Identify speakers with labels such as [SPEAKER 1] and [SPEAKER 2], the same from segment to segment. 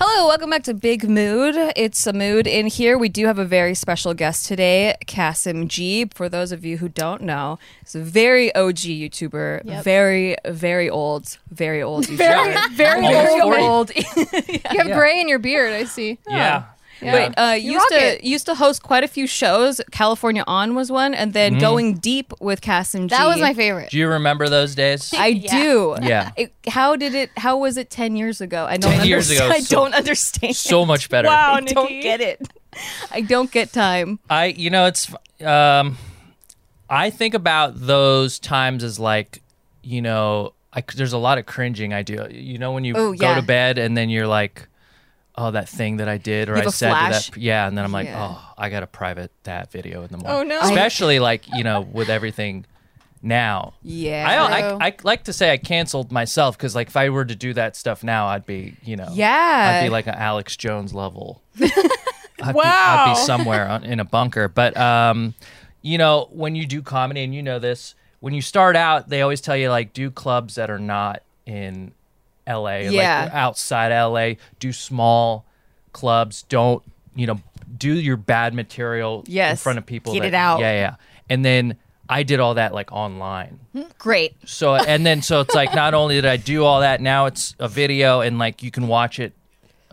[SPEAKER 1] Hello, welcome back to Big Mood. It's a mood in here. We do have a very special guest today, Kasim G. For those of you who don't know, he's a very OG YouTuber,
[SPEAKER 2] Yep.
[SPEAKER 1] very, very old, very old YouTuber.
[SPEAKER 2] Very, very
[SPEAKER 1] very
[SPEAKER 2] old.
[SPEAKER 1] old.
[SPEAKER 2] You have gray in your beard, I see.
[SPEAKER 3] Yeah.
[SPEAKER 1] But uh, you used
[SPEAKER 2] rock
[SPEAKER 1] to
[SPEAKER 2] it.
[SPEAKER 1] used to host quite a few shows. California On was one, and then
[SPEAKER 3] Mm.
[SPEAKER 1] Going Deep with Kasim G.
[SPEAKER 2] That was my favorite.
[SPEAKER 3] Do you remember those days?
[SPEAKER 1] I do.
[SPEAKER 3] Yeah.
[SPEAKER 1] It- how did it? How was it ten years ago? I don't.
[SPEAKER 3] 10
[SPEAKER 1] understand.
[SPEAKER 3] years ago,
[SPEAKER 1] I
[SPEAKER 3] so-
[SPEAKER 1] don't understand.
[SPEAKER 3] so much better.
[SPEAKER 1] I don't get it. I don't get time.
[SPEAKER 3] I you know it's um I think about those times as like, you know, I, there's a lot of cringing I do. You know when you
[SPEAKER 1] Oh,
[SPEAKER 3] go
[SPEAKER 1] yeah.
[SPEAKER 3] to bed and then you're like oh that thing that I did or
[SPEAKER 1] You have
[SPEAKER 3] I
[SPEAKER 1] a
[SPEAKER 3] said to
[SPEAKER 1] flash.
[SPEAKER 3] that yeah and then I'm like
[SPEAKER 1] Yeah.
[SPEAKER 3] oh I got to private that video in the
[SPEAKER 2] Oh,
[SPEAKER 3] morning.
[SPEAKER 2] no.
[SPEAKER 3] Especially like, you know, with everything now. I,
[SPEAKER 1] Yeah.
[SPEAKER 3] don't-
[SPEAKER 2] True.
[SPEAKER 3] I I like to say I canceled myself because like if I were to do that stuff now, I'd be you know
[SPEAKER 1] Yeah.
[SPEAKER 3] I'd be like an Alex Jones level. I'd wow, be, I'd
[SPEAKER 2] Wow.
[SPEAKER 3] be somewhere on, in a bunker. But um, you know when you do comedy and you know this, when you start out, they always tell you like do clubs that are not in L.A.
[SPEAKER 1] Yeah.
[SPEAKER 3] like outside L.A. Do small clubs. Don't you know do your bad material in
[SPEAKER 1] Yes.
[SPEAKER 3] front of people.
[SPEAKER 1] Get
[SPEAKER 3] that-
[SPEAKER 1] it out.
[SPEAKER 3] Yeah, yeah. And then I did all that like online.
[SPEAKER 1] Great.
[SPEAKER 3] So and then so it's like not only did I do all that, now it's a video and like you can watch it.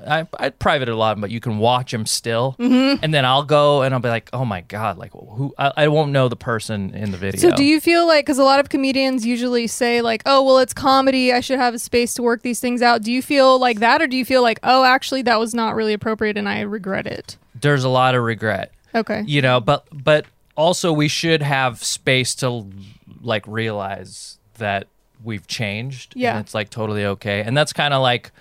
[SPEAKER 3] I I private it a lot, but you can watch them still.
[SPEAKER 2] Mm-hmm.
[SPEAKER 3] And then I'll go and I'll be like, oh my god, like who? I, I won't know the person in the video.
[SPEAKER 2] So do you feel like because a lot of comedians usually say like, "Oh, well, it's comedy. I should have a space to work these things out." Do you feel like that, or do you feel like, "Oh, actually, that was not really appropriate, and I regret it"?
[SPEAKER 3] There's a lot of regret,
[SPEAKER 2] Okay.
[SPEAKER 3] you know. But but also we should have space to like realize that we've changed. and
[SPEAKER 2] Yeah.
[SPEAKER 3] it's like totally okay, and that's kind of like.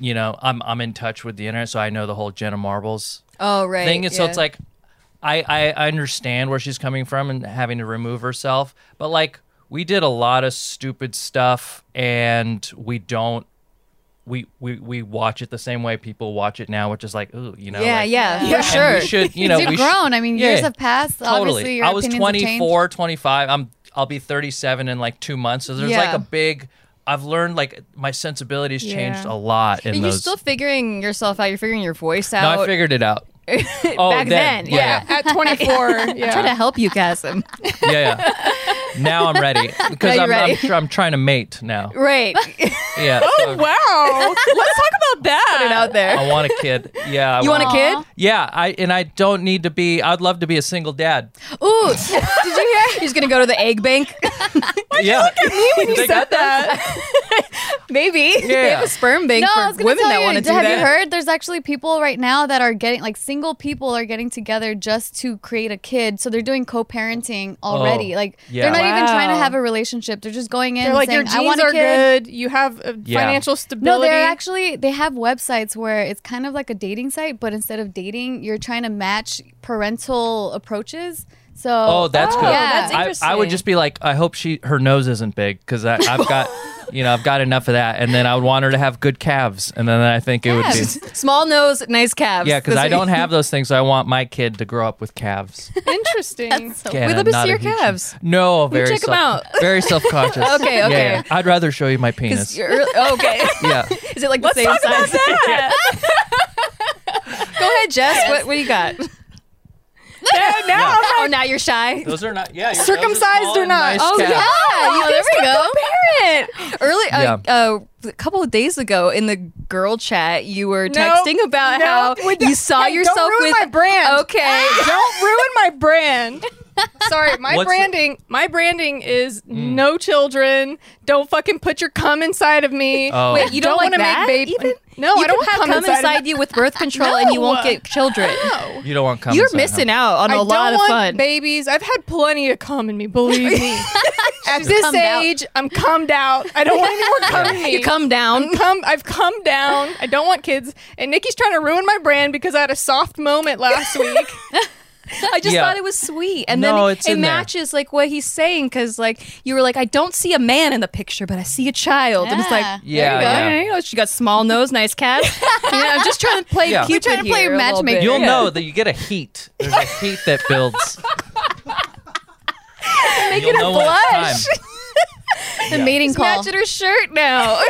[SPEAKER 3] You know, I'm I'm in touch with the internet, so I know the whole Jenna Marbles
[SPEAKER 1] Oh right.
[SPEAKER 3] thing. And so
[SPEAKER 1] yeah.
[SPEAKER 3] it's like, I, I I understand where she's coming from and having to remove herself, but like we did a lot of stupid stuff, and we don't. We, we, we watch it the same way people watch it now, which is like, ooh, you know,
[SPEAKER 1] yeah,
[SPEAKER 3] like-
[SPEAKER 1] yeah,
[SPEAKER 4] Yeah.
[SPEAKER 1] for
[SPEAKER 3] and
[SPEAKER 1] sure.
[SPEAKER 3] we should, you know,
[SPEAKER 4] You've
[SPEAKER 3] we sh-
[SPEAKER 4] grown. I mean, years
[SPEAKER 3] Yeah.
[SPEAKER 4] have passed. Obviously,
[SPEAKER 3] Totally.
[SPEAKER 4] your
[SPEAKER 3] I was
[SPEAKER 4] opinions have changed.
[SPEAKER 3] 24, 25. I'm I'll be 37 in like 2 months. So there's
[SPEAKER 1] Yeah.
[SPEAKER 3] like a big I've learned like my sensibilities changed
[SPEAKER 2] Yeah.
[SPEAKER 3] a lot in
[SPEAKER 1] But you're
[SPEAKER 3] those.
[SPEAKER 1] still figuring yourself out. You're figuring your voice
[SPEAKER 3] no,
[SPEAKER 1] out.
[SPEAKER 3] I figured it out. oh,
[SPEAKER 1] back then,
[SPEAKER 3] yeah.
[SPEAKER 2] At 24,
[SPEAKER 1] I'm trying to
[SPEAKER 2] yeah.
[SPEAKER 1] help you, Kasim.
[SPEAKER 3] yeah, yeah. Now I'm ready because
[SPEAKER 1] you're
[SPEAKER 3] I'm,
[SPEAKER 1] ready. Oh
[SPEAKER 3] I'm, tr- I'm trying to mate now.
[SPEAKER 1] right. Put
[SPEAKER 3] Yeah. so
[SPEAKER 2] Wow. Let's talk about that.
[SPEAKER 1] it out there.
[SPEAKER 3] I want a kid. Yeah. I
[SPEAKER 1] You want a
[SPEAKER 3] want-
[SPEAKER 1] kid?
[SPEAKER 3] Yeah. I and I don't need to be. I'd love to be a single dad.
[SPEAKER 1] Ooh, did you hear? He's gonna go to the egg bank.
[SPEAKER 3] yeah. They got
[SPEAKER 1] Maybe they have
[SPEAKER 3] Yeah.
[SPEAKER 1] a sperm bank
[SPEAKER 4] No, I was
[SPEAKER 1] for
[SPEAKER 4] going
[SPEAKER 1] women
[SPEAKER 4] to tell
[SPEAKER 1] that
[SPEAKER 4] you.
[SPEAKER 1] want to do
[SPEAKER 4] have
[SPEAKER 1] that.
[SPEAKER 4] you heard? There's actually people right now that are getting like single people are getting together just to create a kid. So they're doing co-parenting already.
[SPEAKER 3] Oh,
[SPEAKER 4] like
[SPEAKER 3] yeah.
[SPEAKER 4] they're not even trying to
[SPEAKER 2] Wow.
[SPEAKER 4] have a relationship. They're just going in
[SPEAKER 2] They're
[SPEAKER 4] and
[SPEAKER 2] like
[SPEAKER 4] saying,
[SPEAKER 2] your
[SPEAKER 4] "I
[SPEAKER 2] genes
[SPEAKER 4] want a
[SPEAKER 2] are
[SPEAKER 4] kid."
[SPEAKER 2] good. You have uh,
[SPEAKER 3] Yeah.
[SPEAKER 2] financial
[SPEAKER 4] No,
[SPEAKER 2] stability.
[SPEAKER 4] they're actually they have websites where it's kind of like a dating site, but instead of dating, you're trying to match parental approaches. So
[SPEAKER 3] Oh, that's
[SPEAKER 1] Oh,
[SPEAKER 3] good.
[SPEAKER 4] that's
[SPEAKER 3] I, I
[SPEAKER 1] interesting.
[SPEAKER 3] would just be like, I hope she her nose isn't big because I've got. You know, I've got enough of that, and then I would want her to have good calves, and then I think it would be
[SPEAKER 1] Small nose, nice calves.
[SPEAKER 3] yeah, because
[SPEAKER 1] That's
[SPEAKER 3] I
[SPEAKER 1] what-
[SPEAKER 3] don't have those things. So I want my kid to grow up with calves.
[SPEAKER 2] interesting.
[SPEAKER 3] Again,
[SPEAKER 1] We'd love
[SPEAKER 3] I'm
[SPEAKER 1] to
[SPEAKER 3] not
[SPEAKER 1] see
[SPEAKER 3] a
[SPEAKER 1] your
[SPEAKER 3] huge-
[SPEAKER 1] calves.
[SPEAKER 3] No, very
[SPEAKER 1] check 'em
[SPEAKER 3] self-
[SPEAKER 1] out.
[SPEAKER 3] Very self conscious.
[SPEAKER 1] Okay, okay.
[SPEAKER 3] I'd rather show you my
[SPEAKER 1] 'Cause
[SPEAKER 3] penis.
[SPEAKER 1] you're- okay.
[SPEAKER 3] Yeah.
[SPEAKER 1] Is it like the same size? Go ahead, Jess. What, what do you got?
[SPEAKER 3] now
[SPEAKER 1] oh, now you're shy.
[SPEAKER 3] Those are not yeah.
[SPEAKER 2] Circumcised or not?
[SPEAKER 3] oh
[SPEAKER 1] Yeah, you there we go. Compare it. Early, uh,
[SPEAKER 3] Yeah.
[SPEAKER 1] uh, a couple of days ago in the girl chat, you were
[SPEAKER 2] No,
[SPEAKER 1] texting about
[SPEAKER 2] no,
[SPEAKER 1] how
[SPEAKER 2] we don't-
[SPEAKER 1] you saw
[SPEAKER 2] hey, don't
[SPEAKER 1] yourself
[SPEAKER 2] ruin
[SPEAKER 1] with
[SPEAKER 2] my brand.
[SPEAKER 1] Okay,
[SPEAKER 2] Don't ruin my brand. Sorry, my
[SPEAKER 3] What's the-
[SPEAKER 2] branding. My branding is
[SPEAKER 1] Mm.
[SPEAKER 2] no children. Don't fucking put your cum inside of me.
[SPEAKER 3] Oh. Wait,
[SPEAKER 1] you don't
[SPEAKER 2] want
[SPEAKER 1] like that
[SPEAKER 2] to make baby.
[SPEAKER 1] even?
[SPEAKER 2] No,
[SPEAKER 1] you
[SPEAKER 2] I don't
[SPEAKER 1] could have
[SPEAKER 2] want
[SPEAKER 1] come inside, you with birth control, and you won't
[SPEAKER 2] No.
[SPEAKER 1] get children.
[SPEAKER 3] You don't want cum.
[SPEAKER 1] You're missing out on
[SPEAKER 2] I
[SPEAKER 1] a
[SPEAKER 2] don't
[SPEAKER 1] lot of
[SPEAKER 2] want
[SPEAKER 1] fun.
[SPEAKER 2] babies. I've had plenty of cum in me. Believe me. At this
[SPEAKER 4] cummed out.
[SPEAKER 2] age, I'm cummed out. I don't want any more cum in me.
[SPEAKER 1] you come down.
[SPEAKER 2] Come, I've come down. I don't want kids. And Nikki's trying to ruin my brand because I had a soft moment last week.
[SPEAKER 1] I just
[SPEAKER 3] Yeah.
[SPEAKER 1] thought it was sweet, and
[SPEAKER 3] No,
[SPEAKER 1] then
[SPEAKER 3] it's
[SPEAKER 1] it
[SPEAKER 3] in there.
[SPEAKER 1] matches like what he's saying because like you were like, I don't see a man in the picture, but I see a child, and it's like, there
[SPEAKER 4] Yeah.
[SPEAKER 3] Yeah,
[SPEAKER 1] you go.
[SPEAKER 3] yeah.
[SPEAKER 1] Alright, you know, she got small nose, nice cat. you know, I'm just trying to play.
[SPEAKER 3] Yeah.
[SPEAKER 1] Cupid
[SPEAKER 4] We're trying to play
[SPEAKER 1] here a little
[SPEAKER 4] matchmaker.
[SPEAKER 1] bit.
[SPEAKER 3] You'll
[SPEAKER 1] Yeah.
[SPEAKER 3] know that you get a heat. There's a heat that builds. Make You'll
[SPEAKER 1] it a
[SPEAKER 3] know when
[SPEAKER 1] blush.
[SPEAKER 3] it's time.
[SPEAKER 4] the mating
[SPEAKER 1] Match
[SPEAKER 4] call.
[SPEAKER 1] at her shirt now.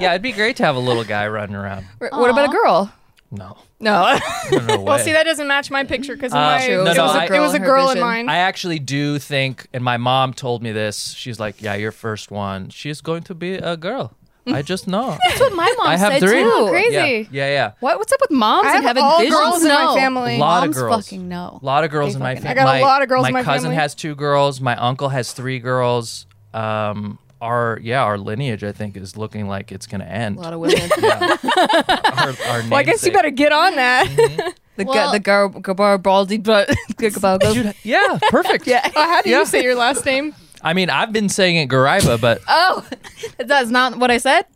[SPEAKER 3] yeah, it'd be great to have a little guy running around.
[SPEAKER 1] R- What about a
[SPEAKER 4] Aw.
[SPEAKER 1] girl?
[SPEAKER 3] No,
[SPEAKER 1] No.
[SPEAKER 3] there's no
[SPEAKER 2] Well,
[SPEAKER 3] way.
[SPEAKER 2] see, that doesn't match my picture because
[SPEAKER 3] Uh,
[SPEAKER 2] my
[SPEAKER 3] True. No,
[SPEAKER 2] it,
[SPEAKER 3] no,
[SPEAKER 2] was
[SPEAKER 3] I-
[SPEAKER 2] a, it was a
[SPEAKER 1] Her
[SPEAKER 2] girl in
[SPEAKER 1] vision.
[SPEAKER 2] mine.
[SPEAKER 3] I actually do think, and my mom told me this. She's like, "Yeah, your first one. She's going to be a girl. I just know.
[SPEAKER 4] That's what my mom
[SPEAKER 3] I have
[SPEAKER 4] said
[SPEAKER 3] three.
[SPEAKER 4] too.
[SPEAKER 1] Ooh,
[SPEAKER 4] Crazy.
[SPEAKER 3] Yeah, yeah, yeah.
[SPEAKER 1] What? What's up with moms
[SPEAKER 2] I
[SPEAKER 1] and
[SPEAKER 2] have
[SPEAKER 1] having
[SPEAKER 2] all
[SPEAKER 1] visions?
[SPEAKER 2] girls in
[SPEAKER 4] No.
[SPEAKER 2] my family.
[SPEAKER 3] A lot of
[SPEAKER 4] Moms
[SPEAKER 3] girls.
[SPEAKER 4] fucking know.
[SPEAKER 3] A lot of girls
[SPEAKER 4] They
[SPEAKER 3] in my
[SPEAKER 4] fucking
[SPEAKER 3] family.
[SPEAKER 4] know.
[SPEAKER 2] I got a lot of girls
[SPEAKER 3] My
[SPEAKER 2] in my
[SPEAKER 3] cousin
[SPEAKER 2] family.
[SPEAKER 3] has two girls. My uncle has three girls. Um, our yeah, our lineage I think is looking like it's gonna end.
[SPEAKER 1] A lot of women.
[SPEAKER 3] yeah. our, our
[SPEAKER 2] Well, I guess you
[SPEAKER 3] namesake.
[SPEAKER 2] better get on that.
[SPEAKER 1] The
[SPEAKER 4] Well-
[SPEAKER 1] gu- the gar- Garibaldi, but Garibaldi.
[SPEAKER 3] Dude, yeah, perfect. yeah.
[SPEAKER 2] Uh, how do
[SPEAKER 3] Yeah.
[SPEAKER 2] you say your last name?
[SPEAKER 3] I mean, I've been saying it Gariba, but
[SPEAKER 1] Oh, that's not what I said.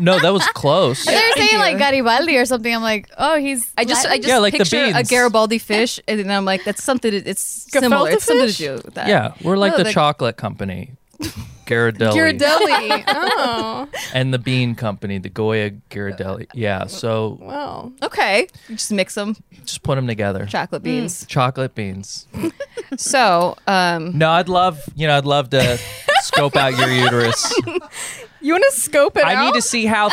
[SPEAKER 3] no, that was close.
[SPEAKER 4] They were
[SPEAKER 1] Thank
[SPEAKER 4] saying like
[SPEAKER 1] you.
[SPEAKER 4] Garibaldi or something. I'm like, oh, he's.
[SPEAKER 1] I just I
[SPEAKER 4] Latin?
[SPEAKER 1] just
[SPEAKER 3] Yeah, like the
[SPEAKER 1] picture a
[SPEAKER 3] beans.
[SPEAKER 1] Garibaldi fish, and then I'm like, that's something. that- It's similar. It's something to
[SPEAKER 2] fish?
[SPEAKER 1] do with that.
[SPEAKER 3] Yeah, we're like
[SPEAKER 1] No,
[SPEAKER 3] the
[SPEAKER 1] the-
[SPEAKER 3] chocolate company, Ghirardelli,
[SPEAKER 2] Ghirardelli. oh,
[SPEAKER 3] and the bean company, the Goya Ghirardelli. Yeah, so
[SPEAKER 2] well.
[SPEAKER 1] Okay. You just mix them.
[SPEAKER 3] just put them together.
[SPEAKER 1] Chocolate beans.
[SPEAKER 3] chocolate beans.
[SPEAKER 1] So, um,
[SPEAKER 3] No, I'd love, you know, I'd love to scope out your uterus.
[SPEAKER 2] You want to scope it
[SPEAKER 3] I
[SPEAKER 2] out?
[SPEAKER 3] need to see how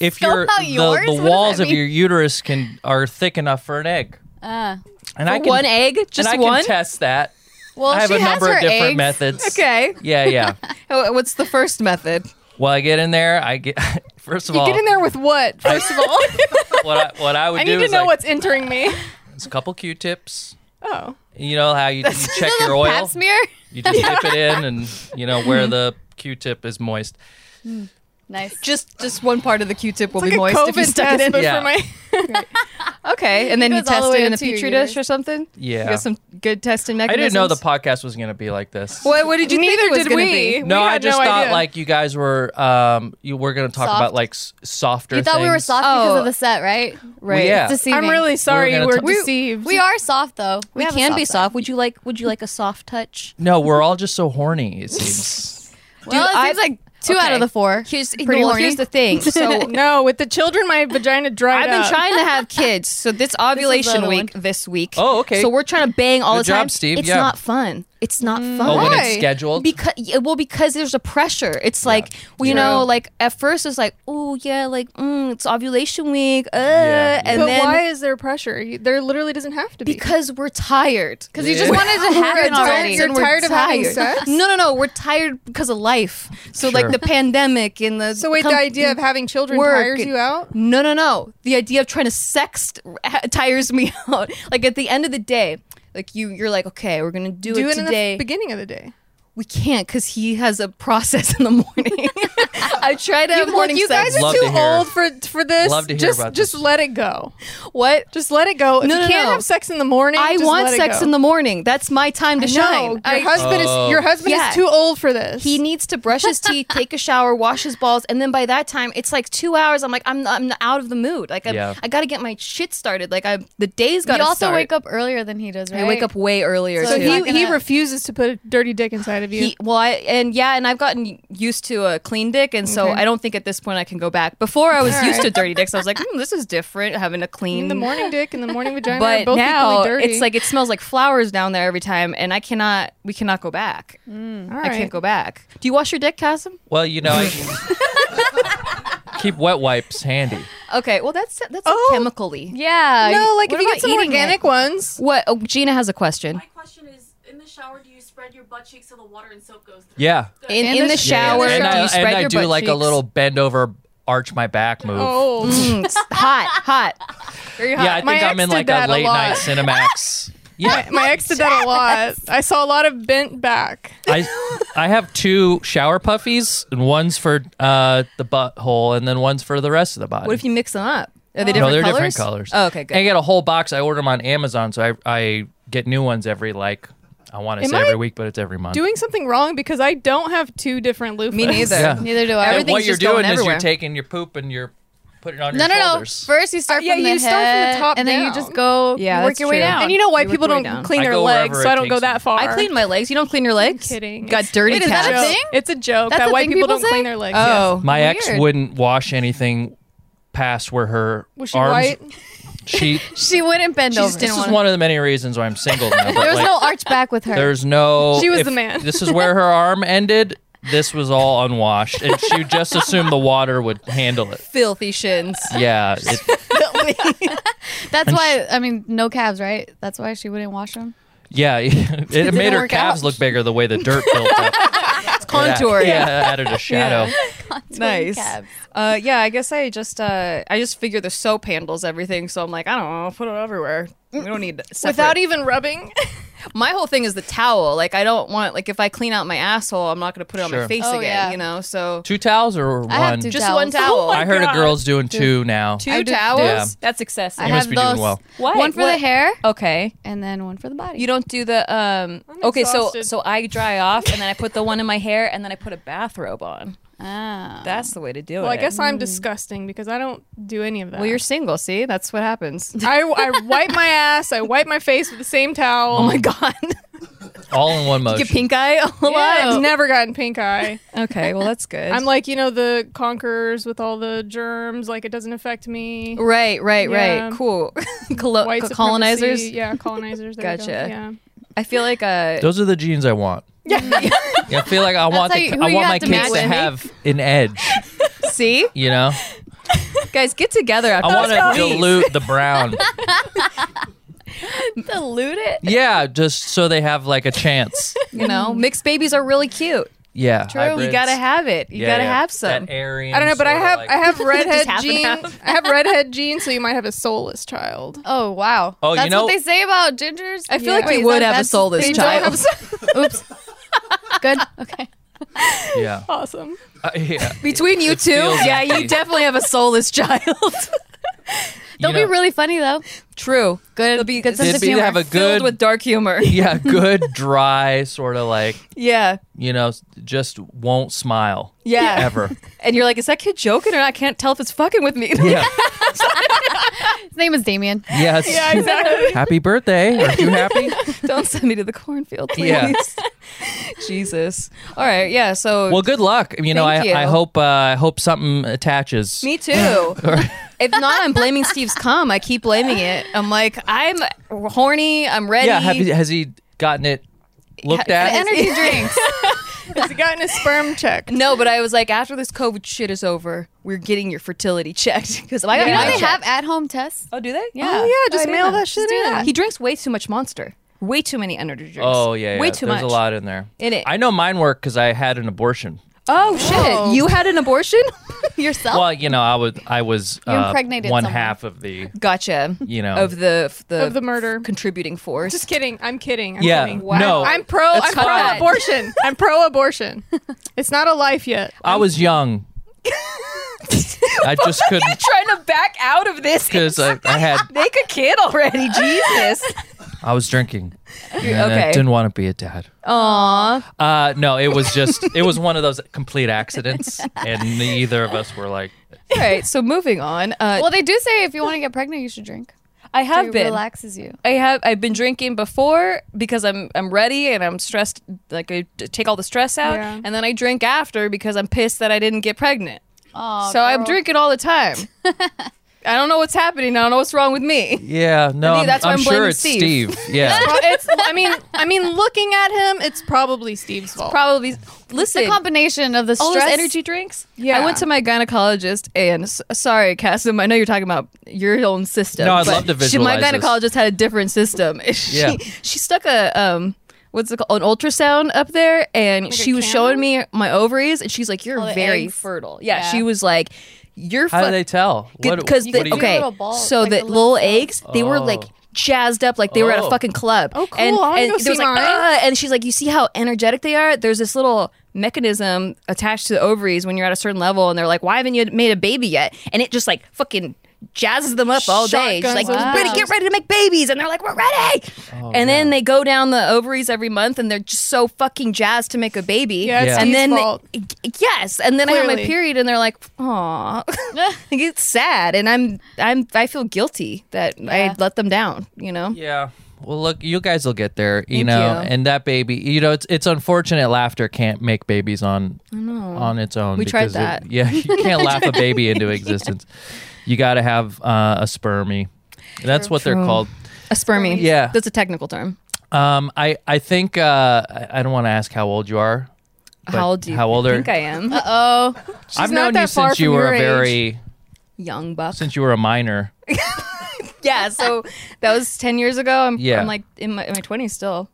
[SPEAKER 3] if
[SPEAKER 4] Scope
[SPEAKER 3] your
[SPEAKER 4] out
[SPEAKER 3] the,
[SPEAKER 4] yours? What
[SPEAKER 3] the
[SPEAKER 4] does
[SPEAKER 3] walls
[SPEAKER 4] that
[SPEAKER 3] of your uterus can are thick enough for an egg.
[SPEAKER 4] Uh,
[SPEAKER 3] And I can
[SPEAKER 1] one egg,
[SPEAKER 3] and
[SPEAKER 1] just
[SPEAKER 3] I
[SPEAKER 1] one.
[SPEAKER 3] can test that.
[SPEAKER 4] well,
[SPEAKER 3] I have
[SPEAKER 4] she
[SPEAKER 3] a
[SPEAKER 4] has
[SPEAKER 3] number
[SPEAKER 4] her
[SPEAKER 3] of different
[SPEAKER 4] eggs.
[SPEAKER 3] methods.
[SPEAKER 1] okay.
[SPEAKER 3] Yeah, yeah.
[SPEAKER 1] Oh, What's the first method?
[SPEAKER 3] Well, I get in there. I get first of
[SPEAKER 2] You
[SPEAKER 3] all
[SPEAKER 2] get in there with what? First of all,
[SPEAKER 3] what I, what I would
[SPEAKER 2] I
[SPEAKER 3] do
[SPEAKER 2] need to
[SPEAKER 3] is
[SPEAKER 2] know
[SPEAKER 3] like,
[SPEAKER 2] what's entering me.
[SPEAKER 3] it's a couple Q-tips.
[SPEAKER 2] Oh,
[SPEAKER 3] You know how you, you check
[SPEAKER 4] Is it
[SPEAKER 3] your
[SPEAKER 4] a
[SPEAKER 3] oil.
[SPEAKER 4] Pap smear.
[SPEAKER 3] You just dip it in, and you know where the Q-tip is moist.
[SPEAKER 4] Nice.
[SPEAKER 1] Just just one part of the Q-tip will
[SPEAKER 2] like
[SPEAKER 1] be
[SPEAKER 2] a
[SPEAKER 1] moist if you
[SPEAKER 2] COVID
[SPEAKER 1] stuck
[SPEAKER 2] test,
[SPEAKER 1] it in.
[SPEAKER 2] but
[SPEAKER 3] Yeah.
[SPEAKER 2] for my
[SPEAKER 1] Okay, and then
[SPEAKER 4] It
[SPEAKER 1] you
[SPEAKER 4] goes all the
[SPEAKER 1] test
[SPEAKER 4] way
[SPEAKER 1] it in
[SPEAKER 4] up
[SPEAKER 1] a
[SPEAKER 4] to your
[SPEAKER 1] petri
[SPEAKER 4] uterus.
[SPEAKER 1] dish or something.
[SPEAKER 3] Yeah.
[SPEAKER 1] You got some good testing
[SPEAKER 3] I
[SPEAKER 1] mechanisms.
[SPEAKER 3] didn't know the podcast was going to be like this.
[SPEAKER 1] What, what did you
[SPEAKER 2] neither
[SPEAKER 1] think it was
[SPEAKER 2] did
[SPEAKER 1] gonna
[SPEAKER 2] we.
[SPEAKER 1] be?
[SPEAKER 2] We
[SPEAKER 3] No, I
[SPEAKER 2] had
[SPEAKER 3] just
[SPEAKER 2] no
[SPEAKER 3] thought
[SPEAKER 2] idea.
[SPEAKER 3] like you guys were um you were going to talk
[SPEAKER 4] Soft.
[SPEAKER 3] about like s- softer.
[SPEAKER 4] You thought we were
[SPEAKER 3] things.
[SPEAKER 4] soft
[SPEAKER 1] Oh.
[SPEAKER 4] because of the set, right?
[SPEAKER 1] Right.
[SPEAKER 3] yeah.
[SPEAKER 4] It's deceiving.
[SPEAKER 2] I'm really sorry
[SPEAKER 3] We were
[SPEAKER 2] we're,
[SPEAKER 3] gonna t-
[SPEAKER 4] We-
[SPEAKER 2] deceived.
[SPEAKER 4] We are soft though.
[SPEAKER 1] We
[SPEAKER 4] have a
[SPEAKER 1] can be
[SPEAKER 4] set.
[SPEAKER 1] soft. Would you like? Would you like a soft touch?
[SPEAKER 3] No, we're all just so horny. It seems.
[SPEAKER 4] Well,
[SPEAKER 1] Dude,
[SPEAKER 4] it seems
[SPEAKER 1] I-
[SPEAKER 4] like two out
[SPEAKER 1] okay.
[SPEAKER 4] of the four.
[SPEAKER 1] Here's
[SPEAKER 4] Pretty
[SPEAKER 1] no,
[SPEAKER 4] horny.
[SPEAKER 1] here's the thing. So
[SPEAKER 2] no, with the children, my vagina dried
[SPEAKER 1] I've been
[SPEAKER 2] up.
[SPEAKER 1] trying to have kids, so this ovulation
[SPEAKER 4] other
[SPEAKER 1] week this week.
[SPEAKER 3] Oh, okay.
[SPEAKER 1] So we're trying to bang all
[SPEAKER 3] Good
[SPEAKER 1] the time.
[SPEAKER 3] job, Steve.
[SPEAKER 1] It's
[SPEAKER 3] Yeah.
[SPEAKER 1] not fun. It's not fun.
[SPEAKER 3] Oh, when
[SPEAKER 2] Mm. Why?
[SPEAKER 3] it's scheduled.
[SPEAKER 1] Because well, because there's a pressure. It's like well, you
[SPEAKER 3] True.
[SPEAKER 1] know, like at first it's like, oh yeah, like mm, it's ovulation week, uh,
[SPEAKER 3] Yeah,
[SPEAKER 1] and
[SPEAKER 2] But
[SPEAKER 1] then
[SPEAKER 2] why is there pressure? You- There literally doesn't have to be.
[SPEAKER 1] because we're tired.
[SPEAKER 4] Because you just
[SPEAKER 3] Yeah.
[SPEAKER 4] wanted to
[SPEAKER 1] We're
[SPEAKER 4] happen
[SPEAKER 1] adults
[SPEAKER 4] already.
[SPEAKER 2] You're
[SPEAKER 1] and we're
[SPEAKER 2] tired of having
[SPEAKER 1] tired.
[SPEAKER 2] sex?
[SPEAKER 1] No, no, no. We're tired because of life. So
[SPEAKER 3] Sure.
[SPEAKER 1] like the pandemic and the
[SPEAKER 2] so wait,
[SPEAKER 1] com-
[SPEAKER 2] the idea of having children
[SPEAKER 1] work
[SPEAKER 2] tires
[SPEAKER 1] and-
[SPEAKER 2] you out.
[SPEAKER 1] No, no, no. The idea of trying to sext tires me out. Like at the end of the day, like you, you're like, okay, we're gonna do,
[SPEAKER 2] Do
[SPEAKER 1] it
[SPEAKER 2] it in
[SPEAKER 1] today.
[SPEAKER 2] the beginning of the day.
[SPEAKER 1] we can't because he has a process in the morning. I try to have
[SPEAKER 2] Look,
[SPEAKER 1] morning
[SPEAKER 2] you guys
[SPEAKER 1] sex.
[SPEAKER 2] are
[SPEAKER 3] Love
[SPEAKER 2] too
[SPEAKER 3] to hear.
[SPEAKER 2] old for for this.
[SPEAKER 3] Love to hear
[SPEAKER 2] just
[SPEAKER 3] about
[SPEAKER 2] just
[SPEAKER 3] this.
[SPEAKER 2] let it go.
[SPEAKER 1] what?
[SPEAKER 2] Just let it go. If
[SPEAKER 1] No,
[SPEAKER 2] you
[SPEAKER 1] no,
[SPEAKER 2] can't
[SPEAKER 1] no.
[SPEAKER 2] have sex in the morning,
[SPEAKER 1] I
[SPEAKER 2] just
[SPEAKER 1] want
[SPEAKER 2] let it
[SPEAKER 1] sex
[SPEAKER 2] go.
[SPEAKER 1] in the morning. That's my time to
[SPEAKER 2] No,
[SPEAKER 1] shine.
[SPEAKER 2] your
[SPEAKER 1] I-
[SPEAKER 2] husband
[SPEAKER 3] Oh.
[SPEAKER 2] is your husband
[SPEAKER 1] Yeah.
[SPEAKER 2] is too old for this.
[SPEAKER 1] he needs to brush his teeth, take a shower, wash his balls, and then by that time it's like two hours. I'm like, I'm, I'm out of the mood. Like, I,
[SPEAKER 3] Yeah.
[SPEAKER 1] I got to get my shit started. Like, I the day's got
[SPEAKER 4] You
[SPEAKER 1] to
[SPEAKER 4] also
[SPEAKER 1] start.
[SPEAKER 4] wake up earlier than he does, right?
[SPEAKER 1] I wake up way earlier.
[SPEAKER 4] So
[SPEAKER 2] so
[SPEAKER 1] too.
[SPEAKER 2] he,
[SPEAKER 4] not
[SPEAKER 2] he
[SPEAKER 4] gonna-
[SPEAKER 2] refuses to put a dirty dick inside of you.
[SPEAKER 1] He, well, I and yeah, and I've gotten used to a clean dick, and so
[SPEAKER 2] Okay.
[SPEAKER 1] I don't think at this point I can go back. Before I was
[SPEAKER 2] All
[SPEAKER 1] used
[SPEAKER 2] right.
[SPEAKER 1] to dirty dicks, I was like, hmm, this is different having a clean.
[SPEAKER 2] in the morning dick and the morning vagina are
[SPEAKER 1] but
[SPEAKER 2] both
[SPEAKER 1] now
[SPEAKER 2] equally dirty.
[SPEAKER 1] it's like it smells like flowers down there every time, and I cannot. We cannot go back.
[SPEAKER 2] All
[SPEAKER 1] I can't go back. Do you wash your dick, Casim?
[SPEAKER 3] well, you know, I keep wet wipes handy.
[SPEAKER 1] Okay, well that's that's
[SPEAKER 2] Oh.
[SPEAKER 1] chemically.
[SPEAKER 4] Yeah.
[SPEAKER 2] No, like if
[SPEAKER 4] What
[SPEAKER 2] you
[SPEAKER 4] about
[SPEAKER 2] get some
[SPEAKER 4] eating
[SPEAKER 2] organic
[SPEAKER 4] it?
[SPEAKER 2] ones.
[SPEAKER 1] What? Oh, Gina has a question.
[SPEAKER 5] My question is, in the shower, do you spread your butt cheeks so the water and soap goes through?
[SPEAKER 3] Yeah.
[SPEAKER 1] In
[SPEAKER 4] And
[SPEAKER 1] in
[SPEAKER 4] the
[SPEAKER 1] the
[SPEAKER 4] sh-
[SPEAKER 1] shower,
[SPEAKER 3] and
[SPEAKER 1] do
[SPEAKER 3] I,
[SPEAKER 1] you spread
[SPEAKER 3] and I
[SPEAKER 1] your
[SPEAKER 3] do
[SPEAKER 1] butt
[SPEAKER 3] like a
[SPEAKER 1] cheeks?
[SPEAKER 3] little bend over, arch my back move.
[SPEAKER 2] Oh,
[SPEAKER 1] Mm, it's hot, hot.
[SPEAKER 2] very hot.
[SPEAKER 3] Yeah, I think
[SPEAKER 2] my ex
[SPEAKER 3] I'm in
[SPEAKER 2] did
[SPEAKER 3] like a
[SPEAKER 2] that
[SPEAKER 3] late
[SPEAKER 2] lot.
[SPEAKER 3] night Cinemax. Yeah,
[SPEAKER 1] Mm.
[SPEAKER 2] My ex did that a lot. I saw a lot of bent back.
[SPEAKER 3] I I have two shower puffies, and one's for uh, the butthole, and then one's for the rest of the body.
[SPEAKER 1] What if you mix them up? Are they different
[SPEAKER 3] no, they're
[SPEAKER 1] colors?
[SPEAKER 3] different colors.
[SPEAKER 1] Oh, okay,
[SPEAKER 3] And I
[SPEAKER 1] good.
[SPEAKER 3] get a whole box. I order them on Amazon, so I I get new ones every like I want to
[SPEAKER 2] Am
[SPEAKER 3] say
[SPEAKER 2] I
[SPEAKER 3] every week, but it's every month.
[SPEAKER 2] Doing something wrong because I don't have two different loofahs.
[SPEAKER 1] Me neither.
[SPEAKER 3] Yeah.
[SPEAKER 4] Neither do I.
[SPEAKER 3] and
[SPEAKER 1] Everything's
[SPEAKER 3] what you're
[SPEAKER 1] just going
[SPEAKER 3] doing is
[SPEAKER 1] everywhere.
[SPEAKER 3] you're taking your poop and you're putting it on
[SPEAKER 4] No,
[SPEAKER 3] your
[SPEAKER 4] no, no.
[SPEAKER 3] shoulders.
[SPEAKER 4] First you start
[SPEAKER 2] Uh, yeah,
[SPEAKER 4] from the
[SPEAKER 2] you start from the
[SPEAKER 4] head,
[SPEAKER 2] top
[SPEAKER 4] and then you
[SPEAKER 2] down.
[SPEAKER 4] just go
[SPEAKER 1] Yeah,
[SPEAKER 4] work
[SPEAKER 1] that's
[SPEAKER 4] your way
[SPEAKER 1] true.
[SPEAKER 4] down.
[SPEAKER 2] And you know why
[SPEAKER 1] You
[SPEAKER 2] people
[SPEAKER 1] work your
[SPEAKER 2] don't
[SPEAKER 1] way down.
[SPEAKER 2] clean
[SPEAKER 3] I
[SPEAKER 2] their
[SPEAKER 3] go wherever
[SPEAKER 2] legs, so
[SPEAKER 3] it
[SPEAKER 2] I don't go
[SPEAKER 3] takes me.
[SPEAKER 2] that far.
[SPEAKER 1] I clean my legs. You don't clean your legs?
[SPEAKER 2] Kidding.
[SPEAKER 1] Got dirty
[SPEAKER 4] Wait, is
[SPEAKER 1] cats.
[SPEAKER 4] that a
[SPEAKER 2] Joke.
[SPEAKER 4] thing?
[SPEAKER 2] It's a joke
[SPEAKER 4] That's
[SPEAKER 2] that
[SPEAKER 4] a
[SPEAKER 2] white
[SPEAKER 4] thing
[SPEAKER 2] people
[SPEAKER 4] people
[SPEAKER 2] don't clean
[SPEAKER 4] say?
[SPEAKER 2] their legs. yes.
[SPEAKER 1] Oh.
[SPEAKER 3] My ex
[SPEAKER 4] Weird.
[SPEAKER 3] wouldn't wash anything past where her
[SPEAKER 2] Was she
[SPEAKER 3] arms.
[SPEAKER 2] white?
[SPEAKER 3] She.
[SPEAKER 4] she wouldn't bend
[SPEAKER 1] She
[SPEAKER 4] over.
[SPEAKER 1] just
[SPEAKER 3] this
[SPEAKER 1] didn't
[SPEAKER 3] is
[SPEAKER 1] wanna-
[SPEAKER 3] one of the many reasons why I'm single now. but,
[SPEAKER 4] There was
[SPEAKER 3] like,
[SPEAKER 4] no arch back with her.
[SPEAKER 3] There's no.
[SPEAKER 2] She was the man.
[SPEAKER 3] this is where her arm ended. this was all unwashed, and she just assumed the water would handle it.
[SPEAKER 1] Filthy shins.
[SPEAKER 3] Yeah, it,
[SPEAKER 4] That's why I mean, no calves, right? That's why she wouldn't wash them.
[SPEAKER 3] yeah, it, made her
[SPEAKER 1] work
[SPEAKER 3] calves
[SPEAKER 1] out.
[SPEAKER 3] look bigger the way the dirt built up.
[SPEAKER 1] It's contour.
[SPEAKER 3] yeah, added a shadow.
[SPEAKER 1] Nice.
[SPEAKER 4] calves.
[SPEAKER 1] Uh, yeah, I guess I just uh, I just figure the soap handles everything, so I'm like, I don't know, put it everywhere. We don't need separate.
[SPEAKER 2] without even rubbing.
[SPEAKER 1] my whole thing is the towel. Like I don't want like if I clean out my asshole, I'm not gonna put it on
[SPEAKER 3] Sure.
[SPEAKER 1] my face
[SPEAKER 4] Oh,
[SPEAKER 1] again.
[SPEAKER 4] yeah.
[SPEAKER 1] You know, so
[SPEAKER 3] Two towels or one?
[SPEAKER 4] I have two
[SPEAKER 1] just one
[SPEAKER 4] Towels.
[SPEAKER 1] towel.
[SPEAKER 3] I heard a
[SPEAKER 2] God.
[SPEAKER 3] girl's doing two now.
[SPEAKER 1] Oh Two
[SPEAKER 4] I did-
[SPEAKER 1] towels.
[SPEAKER 3] Yeah.
[SPEAKER 1] That's excessive.
[SPEAKER 4] I
[SPEAKER 3] You must
[SPEAKER 4] have
[SPEAKER 3] be doing
[SPEAKER 4] those.
[SPEAKER 3] well.
[SPEAKER 1] What?
[SPEAKER 4] One for the
[SPEAKER 1] What?
[SPEAKER 4] hair,
[SPEAKER 1] okay.
[SPEAKER 4] and then one for the body.
[SPEAKER 1] You don't do the um. okay, so
[SPEAKER 2] exhausted.
[SPEAKER 1] so I dry off and then I put the one in my hair and then I put a bathrobe on.
[SPEAKER 4] ah.
[SPEAKER 1] That's the way to do it.
[SPEAKER 2] Well, I guess I'm disgusting because I don't do any of that.
[SPEAKER 1] Mm. Well, you're single. See, that's what happens.
[SPEAKER 2] I, I wipe my ass. I wipe my face with the same towel. Oh my
[SPEAKER 1] God,
[SPEAKER 3] All in one motion.
[SPEAKER 1] get pink eye a
[SPEAKER 2] I've
[SPEAKER 1] lot.
[SPEAKER 2] never gotten pink eye.
[SPEAKER 1] Okay, well that's good.
[SPEAKER 2] I'm like, you know, the conquerors with all the germs. Like, it doesn't affect me.
[SPEAKER 1] Right, right,
[SPEAKER 2] Yeah.
[SPEAKER 1] right. Cool. Colo-
[SPEAKER 2] White supremacy,
[SPEAKER 1] colonizers.
[SPEAKER 2] Yeah, colonizers. There we go,
[SPEAKER 1] Gotcha.
[SPEAKER 2] Yeah.
[SPEAKER 1] I feel like uh
[SPEAKER 3] Those are the jeans I want.
[SPEAKER 2] Yeah.
[SPEAKER 3] Yeah, I feel like I want
[SPEAKER 4] how
[SPEAKER 3] the,
[SPEAKER 4] you- who
[SPEAKER 3] I
[SPEAKER 4] you
[SPEAKER 3] want
[SPEAKER 4] have
[SPEAKER 3] my
[SPEAKER 4] to
[SPEAKER 3] kids
[SPEAKER 4] match
[SPEAKER 3] to
[SPEAKER 4] with.
[SPEAKER 3] have an edge.
[SPEAKER 1] see,
[SPEAKER 3] You know,
[SPEAKER 1] guys, get together after
[SPEAKER 3] I want
[SPEAKER 1] this,
[SPEAKER 3] to
[SPEAKER 1] please.
[SPEAKER 3] dilute the brown.
[SPEAKER 4] dilute it.
[SPEAKER 3] Yeah, just so they have like a chance.
[SPEAKER 1] You know, mixed babies are really cute.
[SPEAKER 3] Yeah,
[SPEAKER 1] You gotta have it. You gotta have some.
[SPEAKER 3] airy.
[SPEAKER 2] I don't know, but I have I have redhead
[SPEAKER 1] half and
[SPEAKER 2] jeans.
[SPEAKER 1] half.
[SPEAKER 2] I have redhead jeans, so you might have a soulless child.
[SPEAKER 4] Oh wow.
[SPEAKER 3] Oh, you
[SPEAKER 4] That's
[SPEAKER 3] know-
[SPEAKER 4] what they say about gingers.
[SPEAKER 1] I feel like we would have a soulless
[SPEAKER 2] They don't
[SPEAKER 1] child.
[SPEAKER 2] have s-
[SPEAKER 4] Oops. Good. Okay.
[SPEAKER 3] yeah.
[SPEAKER 2] awesome.
[SPEAKER 3] Uh, yeah.
[SPEAKER 1] Between you two,
[SPEAKER 3] feels
[SPEAKER 1] yeah,
[SPEAKER 3] empty.
[SPEAKER 1] you definitely have a soulless child.
[SPEAKER 4] They'll
[SPEAKER 3] You
[SPEAKER 4] be
[SPEAKER 3] know-
[SPEAKER 4] really funny though.
[SPEAKER 1] True. Good. It'll be good
[SPEAKER 3] They'd
[SPEAKER 1] sense of
[SPEAKER 3] be-
[SPEAKER 1] humor.
[SPEAKER 3] have a good-
[SPEAKER 1] filled with dark humor.
[SPEAKER 3] Yeah, good dry sort of like
[SPEAKER 1] Yeah.
[SPEAKER 3] you know s- just won't smile
[SPEAKER 1] Yeah.
[SPEAKER 3] ever.
[SPEAKER 1] And you're like, is that kid joking or not? I can't tell if it's fucking with me.
[SPEAKER 3] Yeah.
[SPEAKER 4] His name is Damien.
[SPEAKER 3] Yes.
[SPEAKER 2] Yeah, exactly.
[SPEAKER 3] Happy birthday. Are you happy?
[SPEAKER 1] Don't send me to the cornfield, please.
[SPEAKER 3] Yeah.
[SPEAKER 1] Jesus. All right. Yeah. So
[SPEAKER 3] Well, good luck. You know, I,
[SPEAKER 1] Thank
[SPEAKER 3] I
[SPEAKER 1] you.
[SPEAKER 3] hope uh, I hope something attaches.
[SPEAKER 1] Me too. if not, I'm blaming Steve's cum. I keep blaming it. I'm like, I'm horny. I'm ready.
[SPEAKER 3] Yeah, have he, has he gotten it looked at?
[SPEAKER 4] Energy drinks.
[SPEAKER 2] Has he gotten his sperm checked?
[SPEAKER 1] no, but I was like, after this COVID shit is over, we're getting your fertility checked because I got
[SPEAKER 4] You know
[SPEAKER 1] mine
[SPEAKER 4] they
[SPEAKER 1] checked.
[SPEAKER 4] have at-home tests.
[SPEAKER 1] Oh, do they?
[SPEAKER 4] Yeah.
[SPEAKER 2] Oh yeah, just
[SPEAKER 4] I didn't
[SPEAKER 2] mail
[SPEAKER 4] know.
[SPEAKER 2] that shit
[SPEAKER 4] Just do
[SPEAKER 2] in.
[SPEAKER 4] that.
[SPEAKER 1] He drinks way too much Monster. Way too many energy drinks.
[SPEAKER 3] Oh yeah, yeah.
[SPEAKER 1] Way too
[SPEAKER 3] There's
[SPEAKER 1] much.
[SPEAKER 3] a lot in there.
[SPEAKER 1] In it.
[SPEAKER 3] I know mine worked because I had an abortion.
[SPEAKER 1] Oh shit!
[SPEAKER 2] Whoa.
[SPEAKER 1] You had an abortion? Oh.
[SPEAKER 4] Yourself.
[SPEAKER 3] Well, you know, I was I was uh,
[SPEAKER 4] You impregnated
[SPEAKER 3] one
[SPEAKER 4] someone.
[SPEAKER 3] half of the.
[SPEAKER 1] Gotcha.
[SPEAKER 3] You know.
[SPEAKER 1] of the f- the
[SPEAKER 2] Of the murder.
[SPEAKER 1] f- contributing force.
[SPEAKER 2] Just kidding. I'm kidding. I'm
[SPEAKER 3] Yeah,
[SPEAKER 2] kidding.
[SPEAKER 3] no.
[SPEAKER 2] I'm pro.
[SPEAKER 3] Oh, That's
[SPEAKER 2] I'm
[SPEAKER 3] fine.
[SPEAKER 2] pro abortion. I'm pro abortion. It's not a life yet.
[SPEAKER 3] I was young. I just couldn't
[SPEAKER 1] trying to back out of this.
[SPEAKER 3] because I, I had
[SPEAKER 1] Make a kid already, Jesus.
[SPEAKER 3] I was drinking. And I
[SPEAKER 1] okay.
[SPEAKER 3] didn't want to be a dad.
[SPEAKER 1] Aw.
[SPEAKER 3] Uh, no, it was just it was one of those complete accidents, and neither of us were like,
[SPEAKER 1] All right. So moving on. Uh,
[SPEAKER 4] Well, they do say if you want to get pregnant, you should drink.
[SPEAKER 1] I have
[SPEAKER 4] it
[SPEAKER 1] been.
[SPEAKER 4] relaxes you.
[SPEAKER 1] I have. I've been drinking before because I'm I'm ready and I'm stressed. Like I d- take all the stress out,
[SPEAKER 2] Yeah.
[SPEAKER 1] and then I drink after because I'm pissed that I didn't get pregnant.
[SPEAKER 4] Oh,
[SPEAKER 1] so I'm drinking all the time. I don't know what's happening. I don't know what's wrong with me.
[SPEAKER 3] yeah, no,
[SPEAKER 1] Maybe
[SPEAKER 3] I'm,
[SPEAKER 1] that's why
[SPEAKER 3] I'm
[SPEAKER 1] I'm
[SPEAKER 3] sure
[SPEAKER 1] blaming
[SPEAKER 3] it's
[SPEAKER 1] Steve.
[SPEAKER 3] Steve. Yeah,
[SPEAKER 2] Well, it's. I mean. I mean, looking at him, it's probably Steve's fault.
[SPEAKER 1] Probably. Listen.
[SPEAKER 4] The combination of the
[SPEAKER 1] all
[SPEAKER 4] stress,
[SPEAKER 1] those energy drinks.
[SPEAKER 2] Yeah.
[SPEAKER 1] I went to my gynecologist, and s- sorry, Cassim, I know you're talking about your own system.
[SPEAKER 3] No, I'd
[SPEAKER 1] but
[SPEAKER 3] love to
[SPEAKER 1] she- My
[SPEAKER 3] visualize this.
[SPEAKER 1] gynecologist had a different system. she,
[SPEAKER 3] Yeah.
[SPEAKER 1] she stuck a um. What's it called? An ultrasound up there, and she was
[SPEAKER 2] camera?
[SPEAKER 1] showing me my ovaries, and she's like, "You're
[SPEAKER 4] All Oh, the
[SPEAKER 1] very
[SPEAKER 4] eggs.
[SPEAKER 1] fertile." Yeah,
[SPEAKER 4] Yeah.
[SPEAKER 1] she was like, "You're
[SPEAKER 3] how do
[SPEAKER 1] fuck-
[SPEAKER 3] they tell? What-
[SPEAKER 1] because
[SPEAKER 3] what
[SPEAKER 1] the,
[SPEAKER 3] do you-
[SPEAKER 1] okay,
[SPEAKER 4] Little balls,
[SPEAKER 1] so
[SPEAKER 4] like
[SPEAKER 1] the,
[SPEAKER 4] the
[SPEAKER 1] little
[SPEAKER 4] little-
[SPEAKER 1] eggs, they were
[SPEAKER 3] Oh.
[SPEAKER 1] like jazzed up, like they were at a
[SPEAKER 3] Oh.
[SPEAKER 1] fucking club.
[SPEAKER 2] Oh, cool.
[SPEAKER 1] And,
[SPEAKER 2] I wanna
[SPEAKER 1] and
[SPEAKER 2] go
[SPEAKER 1] there was
[SPEAKER 2] see
[SPEAKER 1] like,
[SPEAKER 2] mine.
[SPEAKER 1] "Ah," and she's like, you see how energetic they are? There's this little mechanism attached to the ovaries when you're at a certain level, and they're like, why haven't you made a baby yet? And it just like fucking jazzes them up all day. She's
[SPEAKER 2] Shotguns
[SPEAKER 1] like,
[SPEAKER 2] those
[SPEAKER 1] "We're ready,
[SPEAKER 4] balls."
[SPEAKER 1] get ready to make babies, and they're like, we're ready.
[SPEAKER 3] Oh,
[SPEAKER 1] and then they go down the ovaries every month, and they're just so fucking jazzed to make a baby.
[SPEAKER 2] Yeah, it's
[SPEAKER 3] Yeah.
[SPEAKER 1] and
[SPEAKER 2] Steve's
[SPEAKER 1] then
[SPEAKER 2] fault.
[SPEAKER 1] yes, and then I have my
[SPEAKER 2] Clearly.
[SPEAKER 1] period, and they're like, "Aw, Like, it's sad," and I'm I'm I feel guilty that I
[SPEAKER 4] Yeah.
[SPEAKER 1] let them down. You know,
[SPEAKER 3] Yeah. Well, look, you guys will get there, you
[SPEAKER 1] Thank
[SPEAKER 3] know.
[SPEAKER 1] you.
[SPEAKER 3] And that baby, you know, it's it's unfortunate laughter can't make babies on on its own.
[SPEAKER 1] Mm-hmm. We tried
[SPEAKER 3] because it-
[SPEAKER 1] that.
[SPEAKER 3] yeah, you can't laugh a baby into existence. You got to have uh, a spermie. That's what they're
[SPEAKER 1] True.
[SPEAKER 3] called.
[SPEAKER 1] a spermie.
[SPEAKER 3] Yeah.
[SPEAKER 1] that's a technical term.
[SPEAKER 3] Um, I I think uh, I I don't want to ask how old you are. But
[SPEAKER 1] how old do you
[SPEAKER 3] how old are-
[SPEAKER 1] think I am?
[SPEAKER 4] Uh oh.
[SPEAKER 3] I've
[SPEAKER 2] not
[SPEAKER 3] known
[SPEAKER 2] that
[SPEAKER 3] you
[SPEAKER 2] far
[SPEAKER 3] since you
[SPEAKER 2] from your
[SPEAKER 3] were a
[SPEAKER 2] age.
[SPEAKER 3] very
[SPEAKER 1] Young buck.
[SPEAKER 3] since you were a minor.
[SPEAKER 1] yeah, so that was 10 years ago. I'm,
[SPEAKER 3] Yeah.
[SPEAKER 1] I'm like in my, in my 20s still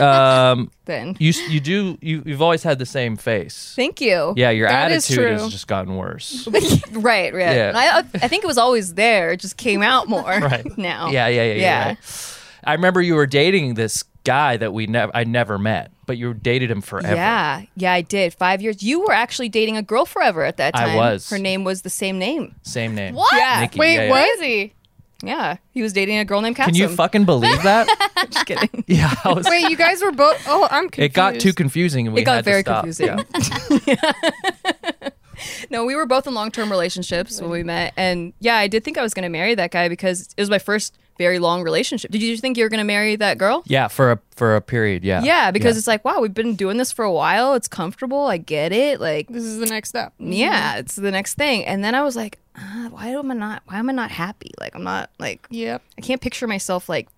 [SPEAKER 3] Um,
[SPEAKER 1] then.
[SPEAKER 3] you s- you do you you've always had the same face.
[SPEAKER 1] Thank you.
[SPEAKER 3] Yeah, your
[SPEAKER 2] That is
[SPEAKER 3] attitude
[SPEAKER 2] true.
[SPEAKER 3] has just gotten worse.
[SPEAKER 1] Right, right.
[SPEAKER 3] Yeah.
[SPEAKER 1] And I, I think it was always there. It just came out more
[SPEAKER 3] Right.
[SPEAKER 1] now.
[SPEAKER 3] Yeah, yeah, yeah, yeah.
[SPEAKER 1] Yeah.
[SPEAKER 3] right. I remember you were dating this guy that we never I never met, but you dated him forever.
[SPEAKER 1] Yeah, yeah, I did. Five years. You were actually dating a girl forever at that
[SPEAKER 3] I
[SPEAKER 1] time.
[SPEAKER 3] was.
[SPEAKER 1] Her name was the same name.
[SPEAKER 3] Same name.
[SPEAKER 4] What?
[SPEAKER 1] Yeah.
[SPEAKER 3] Nikki,
[SPEAKER 2] Wait,
[SPEAKER 3] yeah, yeah.
[SPEAKER 2] what?
[SPEAKER 4] Crazy.
[SPEAKER 1] Yeah, he was dating a girl named Cassim.
[SPEAKER 3] Can you fucking believe that?
[SPEAKER 1] Just kidding.
[SPEAKER 3] yeah, I was-
[SPEAKER 2] Wait, you guys were both. Oh, I'm confused.
[SPEAKER 3] it got too confusing and we
[SPEAKER 1] It got
[SPEAKER 3] had to
[SPEAKER 1] very
[SPEAKER 3] stop.
[SPEAKER 1] confusing.
[SPEAKER 3] Yeah.
[SPEAKER 1] No, we were both in long-term relationships when we met, and yeah, I did think I was going to marry that guy because it was my first very long relationship. Did you think you were going to marry that girl?
[SPEAKER 3] Yeah, for a for a period, yeah.
[SPEAKER 1] Yeah, because it's like, wow, we've been doing this for a while. It's comfortable. I get it. Like,
[SPEAKER 2] This is the next step.
[SPEAKER 3] Mm-hmm.
[SPEAKER 1] yeah, it's the next thing. And then I was like, ah, why am I not? Why am I not happy? Like, I'm not like
[SPEAKER 2] Yep.
[SPEAKER 1] I can't picture myself like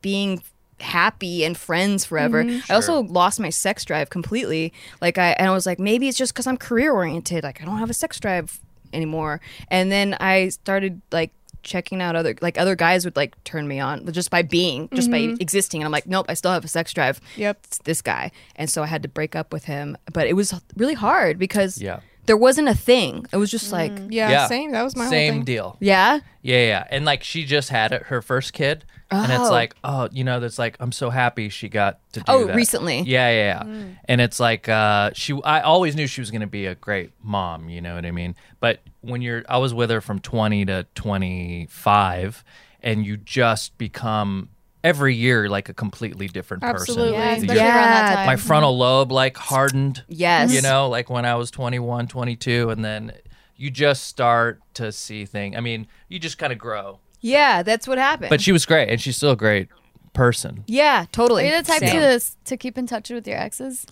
[SPEAKER 1] being happy and friends forever.
[SPEAKER 4] Mm-hmm.
[SPEAKER 1] I also lost my sex drive completely. Like I and I was like maybe it's just cuz I'm career oriented. Like I don't have a sex drive anymore. And then I started like checking out other like other guys would like turn me on just by being, just
[SPEAKER 4] Mm-hmm.
[SPEAKER 1] by existing and I'm like nope, I still have a sex drive.
[SPEAKER 2] Yep.
[SPEAKER 1] It's this guy. And so I had to break up with him, but it was really hard because
[SPEAKER 3] Yeah.
[SPEAKER 1] there wasn't a thing. It was just like
[SPEAKER 4] Mm.
[SPEAKER 2] Yeah,
[SPEAKER 3] Yeah.
[SPEAKER 2] Same. That was my
[SPEAKER 3] Same
[SPEAKER 2] whole thing.
[SPEAKER 3] deal.
[SPEAKER 1] yeah.
[SPEAKER 3] Yeah, yeah. And like she just had it- her first kid. And it's
[SPEAKER 1] Oh.
[SPEAKER 3] like, oh, you know, that's like I'm so happy she got to do
[SPEAKER 1] Oh,
[SPEAKER 3] that.
[SPEAKER 1] recently.
[SPEAKER 3] Yeah, yeah, yeah. And it's like uh she I always knew she was gonna be a great mom, you know what I mean? But when you're I was with her from twenty to twenty five and you just become every year like a completely different
[SPEAKER 2] Absolutely.
[SPEAKER 3] person.
[SPEAKER 2] Yeah,
[SPEAKER 3] You're-
[SPEAKER 4] especially around that
[SPEAKER 1] Yeah.
[SPEAKER 4] time.
[SPEAKER 3] my frontal lobe like hardened.
[SPEAKER 1] Yes.
[SPEAKER 3] You know, like when I was 21, 22 and then you just start to see things. I mean, you just kind of grow.
[SPEAKER 1] Yeah, that's what happened.
[SPEAKER 3] But she was great, and she's still a great person.
[SPEAKER 1] yeah,
[SPEAKER 4] Are
[SPEAKER 1] totally.
[SPEAKER 4] you the type
[SPEAKER 1] Same.
[SPEAKER 4] to this, to keep in touch with your exes?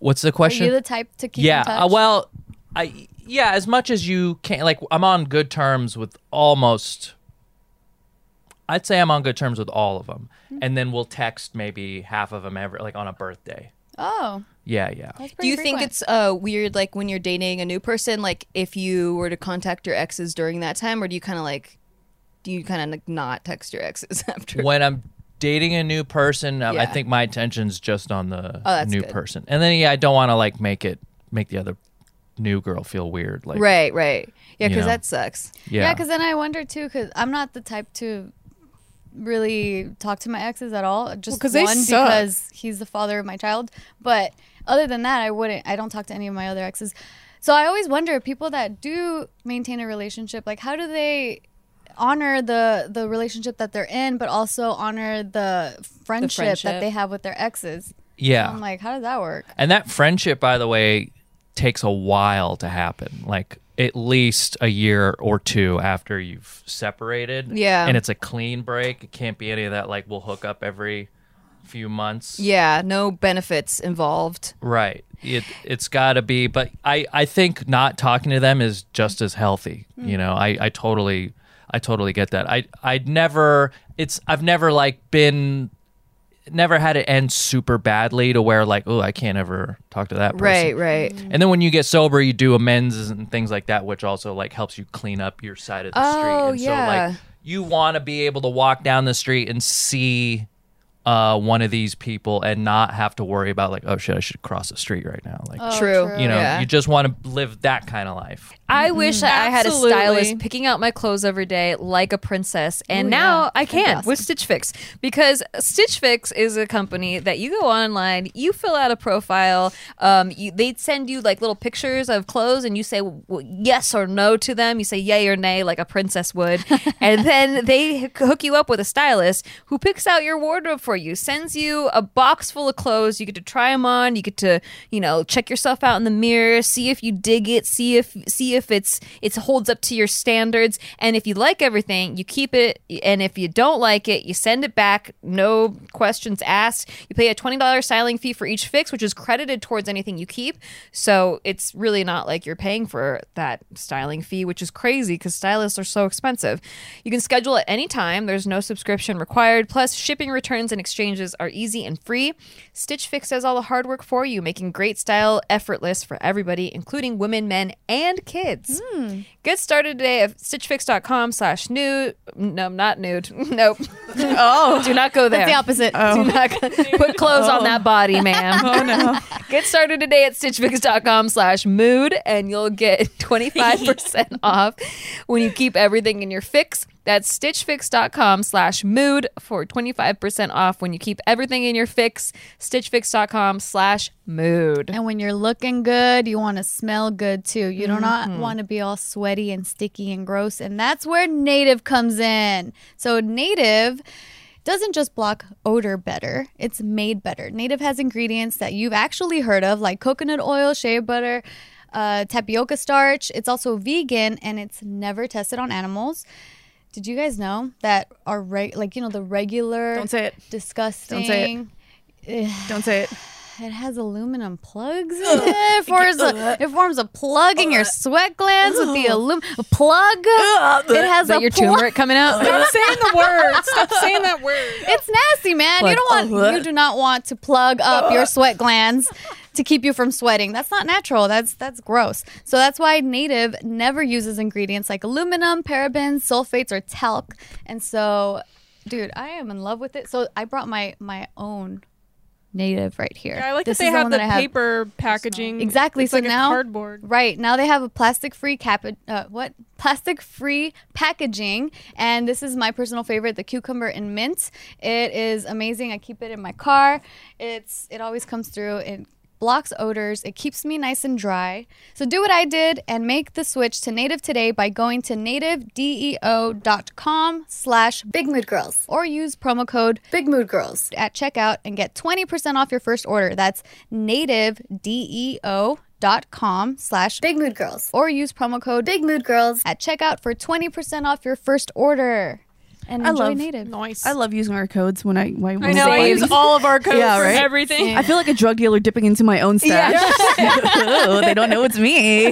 [SPEAKER 3] What's the
[SPEAKER 4] Are you
[SPEAKER 3] question?
[SPEAKER 4] the type to keep
[SPEAKER 3] yeah.
[SPEAKER 4] in touch?
[SPEAKER 3] uh, well, I yeah, as much as you can. Like, I'm on good terms with almost. I'd say I'm on good terms with all of them,
[SPEAKER 4] Hmm.
[SPEAKER 3] and then we'll text maybe half of them every like on a birthday.
[SPEAKER 4] Oh.
[SPEAKER 3] Yeah, yeah.
[SPEAKER 4] That's pretty
[SPEAKER 1] Do you
[SPEAKER 4] frequent.
[SPEAKER 1] think it's uh, weird, like when you're dating a new person, like if you were to contact your exes during that time, or do you kind of like, do you kind of like not text your exes after?
[SPEAKER 3] When I'm dating a new person, I- I
[SPEAKER 1] Yeah.
[SPEAKER 3] think my attention's just on the
[SPEAKER 1] Oh, that's
[SPEAKER 3] new
[SPEAKER 1] good.
[SPEAKER 3] person, and then yeah, I don't want to like make it make the other new girl feel weird. Like,
[SPEAKER 1] Right, right, yeah,
[SPEAKER 3] You
[SPEAKER 1] because
[SPEAKER 3] know.
[SPEAKER 1] that sucks.
[SPEAKER 4] Yeah, because then I wonder too, because I'm not the type to really talk to my exes at all. Just
[SPEAKER 2] 'cause they
[SPEAKER 4] one
[SPEAKER 2] suck.
[SPEAKER 4] because he's the father of my child. But other than that, I wouldn't. I don't talk to any of my other exes. So I always wonder people that do maintain a relationship, like how do they honor the the relationship that they're in, but also honor the friendship,
[SPEAKER 1] friendship.
[SPEAKER 4] that they have with their exes.
[SPEAKER 3] yeah.
[SPEAKER 4] I'm like, how does that work?
[SPEAKER 3] And that friendship, by the way, takes a while to happen. Like at least a year or two after you've separated.
[SPEAKER 1] Yeah.
[SPEAKER 3] And it's a clean break. It can't be any of that, like, we'll hook up every few months.
[SPEAKER 1] Yeah, no benefits involved.
[SPEAKER 3] Right. It, it's got to be. But I, I think not talking to them is just as healthy. You know, I, I totally. I totally get that. I I'd never it's I've never like been never had it end super badly to where like oh I can't ever talk to that person.
[SPEAKER 1] Right, right.
[SPEAKER 3] And then when you get sober, you do amends and things like that, which also like helps you clean up your side of the street.
[SPEAKER 1] Oh,
[SPEAKER 3] And so
[SPEAKER 1] yeah.
[SPEAKER 3] like you want to be able to walk down the street and see uh, one of these people and not have to worry about like, oh shit, I should cross the street right now. Like,
[SPEAKER 1] true.
[SPEAKER 4] true.
[SPEAKER 3] you know,
[SPEAKER 1] Oh, yeah.
[SPEAKER 3] you just want to live that kind of life.
[SPEAKER 1] I wish that I had a
[SPEAKER 2] Absolutely.
[SPEAKER 1] stylist picking out my clothes every day like a princess, and now I can with Stitch Fix because Stitch Fix is a company that you go online, you fill out a profile, um, you, they send you like little pictures of clothes, and you say w- yes or no to them. You say yay or nay like a princess would, and then they h- hook you up with a stylist who picks out your wardrobe for you, sends you a box full of clothes. You get to try them on. You get to you know check yourself out in the mirror, see if you dig it, see if see if it's it holds up to your standards. And if you like everything, you keep it. And if you don't like it, you send it back. No questions asked. You pay a twenty dollars styling fee for each fix, which is credited towards anything you keep. So it's really not like you're paying for that styling fee, which is crazy because stylists are so expensive. You can schedule at any time. There's no subscription required. Plus, shipping returns and exchanges are easy and free. Stitch Fix does all the hard work for you, making great style effortless for everybody, including women, men, and kids. Get started today at stitchfix.com slash nude. No, not nude. Nope. oh. Do not go there.
[SPEAKER 4] the opposite.
[SPEAKER 2] Oh.
[SPEAKER 1] Do not go- put clothes on that body, ma'am. Oh, no. Get started today at stitchfix.com slash mood, and you'll get 25% off when you keep everything in your fix. That's stitchfix.com slash mood for 25% off when you keep everything in your fix. Stitchfix.com slash mood.
[SPEAKER 4] And when you're looking good, you want to smell good too. You do not
[SPEAKER 6] Mm-hmm.
[SPEAKER 4] want to be all sweaty and sticky and gross. And that's where Native comes in. So, Native doesn't just block odor better, it's made better. Native has ingredients that you've actually heard of, like coconut oil, shea butter. Uh, tapioca starch. It's also vegan and it's never tested on animals. Did you guys know that our reg- like you know the regular
[SPEAKER 6] Don't say it.
[SPEAKER 4] disgusting
[SPEAKER 6] Don't say it. Don't say it.
[SPEAKER 4] it has aluminum plugs. in it. it, forms a, it forms a plug in your sweat glands with the aluminum plug.
[SPEAKER 2] Ah,
[SPEAKER 4] It has
[SPEAKER 1] Is that
[SPEAKER 4] a
[SPEAKER 1] your
[SPEAKER 4] plug.
[SPEAKER 1] turmeric coming out?
[SPEAKER 6] Stop saying the word. Stop saying that word.
[SPEAKER 4] It's nasty, man. You don't want you do not want to plug up your sweat glands to keep you from sweating. That's not natural. That's that's gross. So that's why Native never uses ingredients like aluminum, parabens, sulfates, or talc. And so, dude, I am in love with it. So I brought my my own Native right here.
[SPEAKER 2] I like
[SPEAKER 4] This
[SPEAKER 2] that
[SPEAKER 4] is
[SPEAKER 2] they have
[SPEAKER 4] one
[SPEAKER 2] the
[SPEAKER 4] that I have.
[SPEAKER 2] paper packaging.
[SPEAKER 4] Exactly.
[SPEAKER 2] It's
[SPEAKER 4] so
[SPEAKER 2] like a
[SPEAKER 4] now,
[SPEAKER 2] cardboard.
[SPEAKER 4] Right now they have a plastic-free cap. Uh, what plastic-free packaging? And this is my personal favorite, the cucumber and mint. It is amazing. I keep it in my car. It's it always comes through. It blocks odors. It keeps me nice and dry. So do what I did and make the switch to Native today by going to nativedeo.com slash Big Mood Girls or use promo code Big Mood Girls at checkout and get 20% off your first order. That's E nativedeo.com slash Big Mood Girls or use promo code Big Mood Girls at checkout for 20% off your first order. And
[SPEAKER 6] I
[SPEAKER 4] enjoy
[SPEAKER 6] love-
[SPEAKER 4] Native.
[SPEAKER 2] Nice.
[SPEAKER 6] I love using our codes when I. When
[SPEAKER 2] I know. I
[SPEAKER 1] Same.
[SPEAKER 2] use all of our codes
[SPEAKER 6] Yeah,
[SPEAKER 2] for
[SPEAKER 6] right?
[SPEAKER 2] everything.
[SPEAKER 6] I feel like a drug dealer dipping into my own stash. oh, they don't know it's me.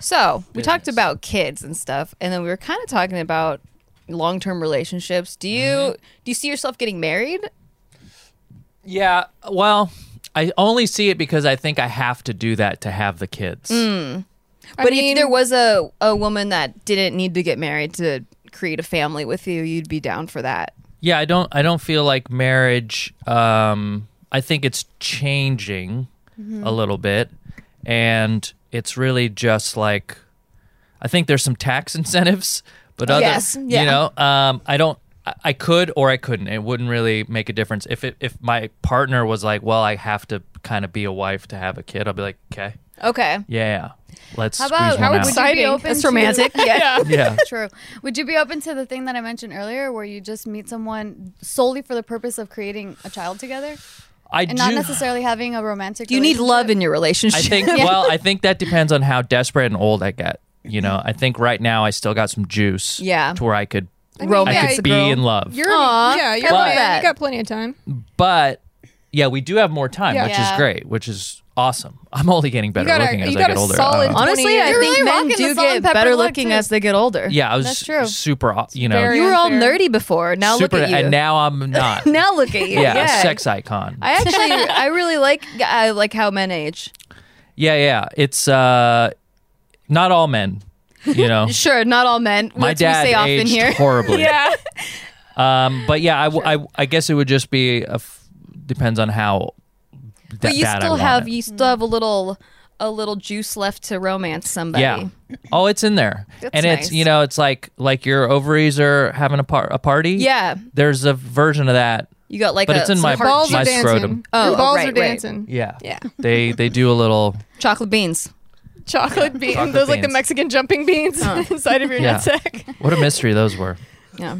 [SPEAKER 7] So we talked about kids and stuff, and then we were kind of talking about long-term relationships. Do you do you see yourself getting married?
[SPEAKER 3] Yeah. Well, I only see it because I think I have to do that to have the kids.
[SPEAKER 7] but if there was a a woman that didn't need to get married to create a family with you, you'd be down for that.
[SPEAKER 3] Yeah, I don't. I don't feel like marriage. Um, I think it's changing
[SPEAKER 4] Mm-hmm.
[SPEAKER 3] a little bit, and it's really just like, I think there's some tax incentives, but other,
[SPEAKER 7] Yes, yeah.
[SPEAKER 3] you know, um, I don't. I- I could or I couldn't. It wouldn't really make a difference if it, if my partner was like, well, I have to kind of be a wife to have a kid. I'll be like, okay,
[SPEAKER 7] Okay.
[SPEAKER 3] yeah, let's.
[SPEAKER 4] How about
[SPEAKER 3] squeeze one
[SPEAKER 4] how would
[SPEAKER 3] out.
[SPEAKER 4] you be open
[SPEAKER 7] That's
[SPEAKER 4] to-
[SPEAKER 7] romantic. yeah.
[SPEAKER 3] yeah.
[SPEAKER 4] True. Would you be open to the thing that I mentioned earlier, where you just meet someone solely for the purpose of creating a child together,
[SPEAKER 3] I
[SPEAKER 4] and
[SPEAKER 3] do.
[SPEAKER 4] not necessarily having a romantic?
[SPEAKER 7] Do you need love in your relationship?
[SPEAKER 3] I think well, I think that depends on how desperate and old I get. You know, I think right now I still got some juice.
[SPEAKER 7] Yeah.
[SPEAKER 3] To where I could
[SPEAKER 7] Romance
[SPEAKER 3] I could
[SPEAKER 7] the
[SPEAKER 3] be
[SPEAKER 7] girl.
[SPEAKER 3] in love.
[SPEAKER 2] You're,
[SPEAKER 7] Aw,
[SPEAKER 2] yeah, you're
[SPEAKER 7] I love
[SPEAKER 2] right.
[SPEAKER 7] that.
[SPEAKER 2] You got plenty of time.
[SPEAKER 3] but yeah, we do have more time,
[SPEAKER 2] Yeah.
[SPEAKER 3] which
[SPEAKER 4] Yeah.
[SPEAKER 3] is great, which is awesome. I'm only getting better
[SPEAKER 2] got a-
[SPEAKER 3] looking as
[SPEAKER 2] you
[SPEAKER 3] I
[SPEAKER 2] got
[SPEAKER 3] get
[SPEAKER 2] a
[SPEAKER 3] older.
[SPEAKER 2] solid-
[SPEAKER 3] Uh,
[SPEAKER 7] Honestly,
[SPEAKER 2] You're
[SPEAKER 7] I
[SPEAKER 4] really
[SPEAKER 7] think men
[SPEAKER 4] rocking the
[SPEAKER 7] do
[SPEAKER 4] salt
[SPEAKER 7] get
[SPEAKER 4] and pepper
[SPEAKER 7] better
[SPEAKER 4] look,
[SPEAKER 7] looking
[SPEAKER 4] too.
[SPEAKER 7] as they get older.
[SPEAKER 3] yeah, I was
[SPEAKER 4] That's true.
[SPEAKER 3] super au- you know
[SPEAKER 2] very
[SPEAKER 7] You were all
[SPEAKER 2] unfair.
[SPEAKER 7] nerdy before. Now
[SPEAKER 3] super
[SPEAKER 7] look at you.
[SPEAKER 3] and now I'm not.
[SPEAKER 7] Now look at you.
[SPEAKER 3] yeah,
[SPEAKER 7] Yeah.
[SPEAKER 3] a sex icon.
[SPEAKER 7] I actually I really like I like how men age.
[SPEAKER 3] yeah, yeah. It's uh not all men, you know.
[SPEAKER 7] Sure, not all men.
[SPEAKER 3] My
[SPEAKER 7] which
[SPEAKER 3] dad
[SPEAKER 7] we say often
[SPEAKER 3] aged
[SPEAKER 7] here.
[SPEAKER 3] horribly. yeah. Um, but yeah, I, w- I, I guess it would just be a f- depends on how. d-
[SPEAKER 7] but you
[SPEAKER 3] bad I
[SPEAKER 7] still
[SPEAKER 3] want
[SPEAKER 7] have
[SPEAKER 3] it.
[SPEAKER 7] you still have a little a little juice left to romance somebody.
[SPEAKER 3] Yeah. Oh, it's in there,
[SPEAKER 7] That's
[SPEAKER 3] and it's
[SPEAKER 7] nice.
[SPEAKER 3] you know it's like like your ovaries are having a par- a party.
[SPEAKER 7] Yeah.
[SPEAKER 3] There's a version of that.
[SPEAKER 7] You got like
[SPEAKER 3] But
[SPEAKER 7] a
[SPEAKER 3] it's in
[SPEAKER 7] some
[SPEAKER 3] my-
[SPEAKER 7] hard
[SPEAKER 2] Balls
[SPEAKER 3] my
[SPEAKER 2] are dancing.
[SPEAKER 3] scrotum.
[SPEAKER 7] Oh,
[SPEAKER 2] Your balls
[SPEAKER 7] right,
[SPEAKER 2] are
[SPEAKER 7] right.
[SPEAKER 2] dancing.
[SPEAKER 3] Yeah.
[SPEAKER 7] Yeah.
[SPEAKER 3] They they do a little.
[SPEAKER 7] chocolate beans.
[SPEAKER 2] Chocolate beans.
[SPEAKER 3] Chocolate
[SPEAKER 2] Those like the
[SPEAKER 3] beans.
[SPEAKER 2] Mexican jumping beans inside of your
[SPEAKER 3] Yeah.
[SPEAKER 2] nutsack.
[SPEAKER 3] What a mystery those were.
[SPEAKER 7] Yeah.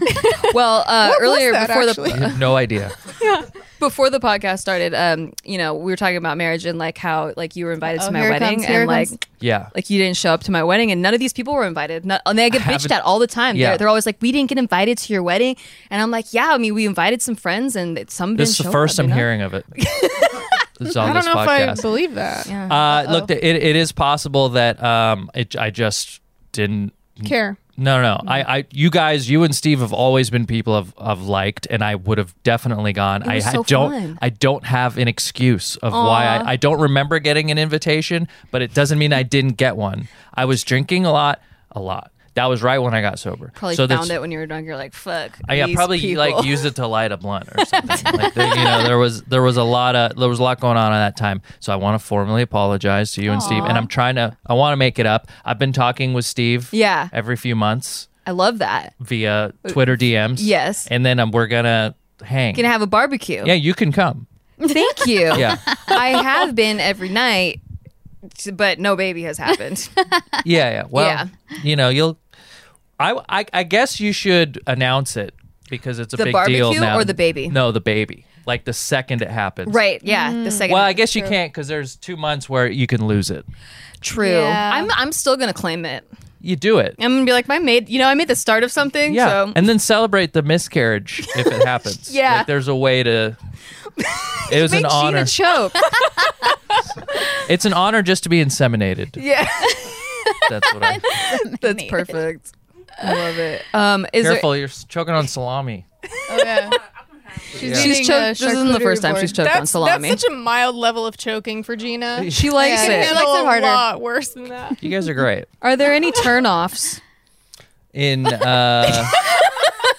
[SPEAKER 7] well, uh,
[SPEAKER 2] What was
[SPEAKER 7] earlier
[SPEAKER 2] that,
[SPEAKER 7] before
[SPEAKER 2] actually?
[SPEAKER 7] the
[SPEAKER 3] I have no idea.
[SPEAKER 7] before the podcast started, um, you know, we were talking about marriage and like how like you were invited
[SPEAKER 4] Oh,
[SPEAKER 7] to my
[SPEAKER 4] here it
[SPEAKER 7] wedding
[SPEAKER 4] comes, here
[SPEAKER 7] and
[SPEAKER 4] it comes.
[SPEAKER 7] like
[SPEAKER 3] Yeah.
[SPEAKER 7] like you didn't show up to my wedding and none of these people were invited not, and they get bitched
[SPEAKER 3] haven't-
[SPEAKER 7] at all the time
[SPEAKER 3] Yeah.
[SPEAKER 7] they're, they're always like we didn't get invited to your wedding and i'm like yeah i mean we invited some friends and that- some
[SPEAKER 3] This
[SPEAKER 7] didn't
[SPEAKER 3] is the
[SPEAKER 7] show
[SPEAKER 3] first
[SPEAKER 7] up,
[SPEAKER 3] I'm
[SPEAKER 7] you know?
[SPEAKER 3] hearing of it. This is on
[SPEAKER 2] I don't
[SPEAKER 3] this
[SPEAKER 2] know
[SPEAKER 3] podcast.
[SPEAKER 2] if I believe that.
[SPEAKER 3] Uh, look, it, it is possible that um, it, I just didn't
[SPEAKER 2] Care.
[SPEAKER 3] No, no. I, I, you guys, you and Steve have always been people I've, I've liked, and I would have definitely gone. I
[SPEAKER 8] was
[SPEAKER 3] ha-
[SPEAKER 8] so
[SPEAKER 3] don't,
[SPEAKER 8] fun.
[SPEAKER 3] I don't have an excuse of why I, I don't remember getting an invitation, but it doesn't mean I didn't get one. I was drinking a lot, a lot. That was right when I got sober.
[SPEAKER 1] Probably
[SPEAKER 3] that's-
[SPEAKER 1] found it when you were drunk. You're like, fuck.
[SPEAKER 3] I yeah,
[SPEAKER 1] these
[SPEAKER 3] probably
[SPEAKER 1] people.
[SPEAKER 3] like used it to light a blunt or something. like the, you know, there was there was a lot of there was a lot going on at that time. So I want to formally apologize to you and Steve, and I'm trying to I want to make it up. I've been talking with Steve.
[SPEAKER 1] Yeah.
[SPEAKER 3] Every few months
[SPEAKER 1] I love that.
[SPEAKER 3] via Twitter DMs.
[SPEAKER 1] Uh, yes.
[SPEAKER 3] And then um, we're gonna hang.
[SPEAKER 1] Gonna have a barbecue.
[SPEAKER 3] yeah, you can come.
[SPEAKER 1] Thank you.
[SPEAKER 3] Yeah,
[SPEAKER 1] I have been every night, but no baby has happened.
[SPEAKER 3] yeah, yeah. Well,
[SPEAKER 1] Yeah.
[SPEAKER 3] you know, you'll. I, I I guess you should announce it because it's a
[SPEAKER 1] The
[SPEAKER 3] big deal
[SPEAKER 1] barbecue
[SPEAKER 3] now.
[SPEAKER 1] or the baby?
[SPEAKER 3] No, the baby. Like the second it happens.
[SPEAKER 1] right. Yeah. The second.
[SPEAKER 3] Mm. Well, I guess you can't because there's two months where you can lose it.
[SPEAKER 1] True.
[SPEAKER 4] Yeah.
[SPEAKER 1] I'm. I'm still gonna claim it.
[SPEAKER 3] You do it.
[SPEAKER 1] I'm gonna be like, my made. You know, I made the start of something.
[SPEAKER 3] Yeah.
[SPEAKER 1] So
[SPEAKER 3] And then celebrate the miscarriage if it happens.
[SPEAKER 1] Yeah.
[SPEAKER 3] Like, there's a way to. It was an
[SPEAKER 1] Make
[SPEAKER 3] honor.
[SPEAKER 1] Gina choke.
[SPEAKER 3] it's an honor just to be inseminated.
[SPEAKER 1] yeah.
[SPEAKER 3] That's what I.
[SPEAKER 1] That's perfect. I love it. Um, is there-
[SPEAKER 3] Careful, you're choking on salami.
[SPEAKER 4] Oh, yeah. She's,
[SPEAKER 3] Yeah.
[SPEAKER 1] She's
[SPEAKER 4] eating
[SPEAKER 1] choked.
[SPEAKER 4] a
[SPEAKER 1] This isn't the
[SPEAKER 4] charcuterie
[SPEAKER 1] first time
[SPEAKER 4] board.
[SPEAKER 1] she's choked on
[SPEAKER 2] That's,
[SPEAKER 1] salami.
[SPEAKER 2] that's such a mild level of choking for Gina.
[SPEAKER 3] She
[SPEAKER 2] I
[SPEAKER 4] likes
[SPEAKER 2] can
[SPEAKER 4] it.
[SPEAKER 2] handle
[SPEAKER 4] She likes it harder.
[SPEAKER 2] a lot worse than that.
[SPEAKER 3] You guys are great.
[SPEAKER 1] Are there any turnoffs?
[SPEAKER 3] In uh,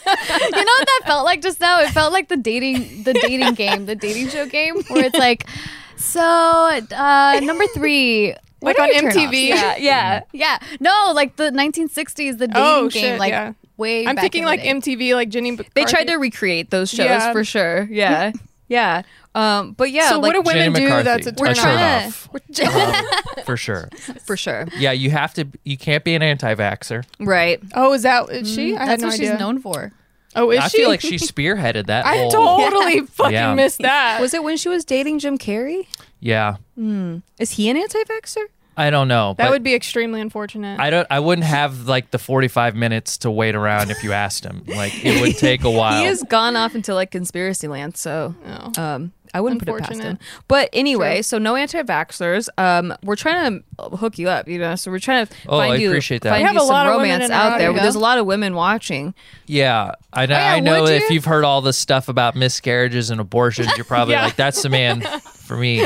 [SPEAKER 4] you know what that felt like just now? It felt like the dating, the dating game, the dating show game, where it's like, so uh, number three, what
[SPEAKER 2] Like
[SPEAKER 4] are
[SPEAKER 2] on
[SPEAKER 4] your turn-offs?
[SPEAKER 2] MTV?
[SPEAKER 4] Yeah, yeah, yeah. No, like the 1960s, the dating
[SPEAKER 2] Oh,
[SPEAKER 4] game,
[SPEAKER 2] shit,
[SPEAKER 4] like
[SPEAKER 2] yeah.
[SPEAKER 4] way.
[SPEAKER 2] I'm
[SPEAKER 4] back
[SPEAKER 2] thinking
[SPEAKER 4] in the
[SPEAKER 2] like
[SPEAKER 4] day.
[SPEAKER 2] MTV, like Jenny. McCarthy.
[SPEAKER 1] They tried to recreate those shows
[SPEAKER 2] Yeah.
[SPEAKER 1] for sure. Yeah. Yeah. Um, but yeah,
[SPEAKER 2] So
[SPEAKER 1] like,
[SPEAKER 2] what do women
[SPEAKER 3] Jenny
[SPEAKER 2] do?
[SPEAKER 3] McCarthy.
[SPEAKER 2] That's a turn
[SPEAKER 3] turn
[SPEAKER 2] off.
[SPEAKER 3] off. Um, for sure.
[SPEAKER 1] for sure.
[SPEAKER 3] Yeah, you have to. You can't be an anti-vaxer.
[SPEAKER 1] Right.
[SPEAKER 2] Oh, is that is she? I had
[SPEAKER 4] That's
[SPEAKER 2] no
[SPEAKER 4] what
[SPEAKER 2] idea.
[SPEAKER 4] she's known for.
[SPEAKER 2] Oh, is
[SPEAKER 3] I
[SPEAKER 2] she?
[SPEAKER 3] feel like she spearheaded that.
[SPEAKER 2] I
[SPEAKER 3] whole,
[SPEAKER 2] totally fucking
[SPEAKER 3] Yeah.
[SPEAKER 2] missed that.
[SPEAKER 8] Was it when she was dating Jim Carrey?
[SPEAKER 3] Yeah,
[SPEAKER 8] Is he an anti-vaxxer?
[SPEAKER 3] I don't know.
[SPEAKER 2] that
[SPEAKER 3] but-
[SPEAKER 2] would be extremely unfortunate.
[SPEAKER 3] I don't. I wouldn't have like the forty-five minutes to wait around if you asked him. Like it would take a while.
[SPEAKER 1] He has gone off into like conspiracy land, so
[SPEAKER 2] No.
[SPEAKER 1] um, I wouldn't put it past him.
[SPEAKER 2] Unfortunate.
[SPEAKER 1] But anyway, so no anti-vaxxers. Um, we're trying to hook you up, you know. So we're trying to
[SPEAKER 3] Oh,
[SPEAKER 1] find
[SPEAKER 3] I
[SPEAKER 1] you,
[SPEAKER 3] appreciate that.
[SPEAKER 1] find
[SPEAKER 3] We
[SPEAKER 2] have
[SPEAKER 1] you
[SPEAKER 2] a lot
[SPEAKER 1] some
[SPEAKER 2] of women
[SPEAKER 1] romance
[SPEAKER 2] in our
[SPEAKER 1] out there.
[SPEAKER 2] audience.
[SPEAKER 1] There's a lot of women watching.
[SPEAKER 3] yeah, I, know I
[SPEAKER 4] would
[SPEAKER 3] know.
[SPEAKER 4] you?
[SPEAKER 3] If you've heard all this stuff about miscarriages and abortions, you're probably
[SPEAKER 2] Yeah.
[SPEAKER 3] like, "That's the man for me."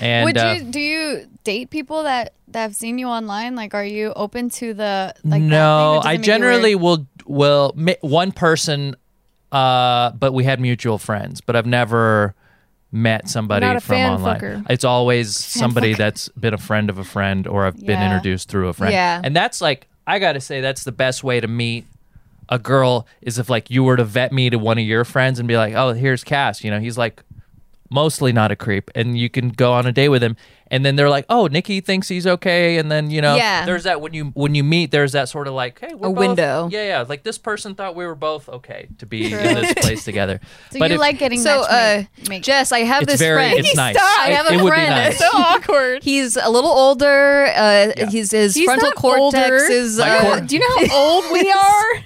[SPEAKER 3] And
[SPEAKER 4] Would
[SPEAKER 3] uh,
[SPEAKER 4] you do you date people that that have seen you online? Like, are you open to the like? that thing, or
[SPEAKER 3] no,
[SPEAKER 4] does it
[SPEAKER 3] I
[SPEAKER 4] make you
[SPEAKER 3] generally
[SPEAKER 4] weird?
[SPEAKER 3] will will ma- one person, uh, but we had mutual friends, but I've never met somebody
[SPEAKER 2] Not a
[SPEAKER 3] from
[SPEAKER 2] fan
[SPEAKER 3] online.
[SPEAKER 2] fucker.
[SPEAKER 3] It's always somebody that's been a friend of a friend or I've been
[SPEAKER 4] Yeah.
[SPEAKER 3] introduced through a friend.
[SPEAKER 1] Yeah.
[SPEAKER 3] And that's like I got to say that's the best way to meet a girl is if like you were to vet me to one of your friends and be like, "Oh, here's Cass," you know, he's like mostly not a creep and you can go on a day with him and then they're like oh nikki thinks he's okay and then you know
[SPEAKER 1] Yeah.
[SPEAKER 3] there's that when you when you meet there's that sort of like hey we're
[SPEAKER 1] A
[SPEAKER 3] both-
[SPEAKER 1] window.
[SPEAKER 3] yeah yeah like this person thought we were both okay to be in this place together
[SPEAKER 4] So you
[SPEAKER 3] if-
[SPEAKER 4] like getting
[SPEAKER 1] So, uh,
[SPEAKER 4] matchmade- made.
[SPEAKER 1] Jess, I have
[SPEAKER 3] it's
[SPEAKER 1] this
[SPEAKER 3] very
[SPEAKER 1] friend.
[SPEAKER 3] it's nice
[SPEAKER 1] I
[SPEAKER 3] It-
[SPEAKER 1] have
[SPEAKER 3] it,
[SPEAKER 1] a
[SPEAKER 3] would be
[SPEAKER 1] friend.
[SPEAKER 3] nice
[SPEAKER 2] so awkward.
[SPEAKER 1] He's a little older. Uh,
[SPEAKER 3] Yeah.
[SPEAKER 1] he's, his
[SPEAKER 2] He's
[SPEAKER 1] frontal
[SPEAKER 2] not
[SPEAKER 1] cortex
[SPEAKER 2] older.
[SPEAKER 1] is.
[SPEAKER 3] My
[SPEAKER 1] Uh,
[SPEAKER 3] cor-
[SPEAKER 2] Do you know how old we are?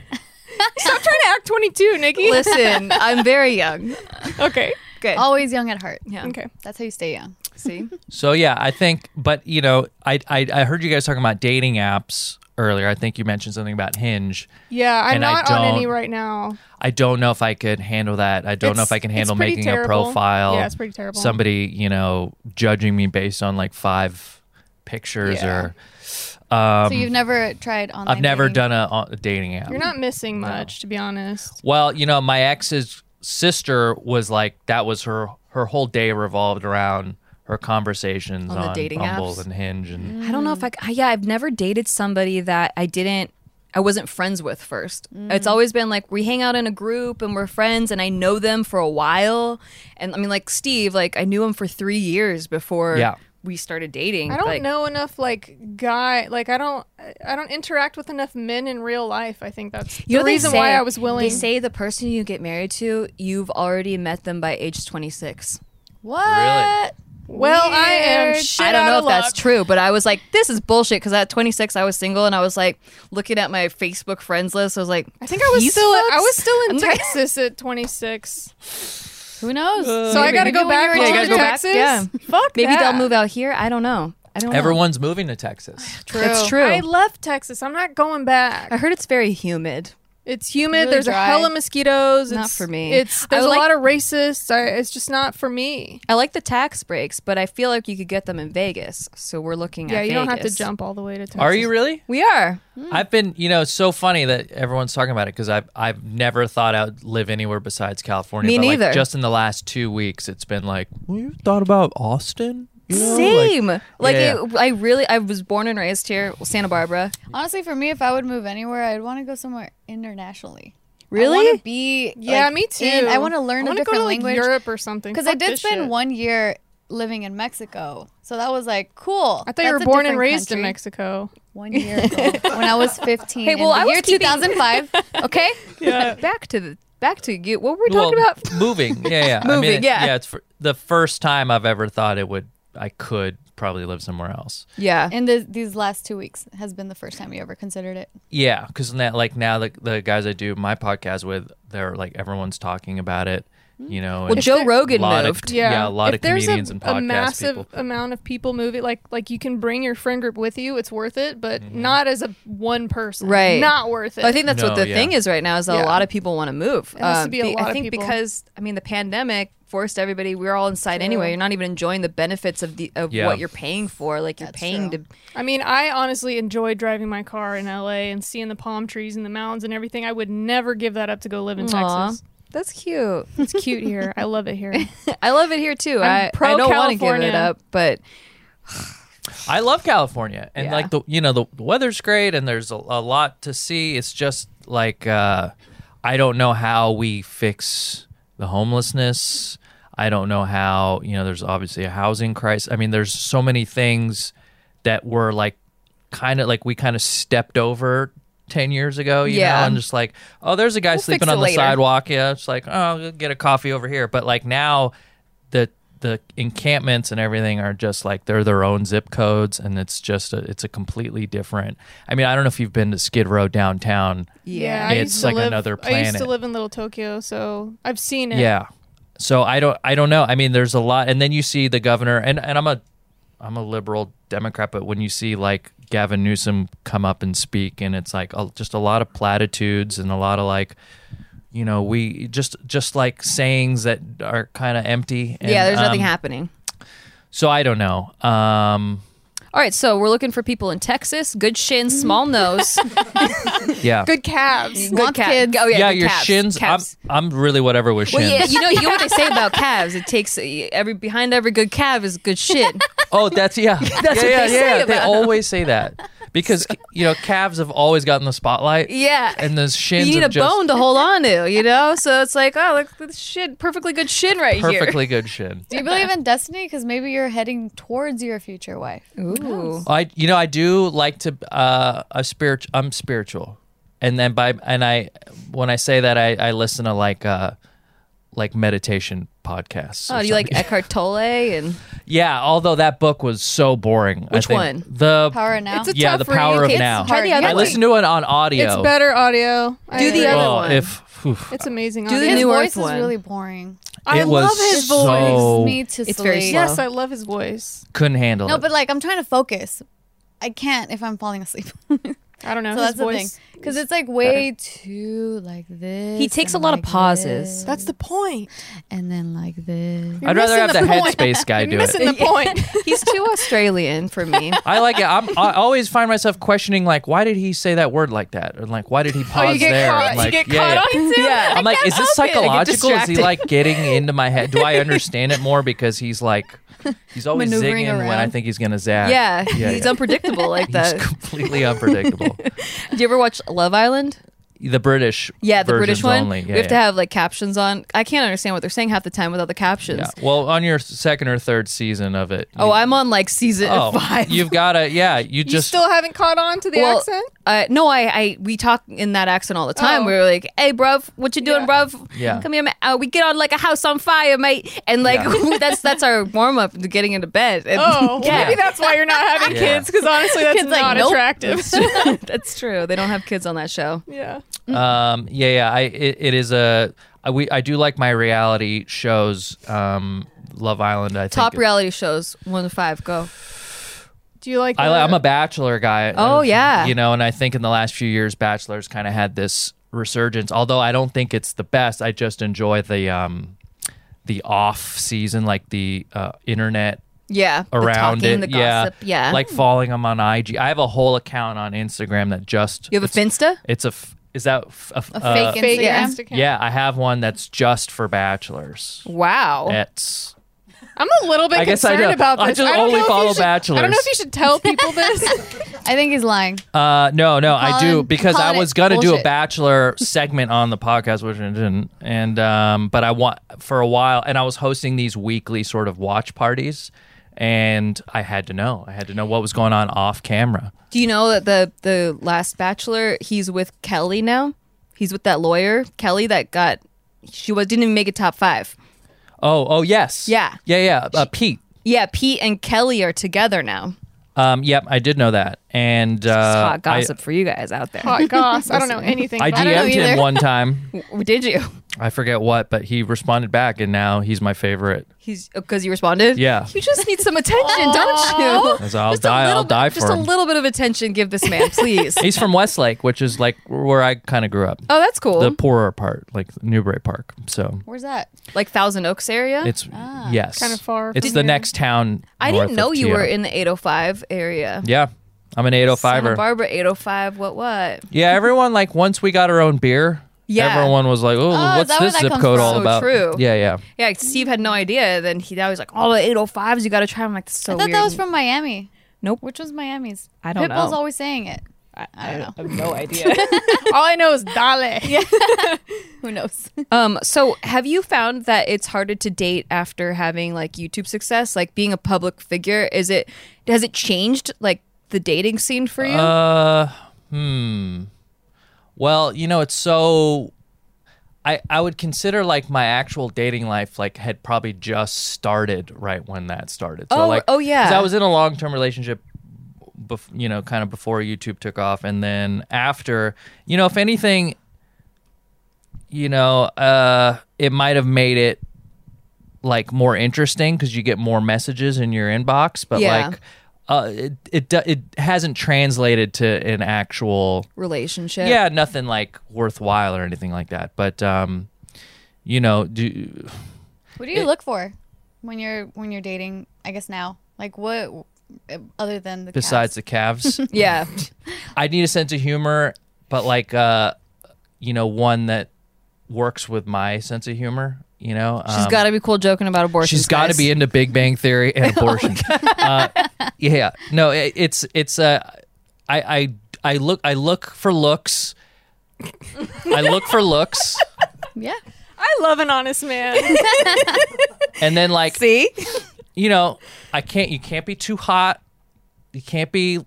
[SPEAKER 2] Stop trying to act 22, Nikki.
[SPEAKER 1] listen, I'm very young.
[SPEAKER 2] Okay.
[SPEAKER 1] Good.
[SPEAKER 4] always young at heart.
[SPEAKER 1] Yeah.
[SPEAKER 2] Okay.
[SPEAKER 4] That's how you stay young.
[SPEAKER 1] See.
[SPEAKER 3] so yeah i think but you know I, I i heard you guys talking about dating apps earlier i think you mentioned something about hinge
[SPEAKER 2] Yeah, I'm
[SPEAKER 3] And I
[SPEAKER 2] not on any
[SPEAKER 3] don't-
[SPEAKER 2] right now.
[SPEAKER 3] I don't know if I could handle that. I don't know
[SPEAKER 2] It's-
[SPEAKER 3] if I can
[SPEAKER 2] it's
[SPEAKER 3] handle
[SPEAKER 2] pretty
[SPEAKER 3] making a
[SPEAKER 2] terrible.
[SPEAKER 3] profile.
[SPEAKER 2] Yeah, it's pretty terrible.
[SPEAKER 3] Somebody, you know, judging me based on like five pictures or. Um,
[SPEAKER 4] So you've never tried online.
[SPEAKER 3] I've never
[SPEAKER 4] dating?
[SPEAKER 3] done a, a dating app.
[SPEAKER 2] You're not missing much, to be honest.
[SPEAKER 3] Well, you know, my ex's sister was like that was her her whole day revolved around her conversations
[SPEAKER 1] On
[SPEAKER 3] on,
[SPEAKER 1] the dating
[SPEAKER 3] Bumble
[SPEAKER 1] apps? Mm.
[SPEAKER 3] and Hinge and
[SPEAKER 8] I don't know if I. c- Yeah, I've never dated somebody that I didn't.
[SPEAKER 1] I wasn't friends with first.
[SPEAKER 2] Mm.
[SPEAKER 1] It's always been like we hang out in a group and we're friends and I know them for a while. And I mean like Steve, like I knew him for 3 years before
[SPEAKER 3] Yeah.
[SPEAKER 1] we started dating.
[SPEAKER 2] I don't
[SPEAKER 1] like,
[SPEAKER 2] know enough like guy like I don't I don't interact with enough men in real life. I think that's the
[SPEAKER 1] they
[SPEAKER 2] reason
[SPEAKER 1] say-
[SPEAKER 2] why I was willing.
[SPEAKER 1] They say the person you get married to, you've already met them by age 26.
[SPEAKER 4] What?
[SPEAKER 3] Really?
[SPEAKER 2] well, I am.
[SPEAKER 4] Weird.
[SPEAKER 2] Shit
[SPEAKER 1] I don't
[SPEAKER 2] out
[SPEAKER 1] know
[SPEAKER 2] of
[SPEAKER 1] if that's
[SPEAKER 2] luck.
[SPEAKER 1] true, but I was like, this is bullshit because at 26 I was single and I was like looking at my Facebook friends list. I was like,
[SPEAKER 2] I think I was
[SPEAKER 1] These
[SPEAKER 2] still I
[SPEAKER 1] folks?
[SPEAKER 2] was still in
[SPEAKER 1] I'm like-
[SPEAKER 2] Texas at 26,
[SPEAKER 4] Who knows?
[SPEAKER 2] so I got to
[SPEAKER 4] maybe
[SPEAKER 2] go
[SPEAKER 4] when you
[SPEAKER 2] back
[SPEAKER 4] were
[SPEAKER 2] home
[SPEAKER 1] gotta
[SPEAKER 2] to
[SPEAKER 1] go back,
[SPEAKER 2] Texas.
[SPEAKER 1] yeah.
[SPEAKER 2] Fuck.
[SPEAKER 1] maybe
[SPEAKER 2] that.
[SPEAKER 1] they'll move out here. I don't know. I don't. know.
[SPEAKER 3] Everyone's moving to Texas.
[SPEAKER 1] True. That's true.
[SPEAKER 2] I left Texas. I'm not going back.
[SPEAKER 1] I heard it's very humid.
[SPEAKER 2] It's humid.
[SPEAKER 4] Really
[SPEAKER 2] there's
[SPEAKER 4] dry.
[SPEAKER 2] a hell of mosquitoes.
[SPEAKER 1] Not
[SPEAKER 2] It's-
[SPEAKER 1] for me.
[SPEAKER 2] It's there's
[SPEAKER 1] I
[SPEAKER 2] a
[SPEAKER 1] like-
[SPEAKER 2] lot of racists. I, it's just not for me.
[SPEAKER 1] I like the tax breaks, but I feel like you could get them in Vegas. So we're looking at
[SPEAKER 2] Yeah, you don't have to
[SPEAKER 1] Vegas.
[SPEAKER 2] jump all the way to Texas.
[SPEAKER 3] Are you really?
[SPEAKER 1] We are.
[SPEAKER 3] I've been, you know, it's so funny that everyone's talking about it because I've I've never thought I'd live anywhere besides California.
[SPEAKER 1] Me
[SPEAKER 3] but like,
[SPEAKER 1] neither.
[SPEAKER 3] just in the last two weeks, it's been like, well, you thought about Austin? You know, like-
[SPEAKER 1] Same. Like,
[SPEAKER 3] Yeah,
[SPEAKER 1] it, I really, I was born and raised here, Santa Barbara.
[SPEAKER 4] Honestly, for me, if I would move anywhere, I'd want to go somewhere internationally.
[SPEAKER 1] Really?
[SPEAKER 4] I want to be.
[SPEAKER 2] Yeah,
[SPEAKER 4] like,
[SPEAKER 2] me too.
[SPEAKER 4] in- I want to learn
[SPEAKER 2] I
[SPEAKER 4] a
[SPEAKER 2] wanna
[SPEAKER 4] different
[SPEAKER 2] go to, like,
[SPEAKER 4] language.
[SPEAKER 2] Europe or something.
[SPEAKER 4] Because I
[SPEAKER 2] Fuck
[SPEAKER 4] did
[SPEAKER 2] this
[SPEAKER 4] spend
[SPEAKER 2] shit.
[SPEAKER 4] one year living in Mexico, so that was like cool.
[SPEAKER 2] I thought you were
[SPEAKER 4] That's a
[SPEAKER 2] born and
[SPEAKER 4] different
[SPEAKER 2] raised in
[SPEAKER 4] country.
[SPEAKER 2] Mexico.
[SPEAKER 4] One year ago, when I was fifteen.
[SPEAKER 1] Hey,
[SPEAKER 4] in
[SPEAKER 1] well,
[SPEAKER 4] the
[SPEAKER 1] I was
[SPEAKER 4] year
[SPEAKER 1] keeping-
[SPEAKER 4] 2005. Okay,
[SPEAKER 1] back to the, back to you. What were we
[SPEAKER 3] Well,
[SPEAKER 1] talking about?
[SPEAKER 3] moving. Yeah, yeah. I
[SPEAKER 1] Moving,
[SPEAKER 3] mean,
[SPEAKER 1] yeah.
[SPEAKER 3] yeah. It's fir- the first time I've ever thought it would. I could probably live somewhere else.
[SPEAKER 1] Yeah.
[SPEAKER 4] and the, these last two weeks has been the first time you ever considered it.
[SPEAKER 3] Yeah, because now, like now, the, the guys I do my podcast with, they're like everyone's talking about it. You know,
[SPEAKER 1] Mm. Well,
[SPEAKER 3] and
[SPEAKER 1] Joe Rogan
[SPEAKER 3] lot of-
[SPEAKER 1] moved.
[SPEAKER 3] yeah, a lot
[SPEAKER 2] if
[SPEAKER 3] of
[SPEAKER 2] there's
[SPEAKER 3] comedians
[SPEAKER 2] a,
[SPEAKER 3] and
[SPEAKER 2] a
[SPEAKER 3] podcast
[SPEAKER 2] massive
[SPEAKER 3] people.
[SPEAKER 2] amount of people moving, like like you can bring your friend group with you. It's worth it, but
[SPEAKER 3] Mm-hmm.
[SPEAKER 2] not as a one person.
[SPEAKER 1] Right.
[SPEAKER 2] Not worth it.
[SPEAKER 1] I think that's what
[SPEAKER 3] No,
[SPEAKER 1] the
[SPEAKER 3] yeah.
[SPEAKER 1] thing is right now is that
[SPEAKER 2] Yeah.
[SPEAKER 1] a lot of people want to move. Um,
[SPEAKER 2] It has to be a
[SPEAKER 1] be-
[SPEAKER 2] lot
[SPEAKER 1] I
[SPEAKER 2] of
[SPEAKER 1] think
[SPEAKER 2] people.
[SPEAKER 1] because I mean the pandemic forced everybody. We were all inside anyway. You're not even enjoying the benefits of the of
[SPEAKER 3] Yeah.
[SPEAKER 1] what you're paying for. Like you're
[SPEAKER 4] That's
[SPEAKER 1] paying
[SPEAKER 4] true.
[SPEAKER 1] to.
[SPEAKER 2] I mean, I honestly enjoy driving my car in LA and seeing the palm trees and the mountains and everything. I would never give that up to go live in
[SPEAKER 1] Aw.
[SPEAKER 2] Texas.
[SPEAKER 1] That's cute.
[SPEAKER 2] It's cute here. I love it here.
[SPEAKER 1] I love it here too.
[SPEAKER 2] I'm
[SPEAKER 1] I,
[SPEAKER 2] pro
[SPEAKER 1] I don't want to give
[SPEAKER 2] California.
[SPEAKER 1] it up, but
[SPEAKER 3] I love California, and
[SPEAKER 1] Yeah.
[SPEAKER 3] like the you know the, the weather's great, and there's a, a lot to see. It's just like uh, I don't know how we fix the homelessness. I don't know how you know. There's obviously a housing crisis. I mean, there's so many things that were like kind of like we kind of stepped over. 10 years ago, you
[SPEAKER 1] Yeah.
[SPEAKER 3] know, and just like, oh, there's a guy sleeping
[SPEAKER 1] fix it
[SPEAKER 3] on the
[SPEAKER 1] later.
[SPEAKER 3] sidewalk. Yeah, it's like, oh, we'll get a coffee over here. But like now, the the encampments and everything are just like they're their own zip codes and it's just a, it's a completely different i mean i don't know if you've been to skid row downtown
[SPEAKER 1] yeah.
[SPEAKER 2] yeah, I
[SPEAKER 3] It's
[SPEAKER 2] used to
[SPEAKER 3] like
[SPEAKER 2] live-
[SPEAKER 3] another
[SPEAKER 2] I used to
[SPEAKER 3] planet.
[SPEAKER 2] live in Little Tokyo, so I've seen it.
[SPEAKER 3] yeah so i don't i don't know i mean there's a lot and then you see the governor and and i'm a i'm a liberal democrat but when you see like gavin newsom come up and speak and it's like a, just a lot of platitudes and a lot of like you know we just just like sayings that are kind of empty and,
[SPEAKER 1] yeah, there's nothing
[SPEAKER 3] um,
[SPEAKER 1] happening.
[SPEAKER 3] so i don't know um
[SPEAKER 1] All right, so we're looking for people in Texas, good shins, small nose,
[SPEAKER 3] yeah
[SPEAKER 2] Good calves.
[SPEAKER 1] good calves. Oh yeah,
[SPEAKER 3] yeah,
[SPEAKER 1] good
[SPEAKER 3] your
[SPEAKER 1] calves,
[SPEAKER 3] shins.
[SPEAKER 1] Calves.
[SPEAKER 3] I'm, I'm really whatever with
[SPEAKER 1] well,
[SPEAKER 3] shins.
[SPEAKER 1] yeah, you know, you know what they say about calves. It takes every behind every good calf is good shit.
[SPEAKER 3] oh, that's yeah.
[SPEAKER 1] what
[SPEAKER 3] yeah, yeah,
[SPEAKER 1] they
[SPEAKER 3] yeah.
[SPEAKER 1] say
[SPEAKER 3] They
[SPEAKER 1] about
[SPEAKER 3] always say that because you know calves have always gotten the spotlight.
[SPEAKER 1] Yeah.
[SPEAKER 3] and the shins.
[SPEAKER 1] you need a
[SPEAKER 3] have just
[SPEAKER 1] bone to hold on to, you know? So it's like, oh, look, this shit, perfectly good shin right
[SPEAKER 3] Perfectly good shin.
[SPEAKER 4] Do you believe in destiny? Because maybe you're heading towards your future wife.
[SPEAKER 1] here. Ooh.
[SPEAKER 3] I you know I do like to uh a spirit I'm spiritual. And then by and I when I say that I I listen to like uh like meditation podcasts. or
[SPEAKER 1] Oh, do you like
[SPEAKER 3] something.
[SPEAKER 1] Eckhart Tolle? And
[SPEAKER 3] Yeah, although that book was so boring. I
[SPEAKER 1] Which
[SPEAKER 3] think.
[SPEAKER 1] one?
[SPEAKER 3] The
[SPEAKER 4] Power and now.
[SPEAKER 2] It's a
[SPEAKER 3] Yeah,
[SPEAKER 2] tough
[SPEAKER 3] the power
[SPEAKER 2] read.
[SPEAKER 3] of
[SPEAKER 2] It's
[SPEAKER 3] now.
[SPEAKER 1] try the
[SPEAKER 4] hard.
[SPEAKER 1] other
[SPEAKER 3] I
[SPEAKER 1] one.
[SPEAKER 3] listened to it on audio.
[SPEAKER 2] It's better audio.
[SPEAKER 1] Do the
[SPEAKER 2] agree.
[SPEAKER 1] other
[SPEAKER 3] Oh,
[SPEAKER 1] one.
[SPEAKER 3] if oof.
[SPEAKER 2] It's amazing.
[SPEAKER 1] Do the
[SPEAKER 2] audio.
[SPEAKER 4] his
[SPEAKER 1] New Earth
[SPEAKER 4] voice
[SPEAKER 1] one.
[SPEAKER 4] is really boring.
[SPEAKER 2] I
[SPEAKER 3] It was
[SPEAKER 2] love his
[SPEAKER 3] so-
[SPEAKER 2] voice.
[SPEAKER 3] Oh.
[SPEAKER 4] Soothes me to
[SPEAKER 1] It's
[SPEAKER 4] sleep.
[SPEAKER 1] very slow.
[SPEAKER 2] Yes, I love his voice.
[SPEAKER 3] couldn't handle
[SPEAKER 4] No,
[SPEAKER 3] it.
[SPEAKER 4] but like I'm trying to focus. I can't if I'm falling asleep. so
[SPEAKER 2] I don't know. his
[SPEAKER 4] that's the thing.
[SPEAKER 2] voice.
[SPEAKER 4] Because it's like way too like this.
[SPEAKER 1] He takes a
[SPEAKER 4] and
[SPEAKER 1] lot of
[SPEAKER 4] like
[SPEAKER 1] pauses.
[SPEAKER 4] this,
[SPEAKER 2] That's the point.
[SPEAKER 4] and then like this.
[SPEAKER 3] I'd rather
[SPEAKER 2] missing
[SPEAKER 3] have
[SPEAKER 2] the
[SPEAKER 3] the
[SPEAKER 2] point.
[SPEAKER 3] headspace guy
[SPEAKER 2] You're
[SPEAKER 3] do it.
[SPEAKER 2] missing the point.
[SPEAKER 1] he's too Australian for me.
[SPEAKER 3] I like it. I'm, I always find myself questioning, like, why did he say that word like that, or like, why did he pause
[SPEAKER 2] oh, you get
[SPEAKER 3] there?
[SPEAKER 2] caught.
[SPEAKER 3] I'm like,
[SPEAKER 2] you get
[SPEAKER 3] yeah,
[SPEAKER 2] caught on too.
[SPEAKER 1] yeah.
[SPEAKER 3] I'm like, is this
[SPEAKER 1] help it. I get
[SPEAKER 3] psychological? Is he
[SPEAKER 1] distracted.
[SPEAKER 3] like getting into my head? Do I understand it more because he's like, he's always
[SPEAKER 4] Maneuvering
[SPEAKER 3] zigging when I
[SPEAKER 4] around.
[SPEAKER 3] think he's gonna zag.
[SPEAKER 1] Yeah,
[SPEAKER 3] yeah,
[SPEAKER 1] he's
[SPEAKER 3] yeah.
[SPEAKER 1] unpredictable like
[SPEAKER 3] He's
[SPEAKER 1] that.
[SPEAKER 3] completely unpredictable.
[SPEAKER 1] Do you ever watch Love Island?
[SPEAKER 3] The British,
[SPEAKER 1] Yeah, the British
[SPEAKER 3] versions
[SPEAKER 1] one.
[SPEAKER 3] Only.
[SPEAKER 1] we have to have like captions on. I can't understand what they're saying half the time without the captions.
[SPEAKER 3] Yeah. Well, on your second or third season of it.
[SPEAKER 1] Oh, I'm on like season
[SPEAKER 3] oh,
[SPEAKER 1] 5
[SPEAKER 3] You've gotta, yeah. You
[SPEAKER 2] You
[SPEAKER 3] just
[SPEAKER 2] still haven't caught on to the accent?
[SPEAKER 1] Uh, no, I, I, we talk in that accent all the time.
[SPEAKER 2] Oh.
[SPEAKER 1] We're like, "Hey, bruv, what you doing, bruv?
[SPEAKER 3] Yeah.
[SPEAKER 1] come here, mate. Uh, we get on like a house on fire, mate." And like,
[SPEAKER 3] Yeah.
[SPEAKER 1] that's that's our warm up to getting into bed. And-
[SPEAKER 2] Oh, well,
[SPEAKER 1] yeah.
[SPEAKER 2] maybe that's why you're not having
[SPEAKER 3] Yeah.
[SPEAKER 2] kids. Because honestly, that's
[SPEAKER 1] Kids like,
[SPEAKER 2] not
[SPEAKER 1] nope.
[SPEAKER 2] attractive.
[SPEAKER 1] that's true. They don't have kids on that show.
[SPEAKER 2] yeah.
[SPEAKER 3] Um, yeah, yeah. I it, it is a I, we I do like my reality shows. Um, Love Island. I
[SPEAKER 1] Top
[SPEAKER 3] think
[SPEAKER 1] reality shows, one to five, go.
[SPEAKER 2] Do you like?
[SPEAKER 3] I,
[SPEAKER 2] the-
[SPEAKER 3] I'm a Bachelor guy.
[SPEAKER 9] Oh, yeah.
[SPEAKER 3] you know, and I think in the last few years, Bachelor's kind of had this resurgence. Although I don't think it's the best. I just enjoy the um, the off season, like the uh, internet
[SPEAKER 1] Yeah. the
[SPEAKER 3] around
[SPEAKER 1] talking,
[SPEAKER 3] it.
[SPEAKER 1] The
[SPEAKER 3] yeah,
[SPEAKER 1] gossip. Yeah.
[SPEAKER 3] like following them on IG. I have a whole account on Instagram that just
[SPEAKER 1] you have a
[SPEAKER 3] it's,
[SPEAKER 1] Finsta?
[SPEAKER 3] it's a f- is that f- a, f-
[SPEAKER 1] A
[SPEAKER 3] uh,
[SPEAKER 1] fake
[SPEAKER 2] fake
[SPEAKER 1] Instagram?
[SPEAKER 2] Instagram account?
[SPEAKER 3] Yeah, I have one that's just for bachelors.
[SPEAKER 1] Wow.
[SPEAKER 3] It's
[SPEAKER 2] I'm a little bit
[SPEAKER 3] I guess I
[SPEAKER 2] concerned
[SPEAKER 3] know.
[SPEAKER 2] about
[SPEAKER 3] I
[SPEAKER 2] this.
[SPEAKER 3] just
[SPEAKER 2] don't
[SPEAKER 3] only
[SPEAKER 2] know if you
[SPEAKER 3] follow
[SPEAKER 2] should- I don't know
[SPEAKER 3] bachelors.
[SPEAKER 2] if you should tell people this.
[SPEAKER 4] I think he's lying.
[SPEAKER 1] Oh.
[SPEAKER 3] uh no no I do
[SPEAKER 4] Colin-
[SPEAKER 3] because I
[SPEAKER 4] Colin,
[SPEAKER 3] was gonna do a
[SPEAKER 4] bullshit.
[SPEAKER 3] bachelor segment on the podcast which I didn't and um but I want for a while and I was hosting these weekly sort of watch parties and I had to know I had to know what was going on off camera
[SPEAKER 1] Do you know that the the last Bachelor he's with Kelly now? He's with that lawyer Kelly that got she was didn't even make a top five.
[SPEAKER 3] oh oh yes
[SPEAKER 1] Yeah.
[SPEAKER 3] yeah yeah uh, Pete
[SPEAKER 1] Yeah, Pete and Kelly are together now.
[SPEAKER 3] um yep I did know that and
[SPEAKER 1] It's
[SPEAKER 3] uh,
[SPEAKER 1] hot
[SPEAKER 3] I-
[SPEAKER 1] gossip for you guys out there.
[SPEAKER 2] Hot goss. I don't know anything.
[SPEAKER 3] I,
[SPEAKER 2] about it.
[SPEAKER 3] DM'd him one time
[SPEAKER 1] Did you?
[SPEAKER 3] I forget what but he responded back and now he's my favorite
[SPEAKER 1] He's because you responded.
[SPEAKER 3] Yeah.
[SPEAKER 1] you just need some attention, don't you?
[SPEAKER 3] As I'll
[SPEAKER 1] Just a
[SPEAKER 3] die
[SPEAKER 1] little
[SPEAKER 3] I'll
[SPEAKER 1] bit-
[SPEAKER 3] die for
[SPEAKER 1] Just a
[SPEAKER 3] him.
[SPEAKER 1] little bit of attention, give this man, please.
[SPEAKER 3] He's from Westlake, which is like where I kind of grew up.
[SPEAKER 1] oh, that's cool.
[SPEAKER 3] The poorer part, like Newbury Park. So
[SPEAKER 4] Where's that?
[SPEAKER 1] like Thousand Oaks area.
[SPEAKER 3] it's
[SPEAKER 1] ah,
[SPEAKER 3] yes,
[SPEAKER 2] Kinda far
[SPEAKER 3] It's
[SPEAKER 2] from
[SPEAKER 3] the
[SPEAKER 2] here.
[SPEAKER 3] next town.
[SPEAKER 1] I
[SPEAKER 3] north
[SPEAKER 1] didn't
[SPEAKER 3] of
[SPEAKER 1] know you
[SPEAKER 3] Tio.
[SPEAKER 1] were in the 805 area.
[SPEAKER 3] Yeah, I'm an
[SPEAKER 1] Santa
[SPEAKER 3] 805er.
[SPEAKER 1] Barbara 805. What what?
[SPEAKER 3] er. Yeah, everyone like once we got our own beer.
[SPEAKER 1] Yeah. Ah,
[SPEAKER 3] everyone was like, "Oh,
[SPEAKER 4] is
[SPEAKER 3] what's
[SPEAKER 4] that where
[SPEAKER 3] this
[SPEAKER 4] that
[SPEAKER 3] zip
[SPEAKER 4] comes
[SPEAKER 3] code
[SPEAKER 4] from?
[SPEAKER 3] all
[SPEAKER 1] So
[SPEAKER 3] about?"
[SPEAKER 1] true.
[SPEAKER 3] Yeah, yeah.
[SPEAKER 1] Yeah, like, Steve had no idea. Then he now he's like, all the 805s, you got to try them. Like, that's so
[SPEAKER 4] I thought
[SPEAKER 1] weird.
[SPEAKER 4] that was from Miami.
[SPEAKER 1] Nope.
[SPEAKER 4] Which was Miami's?
[SPEAKER 1] I don't
[SPEAKER 4] Pitbull's
[SPEAKER 1] know.
[SPEAKER 4] always saying it.
[SPEAKER 1] I, I don't know. I have no idea.
[SPEAKER 2] All I know is Dale.
[SPEAKER 4] Who knows?
[SPEAKER 1] um, so have you found that it's harder to date after having like YouTube success? Like being a public figure, is it has it changed like the dating scene for you?
[SPEAKER 3] Uh, hmm. Well, you know, it's so. I I would consider like my actual dating life like had probably just started right when that started. So
[SPEAKER 1] Oh,
[SPEAKER 3] like,
[SPEAKER 1] oh, yeah.
[SPEAKER 3] 'cause I was in a long term relationship. Bef- you know, kind of before YouTube took off, and then after, you know, if anything, you know, uh, it might have made it like more interesting because you get more messages in your inbox, but
[SPEAKER 1] Yeah.
[SPEAKER 3] like uh, it it do- it hasn't translated to an actual
[SPEAKER 1] Relationship.
[SPEAKER 3] yeah nothing like worthwhile or anything like that. But um, you know, do
[SPEAKER 4] What do you look for when you're when you're dating? I guess now, like what eh, other than the
[SPEAKER 3] besides the Cavs,
[SPEAKER 1] Yeah.
[SPEAKER 3] I need a sense of humor, but like uh, you know, one that works with my sense of humor. You know,
[SPEAKER 1] She's
[SPEAKER 3] Um,
[SPEAKER 1] got to be cool joking about abortion.
[SPEAKER 3] She's got to be into Big Bang Theory
[SPEAKER 2] Oh
[SPEAKER 3] and abortion. uh, yeah, no, it, it's it's uh, I I I look I look for looks. I look for looks,
[SPEAKER 4] yeah.
[SPEAKER 2] I love an honest man.
[SPEAKER 3] and then like
[SPEAKER 1] See?
[SPEAKER 3] you know, I can't. You can't be too hot. You can't be.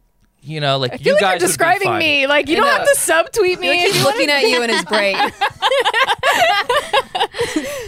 [SPEAKER 3] You know, like
[SPEAKER 2] I feel
[SPEAKER 3] you
[SPEAKER 2] like
[SPEAKER 3] guys
[SPEAKER 2] you're
[SPEAKER 3] would be
[SPEAKER 2] describing
[SPEAKER 3] fine.
[SPEAKER 2] me. Like you don't have to subtweet me.
[SPEAKER 1] uh, He's
[SPEAKER 2] You
[SPEAKER 1] looking at you in his brain.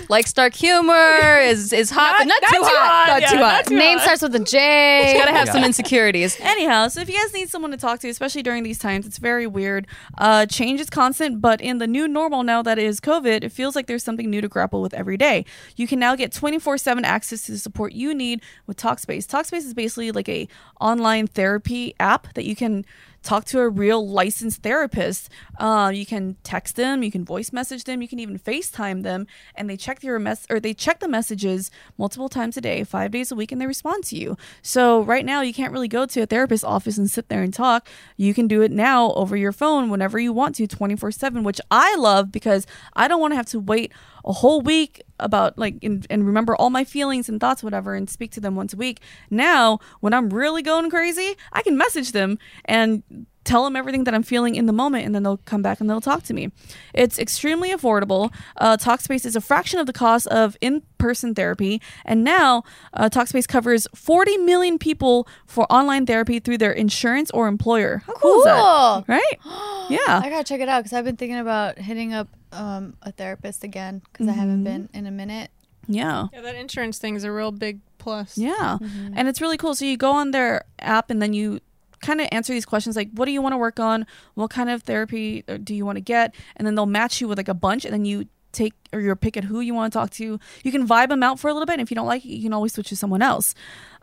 [SPEAKER 1] like Stark humor is is hot, but not, too, hot. Not
[SPEAKER 2] yeah,
[SPEAKER 1] too
[SPEAKER 2] not
[SPEAKER 1] hot.
[SPEAKER 2] too
[SPEAKER 4] Name starts with a J.
[SPEAKER 1] Gotta have
[SPEAKER 3] Yeah.
[SPEAKER 1] some insecurities.
[SPEAKER 6] Anyhow, so if you guys need someone to talk to, especially during these times, it's very weird. Uh, change is constant, but in the new normal now that is COVID, it feels like there's something new to grapple with every day. You can now get 24/7 access to the support you need with Talkspace. Talkspace is basically like a online therapy app that you can talk to a real licensed therapist. Uh, you can text them, you can voice message them, you can even FaceTime them, and they check your mess or they check the messages multiple times a day, five days a week, and they respond to you. So right now, you can't really go to a therapist's office and sit there and talk. You can do it now over your phone whenever you want to, twenty four seven, which I love because I don't want to have to wait a whole week about like and, and remember all my feelings and thoughts whatever and speak to them once a week now when i'm really going crazy i can message them and tell them everything that i'm feeling in the moment and then they'll come back and they'll talk to me it's extremely affordable uh, talkspace is a fraction of the cost of in-person therapy and now uh, talkspace covers 40 million people for online therapy through their insurance or employer how cool, is that
[SPEAKER 4] Cool.
[SPEAKER 6] right yeah
[SPEAKER 4] I gotta check it out because I've been thinking about hitting up um, a therapist again because I haven't
[SPEAKER 1] Mm-hmm.
[SPEAKER 4] been in a minute.
[SPEAKER 6] yeah
[SPEAKER 2] Yeah, that insurance thing's a real big plus.
[SPEAKER 6] Yeah. And it's really cool. So you go on their app and then you kind of answer these questions like what do you want to work on? What kind of therapy uh, do you want to get? And then they'll match you with like a bunch and then you take or your pick at who you want to talk to. You can vibe them out for a little bit and if you don't like it, you can always switch to someone else.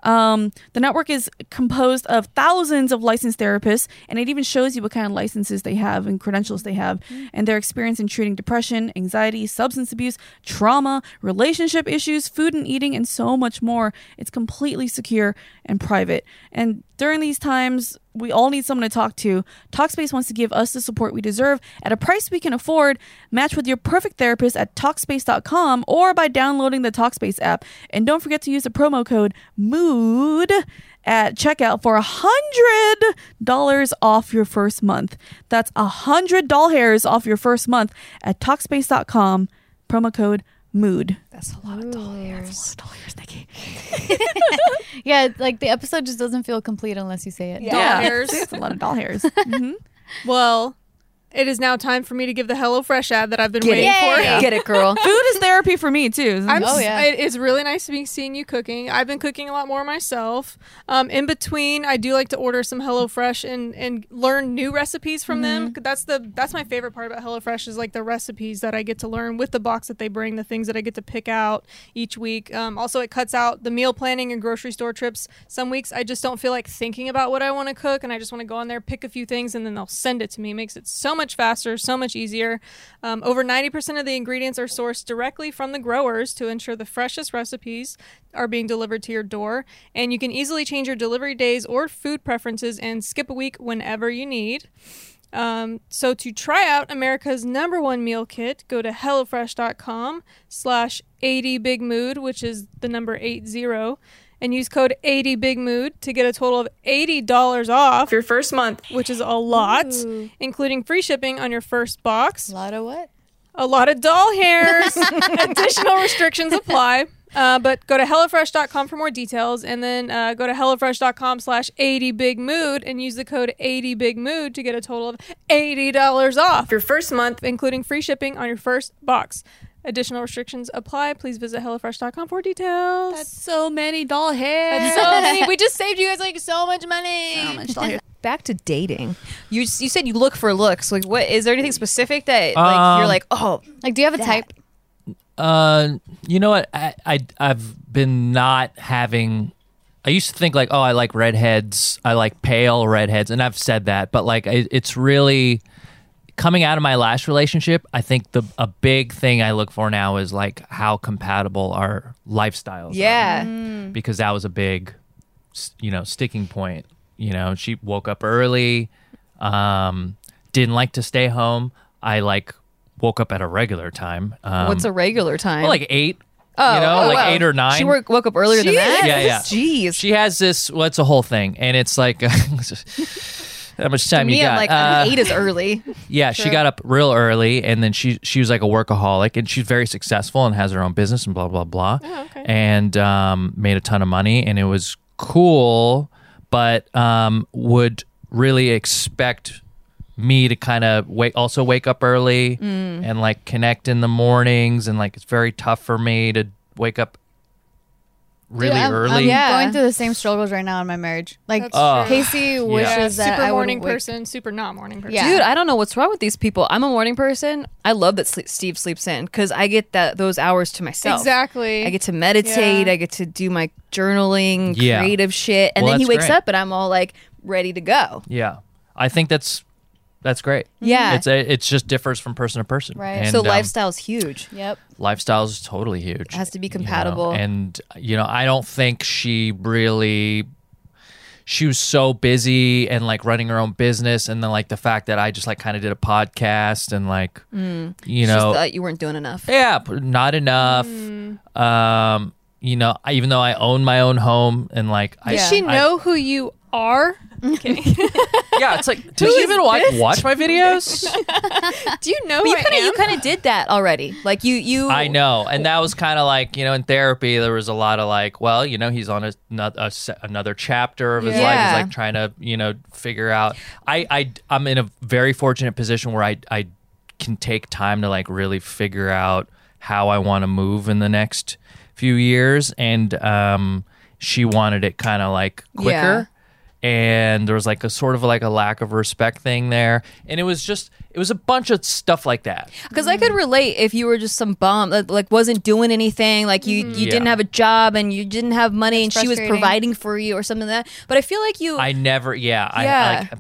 [SPEAKER 6] Um, the network is composed of thousands of licensed therapists, and it even shows you what kind of licenses they have and credentials they have, and their experience in treating depression, anxiety, substance abuse, trauma, relationship issues, food and eating, and so much more. It's completely secure and private. And during these times, we all need someone to talk to. Talkspace wants to give us the support we deserve at a price we can afford. Match with your perfect therapist at Talkspace.com or by downloading the Talkspace app. And don't forget to use the promo code MOOD at checkout for $100 off your first month. That's 100 doll hairs off your first month at Talkspace.com. Promo code MOOD.
[SPEAKER 1] That's a lot of doll hairs.
[SPEAKER 6] Doll hairs, Nikki.
[SPEAKER 4] Yeah, it's like the episode just doesn't feel complete unless you say it.
[SPEAKER 1] Doll
[SPEAKER 6] Yeah.
[SPEAKER 1] hairs.
[SPEAKER 6] That's a lot of doll hairs.
[SPEAKER 2] Well, it is now time for me to give the HelloFresh ad that I've been waiting for.
[SPEAKER 1] Get it, girl.
[SPEAKER 6] Food is therapy for me, too. isn't
[SPEAKER 2] I'm
[SPEAKER 6] it?
[SPEAKER 4] Oh,
[SPEAKER 2] s-
[SPEAKER 4] yeah.
[SPEAKER 2] it- it's really nice to be seeing you cooking. I've been cooking a lot more myself. Um, in between, I do like to order some HelloFresh and and learn new recipes from them.
[SPEAKER 4] Mm-hmm.
[SPEAKER 2] That's the that's my favorite part about HelloFresh is like the recipes that I get to learn with the box that they bring, the things that I get to pick out each week. Um, also, it cuts out the meal planning and grocery store trips. Some weeks I just don't feel like thinking about what I want to cook, and I just want to go on there, pick a few things, and then they'll send it to me. It makes it so much faster, so much easier. Um, over 90% of the ingredients are sourced directly from the growers to ensure the freshest recipes are being delivered to your door. And you can easily change your delivery days or food preferences and skip a week whenever you need. Um, so to try out America's number one meal kit, go to HelloFresh.com slash 80BigMood, which is the number 80, and use code 80BigMood to get a total of $80 off your first month, which is a lot, including free shipping on your first box.
[SPEAKER 4] A lot of what?
[SPEAKER 2] A lot of doll hairs. Additional restrictions apply. Uh, but go to HelloFresh.com for more details, and then uh, go to HelloFresh.com slash 80BigMood and use the code 80BigMood to get a total of $80 off your first month, including free shipping on your first box. Additional restrictions apply. Please visit HelloFresh.com for details.
[SPEAKER 6] so many doll hairs.
[SPEAKER 2] so many. We just saved you guys like so much money.
[SPEAKER 1] Back to dating. You you said you look for looks. Like, what is there anything specific that like you're
[SPEAKER 3] Um,
[SPEAKER 1] like, oh,
[SPEAKER 4] Like, do you have a type?
[SPEAKER 3] Uh, you know what? I, I I've been not having. I used to think like, oh, I like redheads. I like pale redheads, and I've said that. But like, it, it's really coming out of my last relationship. I think the a big thing I look for now is like how compatible our lifestyles. are
[SPEAKER 1] yeah,
[SPEAKER 3] because that was a big, s- you know, sticking point. You know, she woke up early, um, didn't like to stay home. I like woke up at a regular time. Um,
[SPEAKER 1] what's a regular time?
[SPEAKER 3] well, like eight? you know,
[SPEAKER 1] oh,
[SPEAKER 3] like
[SPEAKER 1] wow.
[SPEAKER 3] eight or nine.
[SPEAKER 1] She work, woke up earlier than that.
[SPEAKER 3] Yeah, yeah.
[SPEAKER 1] Jeez.
[SPEAKER 3] She has this. Well, it's a whole thing, and it's like how much time
[SPEAKER 1] me,
[SPEAKER 3] you got?
[SPEAKER 1] I'm like
[SPEAKER 3] Uh,
[SPEAKER 1] eight is early.
[SPEAKER 3] yeah, she got up real early, and then she she was like a workaholic, and she's very successful and has her own business and blah blah blah,
[SPEAKER 1] Oh,
[SPEAKER 3] and um, made a ton of money, and it was cool, but um, would really expect me to kind of wake also wake up early
[SPEAKER 1] Mm.
[SPEAKER 3] and like connect in the mornings, and like it's very tough for me to wake up really
[SPEAKER 4] Dude, I'm,
[SPEAKER 3] early.
[SPEAKER 4] I'm
[SPEAKER 1] Yeah.
[SPEAKER 4] going through the same struggles right now in my marriage. Like
[SPEAKER 2] That's Uh, true.
[SPEAKER 4] Casey wishes
[SPEAKER 2] Yeah,
[SPEAKER 4] that
[SPEAKER 2] super
[SPEAKER 4] I
[SPEAKER 2] morning
[SPEAKER 4] would
[SPEAKER 2] person, super not morning person.
[SPEAKER 4] Yeah.
[SPEAKER 1] Dude, I don't know what's wrong with these people. I'm a morning person. I love that sleep, Steve sleeps in because I get that those hours to myself.
[SPEAKER 2] Exactly.
[SPEAKER 1] I get to meditate.
[SPEAKER 2] Yeah.
[SPEAKER 1] I get to do my journaling,
[SPEAKER 3] Yeah.
[SPEAKER 1] creative shit, and
[SPEAKER 3] Well,
[SPEAKER 1] then he
[SPEAKER 3] that's
[SPEAKER 1] wakes
[SPEAKER 3] great.
[SPEAKER 1] up and I'm all like ready to go.
[SPEAKER 2] Mm-hmm.
[SPEAKER 3] yeah, I think that's that's great.
[SPEAKER 1] Yeah.
[SPEAKER 3] it's a, it's just differs from person to person.
[SPEAKER 4] Right.
[SPEAKER 3] And,
[SPEAKER 1] so
[SPEAKER 3] um,
[SPEAKER 1] lifestyle's huge.
[SPEAKER 4] Yep.
[SPEAKER 3] lifestyle is totally huge. It
[SPEAKER 1] has to be compatible.
[SPEAKER 3] And you know, I don't think she really she was so busy and like running her own business and then like the fact that I just like kind of did a podcast and like you
[SPEAKER 1] It's
[SPEAKER 3] know
[SPEAKER 1] just that you weren't doing enough.
[SPEAKER 3] yeah, p- not enough. Um you know, I, even though I own my own home and like I
[SPEAKER 2] Does she
[SPEAKER 3] I-
[SPEAKER 2] know who you are?
[SPEAKER 3] yeah, it's like did she even watch, watch my videos?
[SPEAKER 2] Do you know
[SPEAKER 1] But
[SPEAKER 2] who
[SPEAKER 1] you
[SPEAKER 2] I
[SPEAKER 1] kind of
[SPEAKER 2] am?
[SPEAKER 1] you kind of did that already. Like you you
[SPEAKER 3] I know, and that was kind of like you know, in therapy, there was a lot of like, well, you know, he's on a, not- a se- another chapter of his life.
[SPEAKER 1] Yeah.
[SPEAKER 3] He's like trying to you know figure out. I I I'm in a very fortunate position where I I can take time to like really figure out how I want to move in the next few years, and um, she wanted it kind of like quicker. and there was like a sort of like a lack of respect thing there and it was just it was a bunch of stuff like that
[SPEAKER 1] Because I could relate if you were just some bum that like wasn't doing anything, like you you didn't
[SPEAKER 3] Mm-hmm. Yeah.
[SPEAKER 1] have a job and you didn't have money
[SPEAKER 4] It's
[SPEAKER 1] and she was
[SPEAKER 4] frustrating.
[SPEAKER 1] providing for you or something like that. But I feel like you
[SPEAKER 3] I never, yeah, I
[SPEAKER 1] Yeah.
[SPEAKER 3] like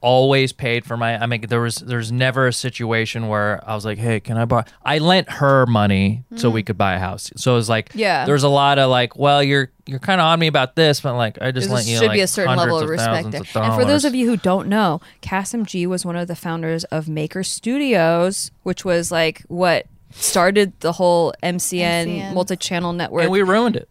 [SPEAKER 3] always paid for my. I mean, there was there's never a situation where I was like, hey, can I borrow? I lent her money so we could buy a house. So it was like,
[SPEAKER 1] Hmm. Yeah.
[SPEAKER 3] there's a lot of like, well, you're you're kind of on me about this, but like, I just
[SPEAKER 1] there
[SPEAKER 3] lent you.
[SPEAKER 1] should
[SPEAKER 3] like,
[SPEAKER 1] be a certain level
[SPEAKER 3] hundreds
[SPEAKER 1] of respect
[SPEAKER 3] thousands
[SPEAKER 1] there.
[SPEAKER 3] of
[SPEAKER 1] And for those
[SPEAKER 3] dollars.
[SPEAKER 1] of you who don't know, Kasim G was one of the founders of Maker Studios, which was like what started the whole MCN,
[SPEAKER 4] MCN.
[SPEAKER 1] multi-channel network.
[SPEAKER 3] and we ruined it.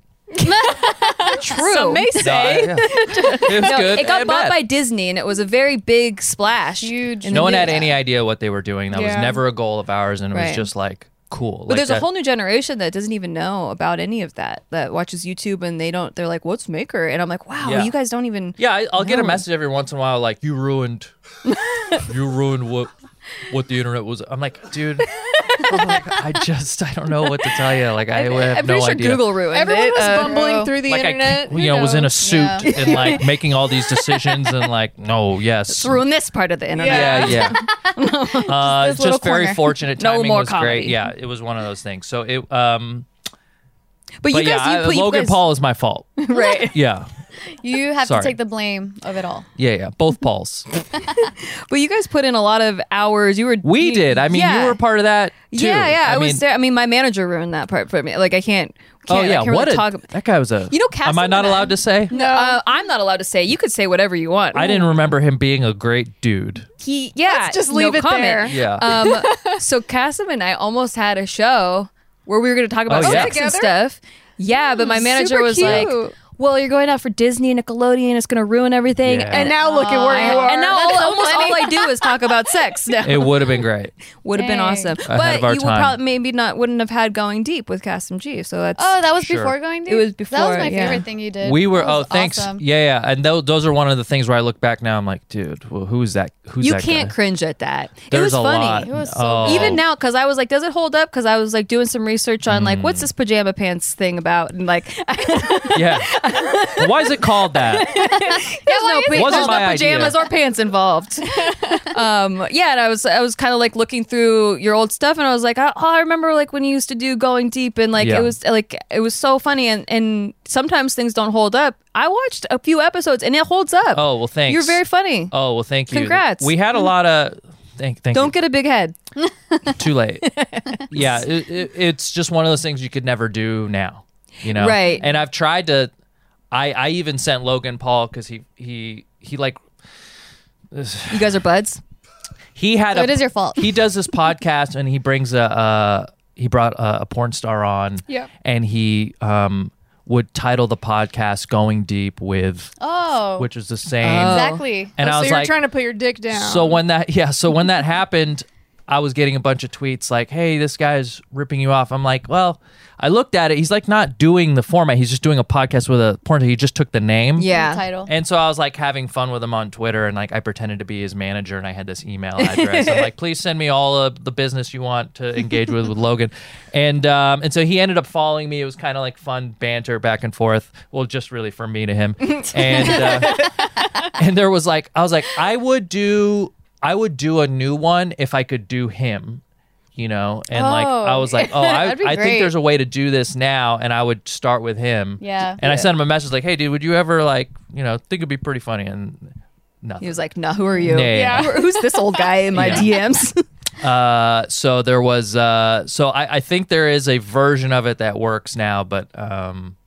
[SPEAKER 1] True.
[SPEAKER 7] Some may
[SPEAKER 3] No, I- yeah. it was
[SPEAKER 1] No,
[SPEAKER 3] good.
[SPEAKER 1] it got
[SPEAKER 3] and
[SPEAKER 1] bought
[SPEAKER 3] bad.
[SPEAKER 1] by Disney, and it was a very big splash.
[SPEAKER 4] Huge.
[SPEAKER 1] in the
[SPEAKER 3] No one
[SPEAKER 1] news.
[SPEAKER 3] had any idea what they were doing. That was
[SPEAKER 2] Yeah.
[SPEAKER 3] never a goal of ours, and it
[SPEAKER 1] Right.
[SPEAKER 3] was just like cool.
[SPEAKER 1] But there's a whole new generation that doesn't even know about any of that. That watches YouTube and they don't. They're like, "What's Maker?" And I'm like, "Wow,
[SPEAKER 3] Yeah.
[SPEAKER 1] you guys don't even."
[SPEAKER 3] Yeah, I, I'll get a
[SPEAKER 1] No.
[SPEAKER 3] message every once in a while like you ruined, you ruined what what the internet was. I'm like, dude, I'm like, i just I don't know what to tell you. Like I, have
[SPEAKER 1] I'm
[SPEAKER 3] no
[SPEAKER 1] pretty sure
[SPEAKER 3] idea.
[SPEAKER 1] Google ruined
[SPEAKER 2] Everyone
[SPEAKER 1] it.
[SPEAKER 2] was
[SPEAKER 1] Uh,
[SPEAKER 2] bumbling
[SPEAKER 4] true.
[SPEAKER 2] through the
[SPEAKER 3] like
[SPEAKER 2] internet.
[SPEAKER 3] I, you know, was in a suit
[SPEAKER 4] Yeah.
[SPEAKER 3] and like making all these decisions and like, no, yes,
[SPEAKER 1] Let's ruin this part of the internet.
[SPEAKER 3] yeah, yeah. uh,
[SPEAKER 4] this
[SPEAKER 3] just
[SPEAKER 4] little
[SPEAKER 3] very
[SPEAKER 4] corner.
[SPEAKER 3] fortunate.
[SPEAKER 1] No
[SPEAKER 3] Timing
[SPEAKER 1] more
[SPEAKER 3] was
[SPEAKER 1] comedy.
[SPEAKER 3] great. Yeah, it was one of those things. So it, um,
[SPEAKER 1] But,
[SPEAKER 3] but
[SPEAKER 1] you guys,
[SPEAKER 3] yeah, I-
[SPEAKER 1] you put you
[SPEAKER 3] Logan
[SPEAKER 1] guys,
[SPEAKER 3] Paul is my fault.
[SPEAKER 1] right?
[SPEAKER 3] Yeah,
[SPEAKER 4] You have
[SPEAKER 3] Sorry.
[SPEAKER 4] to take the blame of it all.
[SPEAKER 3] yeah, yeah. Both Pauls.
[SPEAKER 1] But you guys put in a lot of hours. You were
[SPEAKER 3] We
[SPEAKER 1] you-
[SPEAKER 3] did. I mean,
[SPEAKER 1] yeah.
[SPEAKER 3] you were part of that too.
[SPEAKER 1] Yeah, yeah. I, was
[SPEAKER 3] mean,
[SPEAKER 1] there. I mean, my manager ruined that part for me. Like, I can't. can't
[SPEAKER 3] oh yeah,
[SPEAKER 1] I can't
[SPEAKER 3] what
[SPEAKER 1] really
[SPEAKER 3] a,
[SPEAKER 1] talk.
[SPEAKER 3] that guy was a.
[SPEAKER 1] You know,
[SPEAKER 3] am I
[SPEAKER 1] Castle
[SPEAKER 3] not
[SPEAKER 1] and I-
[SPEAKER 3] allowed to say?
[SPEAKER 1] No, uh, I'm not allowed to say. You could say whatever you want.
[SPEAKER 3] I didn't remember him being a great dude.
[SPEAKER 1] He yeah.
[SPEAKER 2] Let's just leave
[SPEAKER 1] no
[SPEAKER 2] it
[SPEAKER 1] comment.
[SPEAKER 2] there.
[SPEAKER 3] Yeah,
[SPEAKER 1] Um, so Cassim and I almost had a show where we were going to talk about
[SPEAKER 3] Oh, yeah.
[SPEAKER 1] sex and
[SPEAKER 2] Together? Mm,
[SPEAKER 1] stuff. Yeah, but my manager
[SPEAKER 2] super
[SPEAKER 1] was
[SPEAKER 2] cute.
[SPEAKER 1] like, "Well, you're going out for Disney, Nickelodeon. It's going to ruin everything."
[SPEAKER 3] Yeah.
[SPEAKER 2] and now look at where you are.
[SPEAKER 1] and now all, almost all I do is talk about sex. Now
[SPEAKER 3] it would have been great.
[SPEAKER 1] would have been
[SPEAKER 4] Dang.
[SPEAKER 1] awesome,
[SPEAKER 3] Ahead of our
[SPEAKER 1] but you would
[SPEAKER 3] time.
[SPEAKER 1] probably maybe not wouldn't have had going deep with Cassim G. So that's
[SPEAKER 4] Oh, that was
[SPEAKER 3] Sure.
[SPEAKER 4] before going deep.
[SPEAKER 1] It was
[SPEAKER 4] That was
[SPEAKER 1] before,
[SPEAKER 4] my
[SPEAKER 1] yeah.
[SPEAKER 4] favorite thing you did.
[SPEAKER 3] We were.
[SPEAKER 4] That
[SPEAKER 3] Oh,
[SPEAKER 4] was
[SPEAKER 3] thanks.
[SPEAKER 4] awesome.
[SPEAKER 3] Yeah, yeah. And tho- those are one of the things where I look back now. I'm like, dude, well, who's that? Who's
[SPEAKER 1] you
[SPEAKER 3] that
[SPEAKER 1] can't
[SPEAKER 3] guy?
[SPEAKER 1] cringe at that.
[SPEAKER 3] There's
[SPEAKER 1] it was
[SPEAKER 3] a
[SPEAKER 1] funny.
[SPEAKER 3] lot.
[SPEAKER 4] It was so
[SPEAKER 3] oh.
[SPEAKER 1] Even now, because I was like, does it hold up? Because I was like doing some research on like,
[SPEAKER 3] Mm.
[SPEAKER 1] what's this pajama pants thing about? And like,
[SPEAKER 3] yeah. Why is it called that?
[SPEAKER 1] There's no, pa-
[SPEAKER 3] Wasn't
[SPEAKER 1] there's
[SPEAKER 3] my
[SPEAKER 1] no
[SPEAKER 3] idea.
[SPEAKER 1] pajamas or pants involved. um, yeah, and I was I was kind of like looking through your old stuff, and I was like, oh, I remember like when you used to do going deep, and like
[SPEAKER 3] Yeah.
[SPEAKER 1] it was like it was so funny, and and sometimes things don't hold up. I watched a few episodes, and it holds up.
[SPEAKER 3] Oh well, thanks.
[SPEAKER 1] you're very funny.
[SPEAKER 3] Oh well, thank you.
[SPEAKER 1] Congrats.
[SPEAKER 3] We had a lot of. Thank, thank
[SPEAKER 1] Don't get a big head.
[SPEAKER 3] get too late. yeah, it, it, it's just one of those things you could never do now. You know,
[SPEAKER 1] Right.
[SPEAKER 3] And I've tried to. I I even sent Logan Paul because he he he like
[SPEAKER 1] You guys are buds.
[SPEAKER 3] he had
[SPEAKER 4] So
[SPEAKER 3] a
[SPEAKER 4] it is your fault.
[SPEAKER 3] he does this podcast and he brings a uh, he brought a, a porn star on
[SPEAKER 2] Yeah.
[SPEAKER 3] and he um would title the podcast going deep with
[SPEAKER 4] Oh,
[SPEAKER 3] which is the same
[SPEAKER 4] exactly.
[SPEAKER 3] and
[SPEAKER 2] Oh, so
[SPEAKER 3] i was
[SPEAKER 2] you're
[SPEAKER 3] like
[SPEAKER 2] trying to put your dick down.
[SPEAKER 3] so when that yeah so when that happened i was getting a bunch of tweets like hey this guy's ripping you off i'm like well i looked at it he's like not doing the format he's just doing a podcast with a porn star he just took the name
[SPEAKER 4] The title.
[SPEAKER 3] and so I was like having fun with him on Twitter, and like I pretended to be his manager, and I had this email address. I'm like, please send me all of the business you want to engage with with Logan, and um, and so he ended up following me. It was kind of like fun banter back and forth. Well, just really from me to him, and uh, and there was like I was like I would do I would do a new one if I could do him. You know, and like
[SPEAKER 4] Oh.
[SPEAKER 3] I was like, oh, I,
[SPEAKER 4] That'd be
[SPEAKER 3] I
[SPEAKER 4] great.
[SPEAKER 3] think there's a way to do this now, and I would start with him.
[SPEAKER 4] Yeah.
[SPEAKER 3] And I sent him a message like, "Hey, dude, would you ever like, you know, think it'd be pretty funny?" And nothing.
[SPEAKER 1] He was like, nah, who are you?
[SPEAKER 3] Nah. Yeah.
[SPEAKER 1] Who- Who's this old guy in my DMs?
[SPEAKER 3] Uh, so there was. Uh, so I, I think there is a version of it that works now, but um,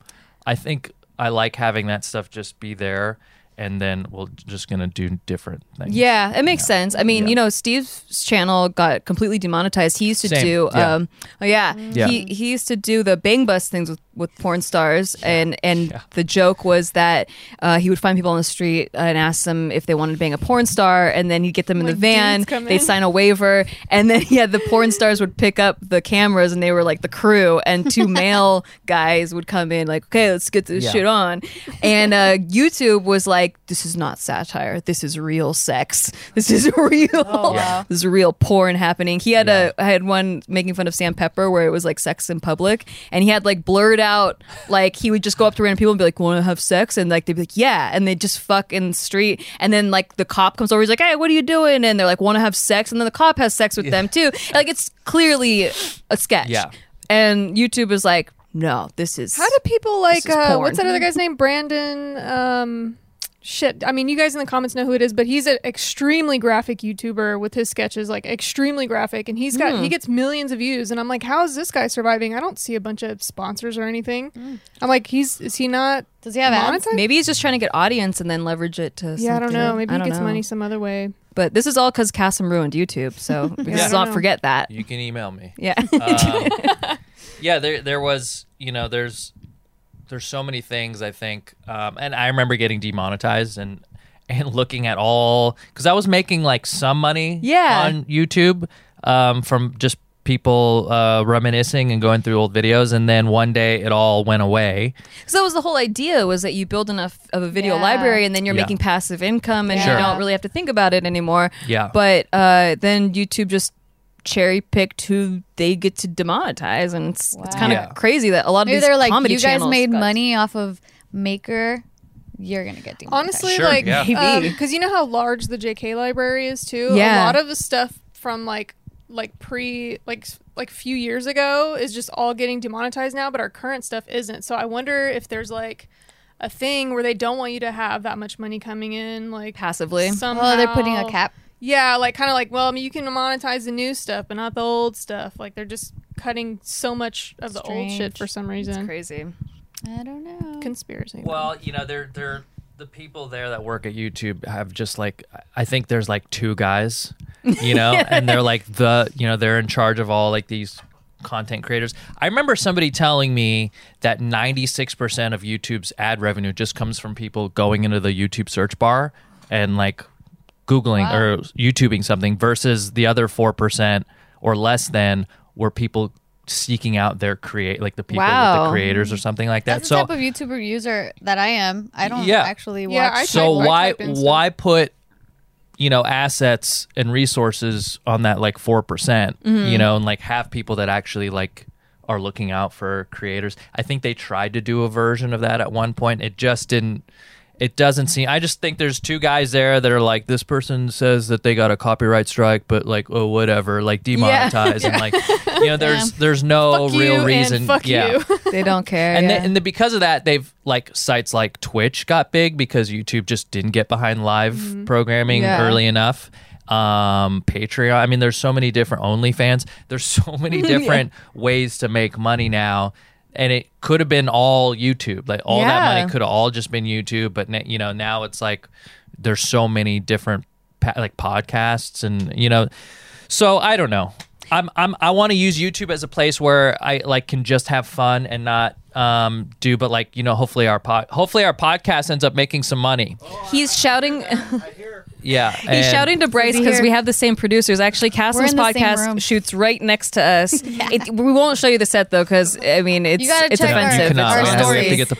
[SPEAKER 3] I think I like having that stuff just be there, and then we're just gonna do different things.
[SPEAKER 1] Yeah, it makes sense. I mean,
[SPEAKER 3] Yeah.
[SPEAKER 1] you know, Steve's channel got completely demonetized. He used to
[SPEAKER 3] Same.
[SPEAKER 1] do,
[SPEAKER 3] Yeah. Mm.
[SPEAKER 1] um, oh yeah,
[SPEAKER 3] Yeah.
[SPEAKER 1] he he used to do the bang bus things with, with porn stars, and and the joke was that uh, he would find people on the street and ask them if they wanted to bang a porn star, and then he'd get them in
[SPEAKER 2] Like
[SPEAKER 1] the van,
[SPEAKER 2] dudes come
[SPEAKER 1] they'd
[SPEAKER 2] in.
[SPEAKER 1] sign a waiver, and then yeah, the porn stars would pick up the cameras, and they were like the crew, and two male guys would come in like, okay, let's get this
[SPEAKER 3] Yeah.
[SPEAKER 1] shit on, and uh, YouTube was like like, this is not satire. This is real sex. This is real.
[SPEAKER 4] wow.
[SPEAKER 1] This is real porn happening. He had
[SPEAKER 3] Oh, Yeah.
[SPEAKER 1] a I had one making fun of Sam Pepper where it was like sex in public, and he had like blurred out like he would just go up to random people and be like, "Want to have sex?" and like they'd be like, "Yeah," and they just fuck in the street, and then like the cop comes over, he's like, "Hey, what are you doing?" and they're like, "Want to have sex?" and then the cop has sex with them too. Like it's clearly a sketch.
[SPEAKER 3] Yeah.
[SPEAKER 1] And YouTube is like, "No, this is
[SPEAKER 2] How do people
[SPEAKER 1] This
[SPEAKER 2] like
[SPEAKER 1] is
[SPEAKER 2] uh,
[SPEAKER 1] porn.
[SPEAKER 2] what's that other guy's name? Brandon. Um, shit. I mean, you guys in the comments know who it is, but he's an extremely graphic YouTuber with his sketches, like extremely graphic, and he's got he gets millions of views. And I'm like, how is this guy surviving? I don't see a bunch of sponsors or anything. I'm like, he's is he not
[SPEAKER 4] Does he have ads?
[SPEAKER 2] monetized?
[SPEAKER 1] Maybe he's just trying to get audience and then leverage it to.
[SPEAKER 2] Yeah, I don't
[SPEAKER 1] something.
[SPEAKER 2] know. Maybe
[SPEAKER 1] I
[SPEAKER 2] he
[SPEAKER 1] don't
[SPEAKER 2] gets
[SPEAKER 1] know.
[SPEAKER 2] money some other way.
[SPEAKER 1] But this is all because Casim ruined YouTube, so we
[SPEAKER 2] Yeah, I
[SPEAKER 1] let's
[SPEAKER 2] don't
[SPEAKER 1] not
[SPEAKER 2] know.
[SPEAKER 1] forget that.
[SPEAKER 3] You can email me.
[SPEAKER 1] Yeah.
[SPEAKER 3] Um, yeah, there there was you know there's there's so many things I think, um, and I remember getting demonetized and and looking at all because I was making like some money
[SPEAKER 1] Yeah.
[SPEAKER 3] on YouTube um, from just people uh, reminiscing and going through old videos, and then one day it all went away.
[SPEAKER 1] So that was the whole idea was that you build enough of a video
[SPEAKER 4] Yeah.
[SPEAKER 1] library and then you're
[SPEAKER 3] Yeah.
[SPEAKER 1] making passive income and
[SPEAKER 4] Sure.
[SPEAKER 1] you don't really have to think about it anymore.
[SPEAKER 3] Yeah.
[SPEAKER 1] But uh, then YouTube just cherry picked who they get to demonetize and it's, it's
[SPEAKER 4] Wow.
[SPEAKER 1] kind of
[SPEAKER 3] Yeah.
[SPEAKER 1] crazy that a lot of
[SPEAKER 4] Maybe
[SPEAKER 1] these
[SPEAKER 4] they're like,
[SPEAKER 1] comedy
[SPEAKER 4] you guys
[SPEAKER 1] channels
[SPEAKER 4] made
[SPEAKER 1] got-
[SPEAKER 4] money off of Maker. You're gonna get demonetized.
[SPEAKER 2] Honestly,
[SPEAKER 3] Sure,
[SPEAKER 2] like
[SPEAKER 3] yeah.
[SPEAKER 2] because
[SPEAKER 1] Maybe.
[SPEAKER 2] you know how large the JK library is too.
[SPEAKER 1] Yeah.
[SPEAKER 2] a lot of the stuff from like like pre like like few years ago is just all getting demonetized now, but our current stuff isn't. So I wonder if there's like a thing where they don't want you to have that much money coming in, like
[SPEAKER 1] passively.
[SPEAKER 2] Somehow.
[SPEAKER 4] oh, they're putting a cap.
[SPEAKER 2] Yeah, like kind of like well, I mean, you can monetize the new stuff, but not the old stuff. Like they're just cutting so much of the old shit
[SPEAKER 4] Strange.
[SPEAKER 2] for some
[SPEAKER 1] It's
[SPEAKER 2] reason.
[SPEAKER 1] crazy.
[SPEAKER 4] I don't know.
[SPEAKER 2] Conspiracy.
[SPEAKER 3] Well, you know, they're they're the people there that work at YouTube have just like I think there's like two guys, you know, and they're like the you know they're in charge of all like these content creators. I remember somebody telling me that 96% of YouTube's ad revenue just comes from people going into the YouTube search bar and like googling or youtubing something versus the other 4% or less than were people seeking out their create like the people with
[SPEAKER 1] Wow.
[SPEAKER 3] the creators or something like that.
[SPEAKER 4] That's
[SPEAKER 3] so
[SPEAKER 4] the type of YouTuber user that I am. I don't
[SPEAKER 3] Yeah.
[SPEAKER 4] actually watch.
[SPEAKER 2] Yeah, I
[SPEAKER 3] so
[SPEAKER 2] type- I
[SPEAKER 3] why
[SPEAKER 2] type in stuff.
[SPEAKER 3] why put you know assets and resources on that like 4% percent
[SPEAKER 2] Mm-hmm.
[SPEAKER 3] you know and like have people that actually like are looking out for creators i think they tried to do a version of that at one point it just didn't it doesn't seem i just think there's two guys there that are like this person says that they got a copyright strike but like oh whatever like demonetize and like you know there's there's no
[SPEAKER 2] Fuck you
[SPEAKER 3] real
[SPEAKER 2] and
[SPEAKER 3] reason
[SPEAKER 2] fuck
[SPEAKER 3] yeah
[SPEAKER 2] you.
[SPEAKER 1] They don't care.
[SPEAKER 3] and
[SPEAKER 1] yeah.
[SPEAKER 3] the, and the, because of that, they've like sites like Twitch got big because YouTube just didn't get behind live programming
[SPEAKER 1] Mm-hmm. Yeah.
[SPEAKER 3] early enough. Um, Patreon. I mean, there's so many different OnlyFans. There's so many different ways to make money now, and it could have been all YouTube. Like all that
[SPEAKER 1] Yeah.
[SPEAKER 3] money could have all just been YouTube. But na- you know, now it's like there's so many different pa- like podcasts, and you know, so I don't know. I'm, I'm I want to use YouTube as a place where I like can just have fun and not um do but like you know hopefully our pod hopefully our podcast ends up making some money.
[SPEAKER 1] he's shouting
[SPEAKER 3] Yeah.
[SPEAKER 1] He's shouting to Bryce because
[SPEAKER 4] here.
[SPEAKER 1] we have the same producers. Actually, Casim's
[SPEAKER 4] in the same
[SPEAKER 1] podcast
[SPEAKER 4] room.
[SPEAKER 1] shoots right next to us. It, we won't show you the set though, because I mean, it's
[SPEAKER 4] gotta
[SPEAKER 1] it's
[SPEAKER 4] check our-
[SPEAKER 1] offensive.
[SPEAKER 3] you
[SPEAKER 1] It's,
[SPEAKER 3] cannot
[SPEAKER 4] our
[SPEAKER 3] we have- we have to
[SPEAKER 4] stories.
[SPEAKER 3] get the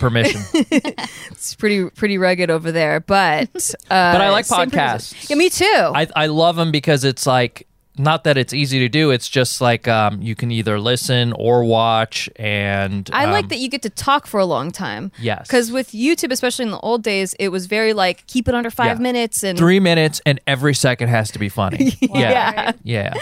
[SPEAKER 3] permission.
[SPEAKER 1] it's pretty pretty rugged over there, but uh,
[SPEAKER 3] But I like
[SPEAKER 1] same producers.
[SPEAKER 3] podcasts.
[SPEAKER 1] Yeah, me too.
[SPEAKER 3] I I love them because it's like not that it's easy to do, it's just like um you can either listen or watch and
[SPEAKER 1] I like
[SPEAKER 3] um,
[SPEAKER 1] that you get to talk for a long time.
[SPEAKER 3] Yes.
[SPEAKER 1] Because with YouTube, especially in the old days, it was very like keep it under five
[SPEAKER 3] Yeah.
[SPEAKER 1] minutes and
[SPEAKER 3] 3 minutes and every second has to be funny. Yeah.
[SPEAKER 1] yeah.
[SPEAKER 3] Yeah.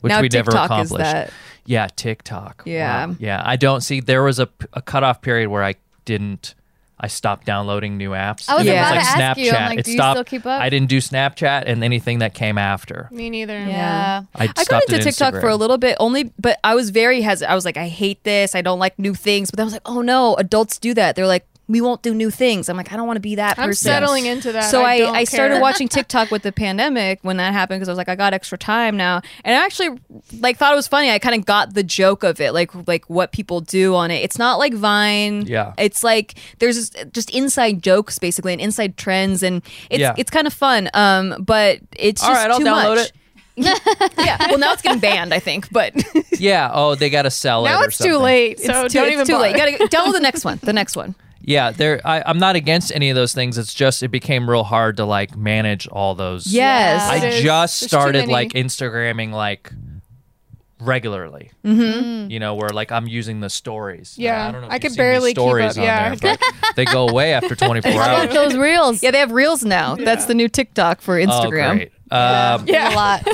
[SPEAKER 3] Which
[SPEAKER 1] Now
[SPEAKER 3] we never
[SPEAKER 1] TikTok is
[SPEAKER 3] accomplished.
[SPEAKER 1] that.
[SPEAKER 3] Yeah, TikTok.
[SPEAKER 1] Yeah.
[SPEAKER 3] Wow. Yeah. I don't see there was a, a cutoff period where I didn't I stopped downloading new apps.
[SPEAKER 4] I was
[SPEAKER 3] And it
[SPEAKER 1] about
[SPEAKER 3] was
[SPEAKER 4] to
[SPEAKER 3] like
[SPEAKER 4] ask
[SPEAKER 3] Snapchat.
[SPEAKER 4] you, I'm like,
[SPEAKER 3] it
[SPEAKER 4] do you
[SPEAKER 3] stopped,
[SPEAKER 4] still keep up?
[SPEAKER 3] I didn't do Snapchat and anything that came after.
[SPEAKER 2] Me neither.
[SPEAKER 4] Yeah.
[SPEAKER 3] I,
[SPEAKER 1] I
[SPEAKER 3] stopped
[SPEAKER 1] got into
[SPEAKER 3] at
[SPEAKER 1] TikTok for a
[SPEAKER 3] Instagram.
[SPEAKER 1] little bit only, but I was very hesitant. I was like, I hate this. I don't like new things. But then I was like, oh no, adults do that. They're like, we won't do new things. I'm like, I don't want to be that
[SPEAKER 2] I'm
[SPEAKER 1] person.
[SPEAKER 2] settling into that.
[SPEAKER 1] So I,
[SPEAKER 2] don't
[SPEAKER 1] I, started
[SPEAKER 2] care.
[SPEAKER 1] watching TikTok with the pandemic when that happened because I was like, I got extra time now, and I actually like thought it was funny. I kind of got the joke of it, like like what people do on it. It's not like Vine.
[SPEAKER 3] Yeah.
[SPEAKER 1] It's like there's just, just inside jokes basically and inside trends, and it's
[SPEAKER 3] Yeah.
[SPEAKER 1] it's kind of fun. Um, but it's
[SPEAKER 3] All
[SPEAKER 1] just
[SPEAKER 3] right, I'll
[SPEAKER 1] too
[SPEAKER 3] download
[SPEAKER 1] much.
[SPEAKER 3] it.
[SPEAKER 1] yeah. Well, now it's getting banned, I think, but
[SPEAKER 3] Yeah. Oh, they got to sell it.
[SPEAKER 2] Now
[SPEAKER 3] or
[SPEAKER 2] it's too
[SPEAKER 3] something.
[SPEAKER 2] late. So
[SPEAKER 1] it's too,
[SPEAKER 2] don't
[SPEAKER 1] it's
[SPEAKER 2] even
[SPEAKER 1] too late.
[SPEAKER 2] bother.
[SPEAKER 1] You gotta go- download the next one. The next one.
[SPEAKER 3] Yeah, there. I, I'm not against any of those things. It's just it became real hard to like manage all those.
[SPEAKER 1] Yes.
[SPEAKER 3] I
[SPEAKER 2] There's-
[SPEAKER 3] just
[SPEAKER 2] there's too
[SPEAKER 3] started
[SPEAKER 2] many.
[SPEAKER 3] like Instagramming like regularly. Mm-hmm. You know, where like I'm using the stories. Now,
[SPEAKER 2] Yeah,
[SPEAKER 3] I don't know. If
[SPEAKER 2] I
[SPEAKER 3] you've
[SPEAKER 2] could
[SPEAKER 3] seen these
[SPEAKER 2] barely keep
[SPEAKER 3] stories
[SPEAKER 2] up,
[SPEAKER 3] on
[SPEAKER 2] yeah.
[SPEAKER 3] there, but they go away after 24
[SPEAKER 4] How about
[SPEAKER 3] hours.
[SPEAKER 4] those reels?
[SPEAKER 1] Yeah, they have reels now. That's the new TikTok for
[SPEAKER 3] Oh,
[SPEAKER 1] Instagram.
[SPEAKER 3] great. Um,
[SPEAKER 4] yeah. A lot.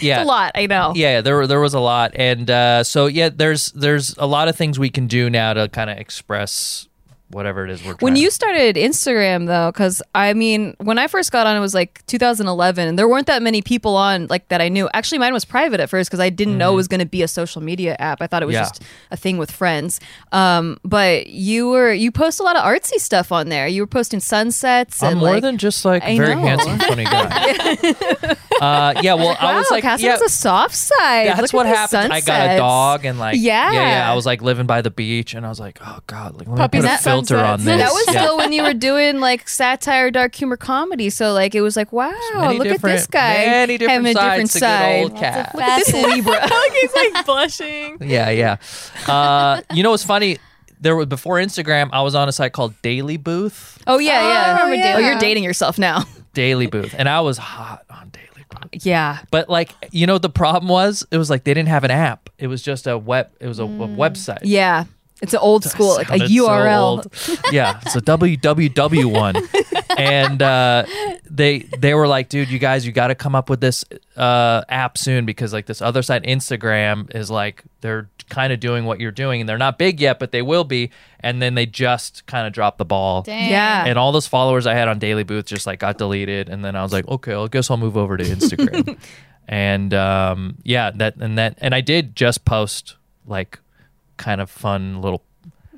[SPEAKER 3] yeah.
[SPEAKER 1] a lot, I know.
[SPEAKER 3] Yeah, yeah, there were- there was a lot, and uh, so yeah, there's there's a lot of things we can do now to kind of express whatever it is we're.
[SPEAKER 1] When
[SPEAKER 3] trying.
[SPEAKER 1] you started Instagram, though, because I mean, when I first got on, it was like 2011, and there weren't that many people on like that I knew. Actually, mine was private at first because I didn't know it was going to be a social media app. I thought it was
[SPEAKER 3] Mm-hmm. Yeah.
[SPEAKER 1] just a thing with friends. Um, but you were you post a lot of artsy stuff on there. You were posting sunsets.
[SPEAKER 3] I'm
[SPEAKER 1] and,
[SPEAKER 3] more
[SPEAKER 1] like-
[SPEAKER 3] than just like
[SPEAKER 1] I
[SPEAKER 3] very
[SPEAKER 1] know.
[SPEAKER 3] handsome, funny guy. uh, yeah, well, I
[SPEAKER 1] Wow,
[SPEAKER 3] was like,
[SPEAKER 1] Cass
[SPEAKER 3] yeah,
[SPEAKER 1] has a soft side. Look
[SPEAKER 3] that's
[SPEAKER 1] at
[SPEAKER 3] what
[SPEAKER 1] these
[SPEAKER 3] happened. I got a
[SPEAKER 1] sunsets.
[SPEAKER 3] dog, and like, yeah, yeah,
[SPEAKER 1] Yeah.
[SPEAKER 3] I was like living by the beach, and I was like, oh god, like let me
[SPEAKER 2] Puppies
[SPEAKER 3] put a
[SPEAKER 2] and
[SPEAKER 3] filter on
[SPEAKER 2] sunsets.
[SPEAKER 3] this.
[SPEAKER 1] That was
[SPEAKER 3] Yeah.
[SPEAKER 1] still when you were doing like satire, dark humor comedy. So like it was like, wow,
[SPEAKER 3] Many
[SPEAKER 1] look at this
[SPEAKER 3] different-
[SPEAKER 1] guy
[SPEAKER 3] many different
[SPEAKER 1] having a different
[SPEAKER 3] sides to good
[SPEAKER 1] side.
[SPEAKER 3] old cat.
[SPEAKER 1] Look at this Libra.
[SPEAKER 2] He's like blushing.
[SPEAKER 3] Yeah, yeah. Uh, you know what's funny? There was before Instagram, I was on a site called Daily Booth.
[SPEAKER 1] oh yeah, yeah.
[SPEAKER 4] I remember
[SPEAKER 1] Oh,
[SPEAKER 4] dating
[SPEAKER 1] you're
[SPEAKER 4] that.
[SPEAKER 1] dating yourself now.
[SPEAKER 3] Daily Booth, and I was hot on Daily Booth.
[SPEAKER 1] Yeah.
[SPEAKER 3] But like, you know, the problem was it was like they didn't have an app. It was just a web. It was a,
[SPEAKER 1] Mm.
[SPEAKER 3] a website.
[SPEAKER 1] Yeah. It's an old school, like a
[SPEAKER 3] sounded so
[SPEAKER 1] URL.
[SPEAKER 3] old. yeah, it's a www one, and uh, they they were like, dude, you guys, you got to come up with this uh, app soon because like this other side, Instagram is like they're kind of doing what you're doing, and they're not big yet, but they will be, and then they just kind of dropped the ball.
[SPEAKER 4] Dang.
[SPEAKER 1] yeah.
[SPEAKER 3] And all those followers I had on Daily Booth just like got deleted, and then I was like, okay, I guess I'll move over to Instagram. and um, yeah, that and that and I did just post like kind of fun little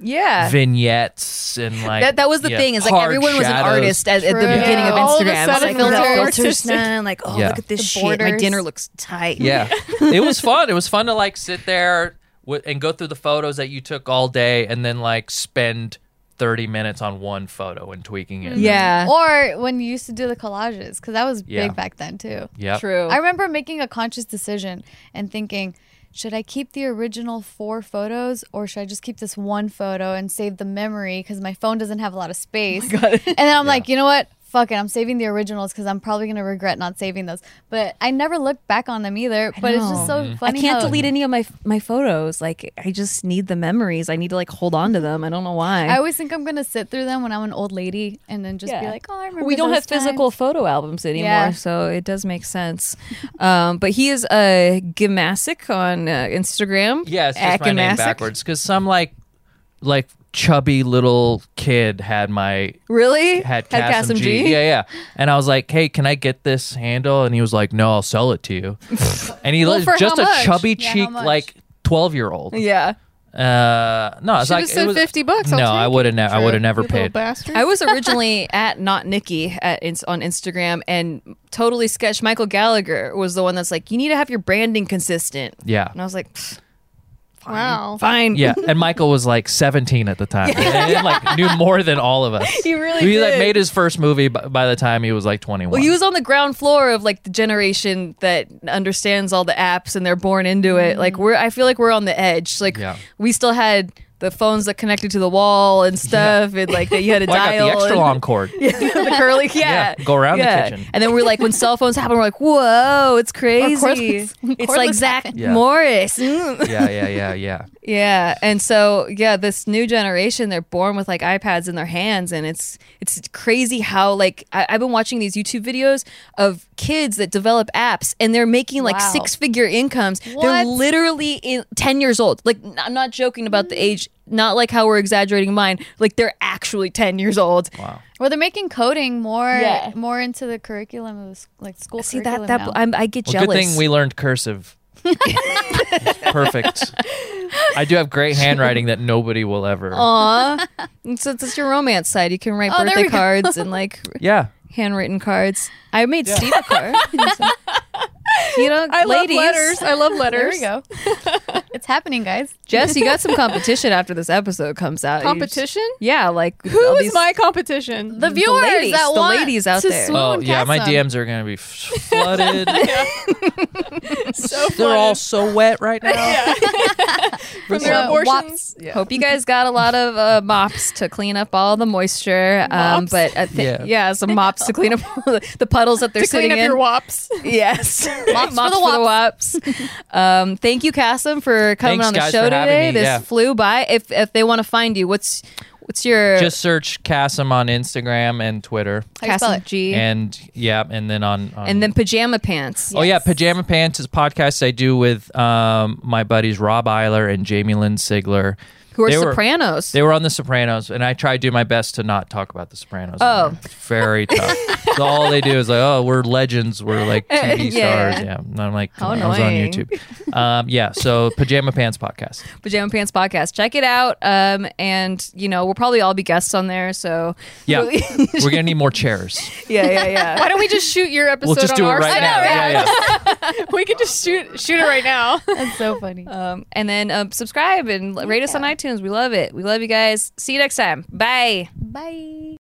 [SPEAKER 1] yeah.
[SPEAKER 3] vignettes and like
[SPEAKER 1] that, that was the
[SPEAKER 3] yeah,
[SPEAKER 1] thing is like
[SPEAKER 3] hard
[SPEAKER 1] everyone was an
[SPEAKER 3] shadows.
[SPEAKER 1] artist at, at the
[SPEAKER 4] True.
[SPEAKER 1] beginning of
[SPEAKER 2] Yeah. All of a
[SPEAKER 1] Instagram. It's like,
[SPEAKER 2] sudden
[SPEAKER 1] oh,
[SPEAKER 2] it
[SPEAKER 1] the
[SPEAKER 2] was very
[SPEAKER 1] filters
[SPEAKER 2] artistic.
[SPEAKER 1] now, like oh
[SPEAKER 3] Yeah.
[SPEAKER 1] look at this
[SPEAKER 4] The
[SPEAKER 1] shit. My
[SPEAKER 4] borders.
[SPEAKER 1] dinner looks tight.
[SPEAKER 3] Yeah, it was fun. It was fun to like sit there w- and go through the photos that you took all day, and then like spend thirty minutes on one photo and tweaking it.
[SPEAKER 1] Yeah.
[SPEAKER 4] Or when you used to do the collages, because that was
[SPEAKER 3] Yeah.
[SPEAKER 4] big back then too.
[SPEAKER 3] yeah,
[SPEAKER 1] True.
[SPEAKER 4] I remember making a conscious decision and thinking, should I keep the original four photos or should I just keep this one photo and save the memory because my phone doesn't have a lot of space? and then I'm like, you know what? Fuck it, I'm saving the originals because I'm probably gonna regret not saving those. But I never looked back on them either. but it's just
[SPEAKER 3] Mm-hmm.
[SPEAKER 4] so
[SPEAKER 1] I
[SPEAKER 4] funny.
[SPEAKER 1] can't
[SPEAKER 4] how-
[SPEAKER 1] delete any of my my photos. Like I just need the memories. I need to like hold on to them. I don't know why.
[SPEAKER 4] I always think I'm gonna sit through them when I'm an old lady and then just be
[SPEAKER 1] Yeah.
[SPEAKER 4] like, oh, I remember.
[SPEAKER 1] we don't
[SPEAKER 4] those
[SPEAKER 1] have physical
[SPEAKER 4] times."
[SPEAKER 1] photo albums anymore,
[SPEAKER 4] Yeah.
[SPEAKER 1] so it does make sense. um, but he is a gymnastic on uh, Instagram.
[SPEAKER 3] yeah. It's just
[SPEAKER 1] At
[SPEAKER 3] my name
[SPEAKER 1] Gymnastic.
[SPEAKER 3] backwards because some like like chubby little kid had my
[SPEAKER 1] Really?
[SPEAKER 3] had Casim G. Yeah, yeah. And I was like, "Hey, can I get this handle?" And he was like, "No, I'll sell it to you." and he
[SPEAKER 1] Well,
[SPEAKER 3] was
[SPEAKER 1] for
[SPEAKER 3] just
[SPEAKER 1] how
[SPEAKER 3] a
[SPEAKER 1] much?
[SPEAKER 3] chubby
[SPEAKER 4] Yeah, how
[SPEAKER 3] cheek
[SPEAKER 4] much?
[SPEAKER 3] like twelve year old.
[SPEAKER 1] Yeah.
[SPEAKER 3] Uh, no, it's
[SPEAKER 2] Should
[SPEAKER 3] like
[SPEAKER 2] have
[SPEAKER 3] it
[SPEAKER 2] said
[SPEAKER 3] was-
[SPEAKER 2] fifty bucks. I'll
[SPEAKER 3] No, I
[SPEAKER 2] take
[SPEAKER 3] would
[SPEAKER 2] it.
[SPEAKER 3] have. Ne- I
[SPEAKER 2] True.
[SPEAKER 3] would have never
[SPEAKER 2] You little
[SPEAKER 3] paid.
[SPEAKER 2] Bastard.
[SPEAKER 1] I was originally at not Nikki at ins- on Instagram and totally sketched. Michael Gallagher was the one that's like, you need to have your branding consistent.
[SPEAKER 3] Yeah.
[SPEAKER 1] And I was like, "Pfft, fine,
[SPEAKER 2] Wow.
[SPEAKER 1] fine.
[SPEAKER 3] Yeah, and Michael was like 17 at the time, and like knew more than all of us. He
[SPEAKER 1] really
[SPEAKER 3] he like
[SPEAKER 1] did.
[SPEAKER 3] made his first movie by, by the time he was like 21.
[SPEAKER 1] Well, he was on the ground floor of like the generation that understands all the apps and they're born into it. Like we're, I feel like we're on the edge. Like
[SPEAKER 3] Yeah.
[SPEAKER 1] we still had the phones that connected to the wall and stuff, and like that you had to
[SPEAKER 3] Well, I
[SPEAKER 1] dial
[SPEAKER 3] got the extra
[SPEAKER 1] and-
[SPEAKER 3] long cord.
[SPEAKER 1] the curly, yeah,
[SPEAKER 3] Yeah, go around the kitchen.
[SPEAKER 1] And then we're like, when cell phones happen, we're like, whoa, it's crazy.
[SPEAKER 4] cordless- when
[SPEAKER 1] It's like
[SPEAKER 4] cordless
[SPEAKER 1] Zach
[SPEAKER 4] happened.
[SPEAKER 3] Yeah.
[SPEAKER 1] Morris. Mm.
[SPEAKER 3] Yeah, yeah, yeah, yeah.
[SPEAKER 1] yeah, and so yeah, this new generation, they're born with like iPads in their hands, and it's it's crazy how like I, I've been watching these YouTube videos of kids that develop apps, and they're making like
[SPEAKER 4] Wow.
[SPEAKER 1] six figure incomes. They're
[SPEAKER 4] What?
[SPEAKER 1] literally in, ten years old. Like n- I'm not joking about the age. Not like how we're exaggerating mine. Like they're actually ten years old.
[SPEAKER 3] Wow.
[SPEAKER 4] Well, they're making coding more
[SPEAKER 1] Yeah.
[SPEAKER 4] more into the curriculum of the, s- like school.
[SPEAKER 1] See that
[SPEAKER 4] curriculum
[SPEAKER 1] that
[SPEAKER 4] now.
[SPEAKER 1] I'm, I get
[SPEAKER 3] Well,
[SPEAKER 1] jealous.
[SPEAKER 3] good thing we learned cursive. Perfect. I do have great handwriting that nobody will ever.
[SPEAKER 1] Oh. Aw. so it's just your romance side. You can write
[SPEAKER 4] Oh, there
[SPEAKER 1] birthday
[SPEAKER 4] we go.
[SPEAKER 1] cards and like
[SPEAKER 3] Yeah.
[SPEAKER 1] handwritten cards. I made Steve a card. you know,
[SPEAKER 2] I
[SPEAKER 1] ladies.
[SPEAKER 2] love letters. I love letters.
[SPEAKER 4] There we go. It's happening, guys.
[SPEAKER 1] Jess, you got some competition after this episode comes out. You just-
[SPEAKER 2] Competition?
[SPEAKER 1] yeah, like
[SPEAKER 2] Who
[SPEAKER 1] all
[SPEAKER 2] is
[SPEAKER 1] these-
[SPEAKER 2] my competition?
[SPEAKER 4] The
[SPEAKER 1] the
[SPEAKER 4] viewers,
[SPEAKER 1] ladies,
[SPEAKER 4] that
[SPEAKER 1] the
[SPEAKER 4] want
[SPEAKER 1] ladies out
[SPEAKER 4] to
[SPEAKER 1] there.
[SPEAKER 4] swoon
[SPEAKER 3] Oh yeah, my
[SPEAKER 4] Cassim.
[SPEAKER 3] DMs are gonna be f- flooded.
[SPEAKER 2] so
[SPEAKER 3] They're
[SPEAKER 2] fun.
[SPEAKER 3] all so wet right now.
[SPEAKER 2] from their
[SPEAKER 4] Well,
[SPEAKER 2] abortions. Yeah.
[SPEAKER 1] Hope you guys got a lot of uh, mops to clean up all the moisture. Um,
[SPEAKER 2] Mops?
[SPEAKER 1] but I thi-
[SPEAKER 3] Yeah.
[SPEAKER 1] yeah. some mops to clean up all the, the puddles that they're
[SPEAKER 2] To
[SPEAKER 1] sitting
[SPEAKER 2] clean up
[SPEAKER 1] in.
[SPEAKER 2] your wops.
[SPEAKER 1] yes, mops,
[SPEAKER 4] for the
[SPEAKER 1] wops. um, thank you, Cassim, for coming
[SPEAKER 3] Thanks,
[SPEAKER 1] on the
[SPEAKER 3] guys,
[SPEAKER 1] show
[SPEAKER 3] for having
[SPEAKER 1] today.
[SPEAKER 3] me.
[SPEAKER 1] This
[SPEAKER 3] Yeah.
[SPEAKER 1] flew by. If if they want to find you, what's what's your
[SPEAKER 3] Just search Cassim on Instagram and Twitter,
[SPEAKER 4] How do you spell
[SPEAKER 1] Cassim
[SPEAKER 4] it?
[SPEAKER 1] G
[SPEAKER 3] and yeah, and then on, on
[SPEAKER 1] and then pajama pants.
[SPEAKER 3] Oh yeah, Pajama Pants is a podcast I do with um, my buddies Rob Eiler and Jamie Lynn Sigler.
[SPEAKER 1] Who are
[SPEAKER 3] They were-
[SPEAKER 1] Sopranos?
[SPEAKER 3] They were on The Sopranos, and I try to do my best to not talk about The Sopranos.
[SPEAKER 1] Oh.
[SPEAKER 3] It's very tough. so all they do is like, oh, we're legends, we're like TV
[SPEAKER 1] Uh, Yeah.
[SPEAKER 3] stars. Yeah, and I'm like,
[SPEAKER 1] How
[SPEAKER 3] "Come on, I was on
[SPEAKER 1] annoying.
[SPEAKER 3] YouTube. Um, yeah, so Pajama Pants podcast.
[SPEAKER 1] Pajama Pants podcast. Check it out. Um, and you know we'll probably all be guests on there. So
[SPEAKER 3] Yeah, we're gonna need more chairs.
[SPEAKER 1] yeah, yeah, yeah.
[SPEAKER 2] Why don't we just shoot your episode
[SPEAKER 3] We'll just
[SPEAKER 2] on
[SPEAKER 3] do it
[SPEAKER 2] our
[SPEAKER 3] right
[SPEAKER 2] side?
[SPEAKER 3] now. Yeah, yeah.
[SPEAKER 2] We could just shoot shoot it right now.
[SPEAKER 4] That's so funny.
[SPEAKER 1] Um, and then um, subscribe and l- rate us on iTunes. We love it. We love you guys. See you next time. Bye.
[SPEAKER 4] Bye.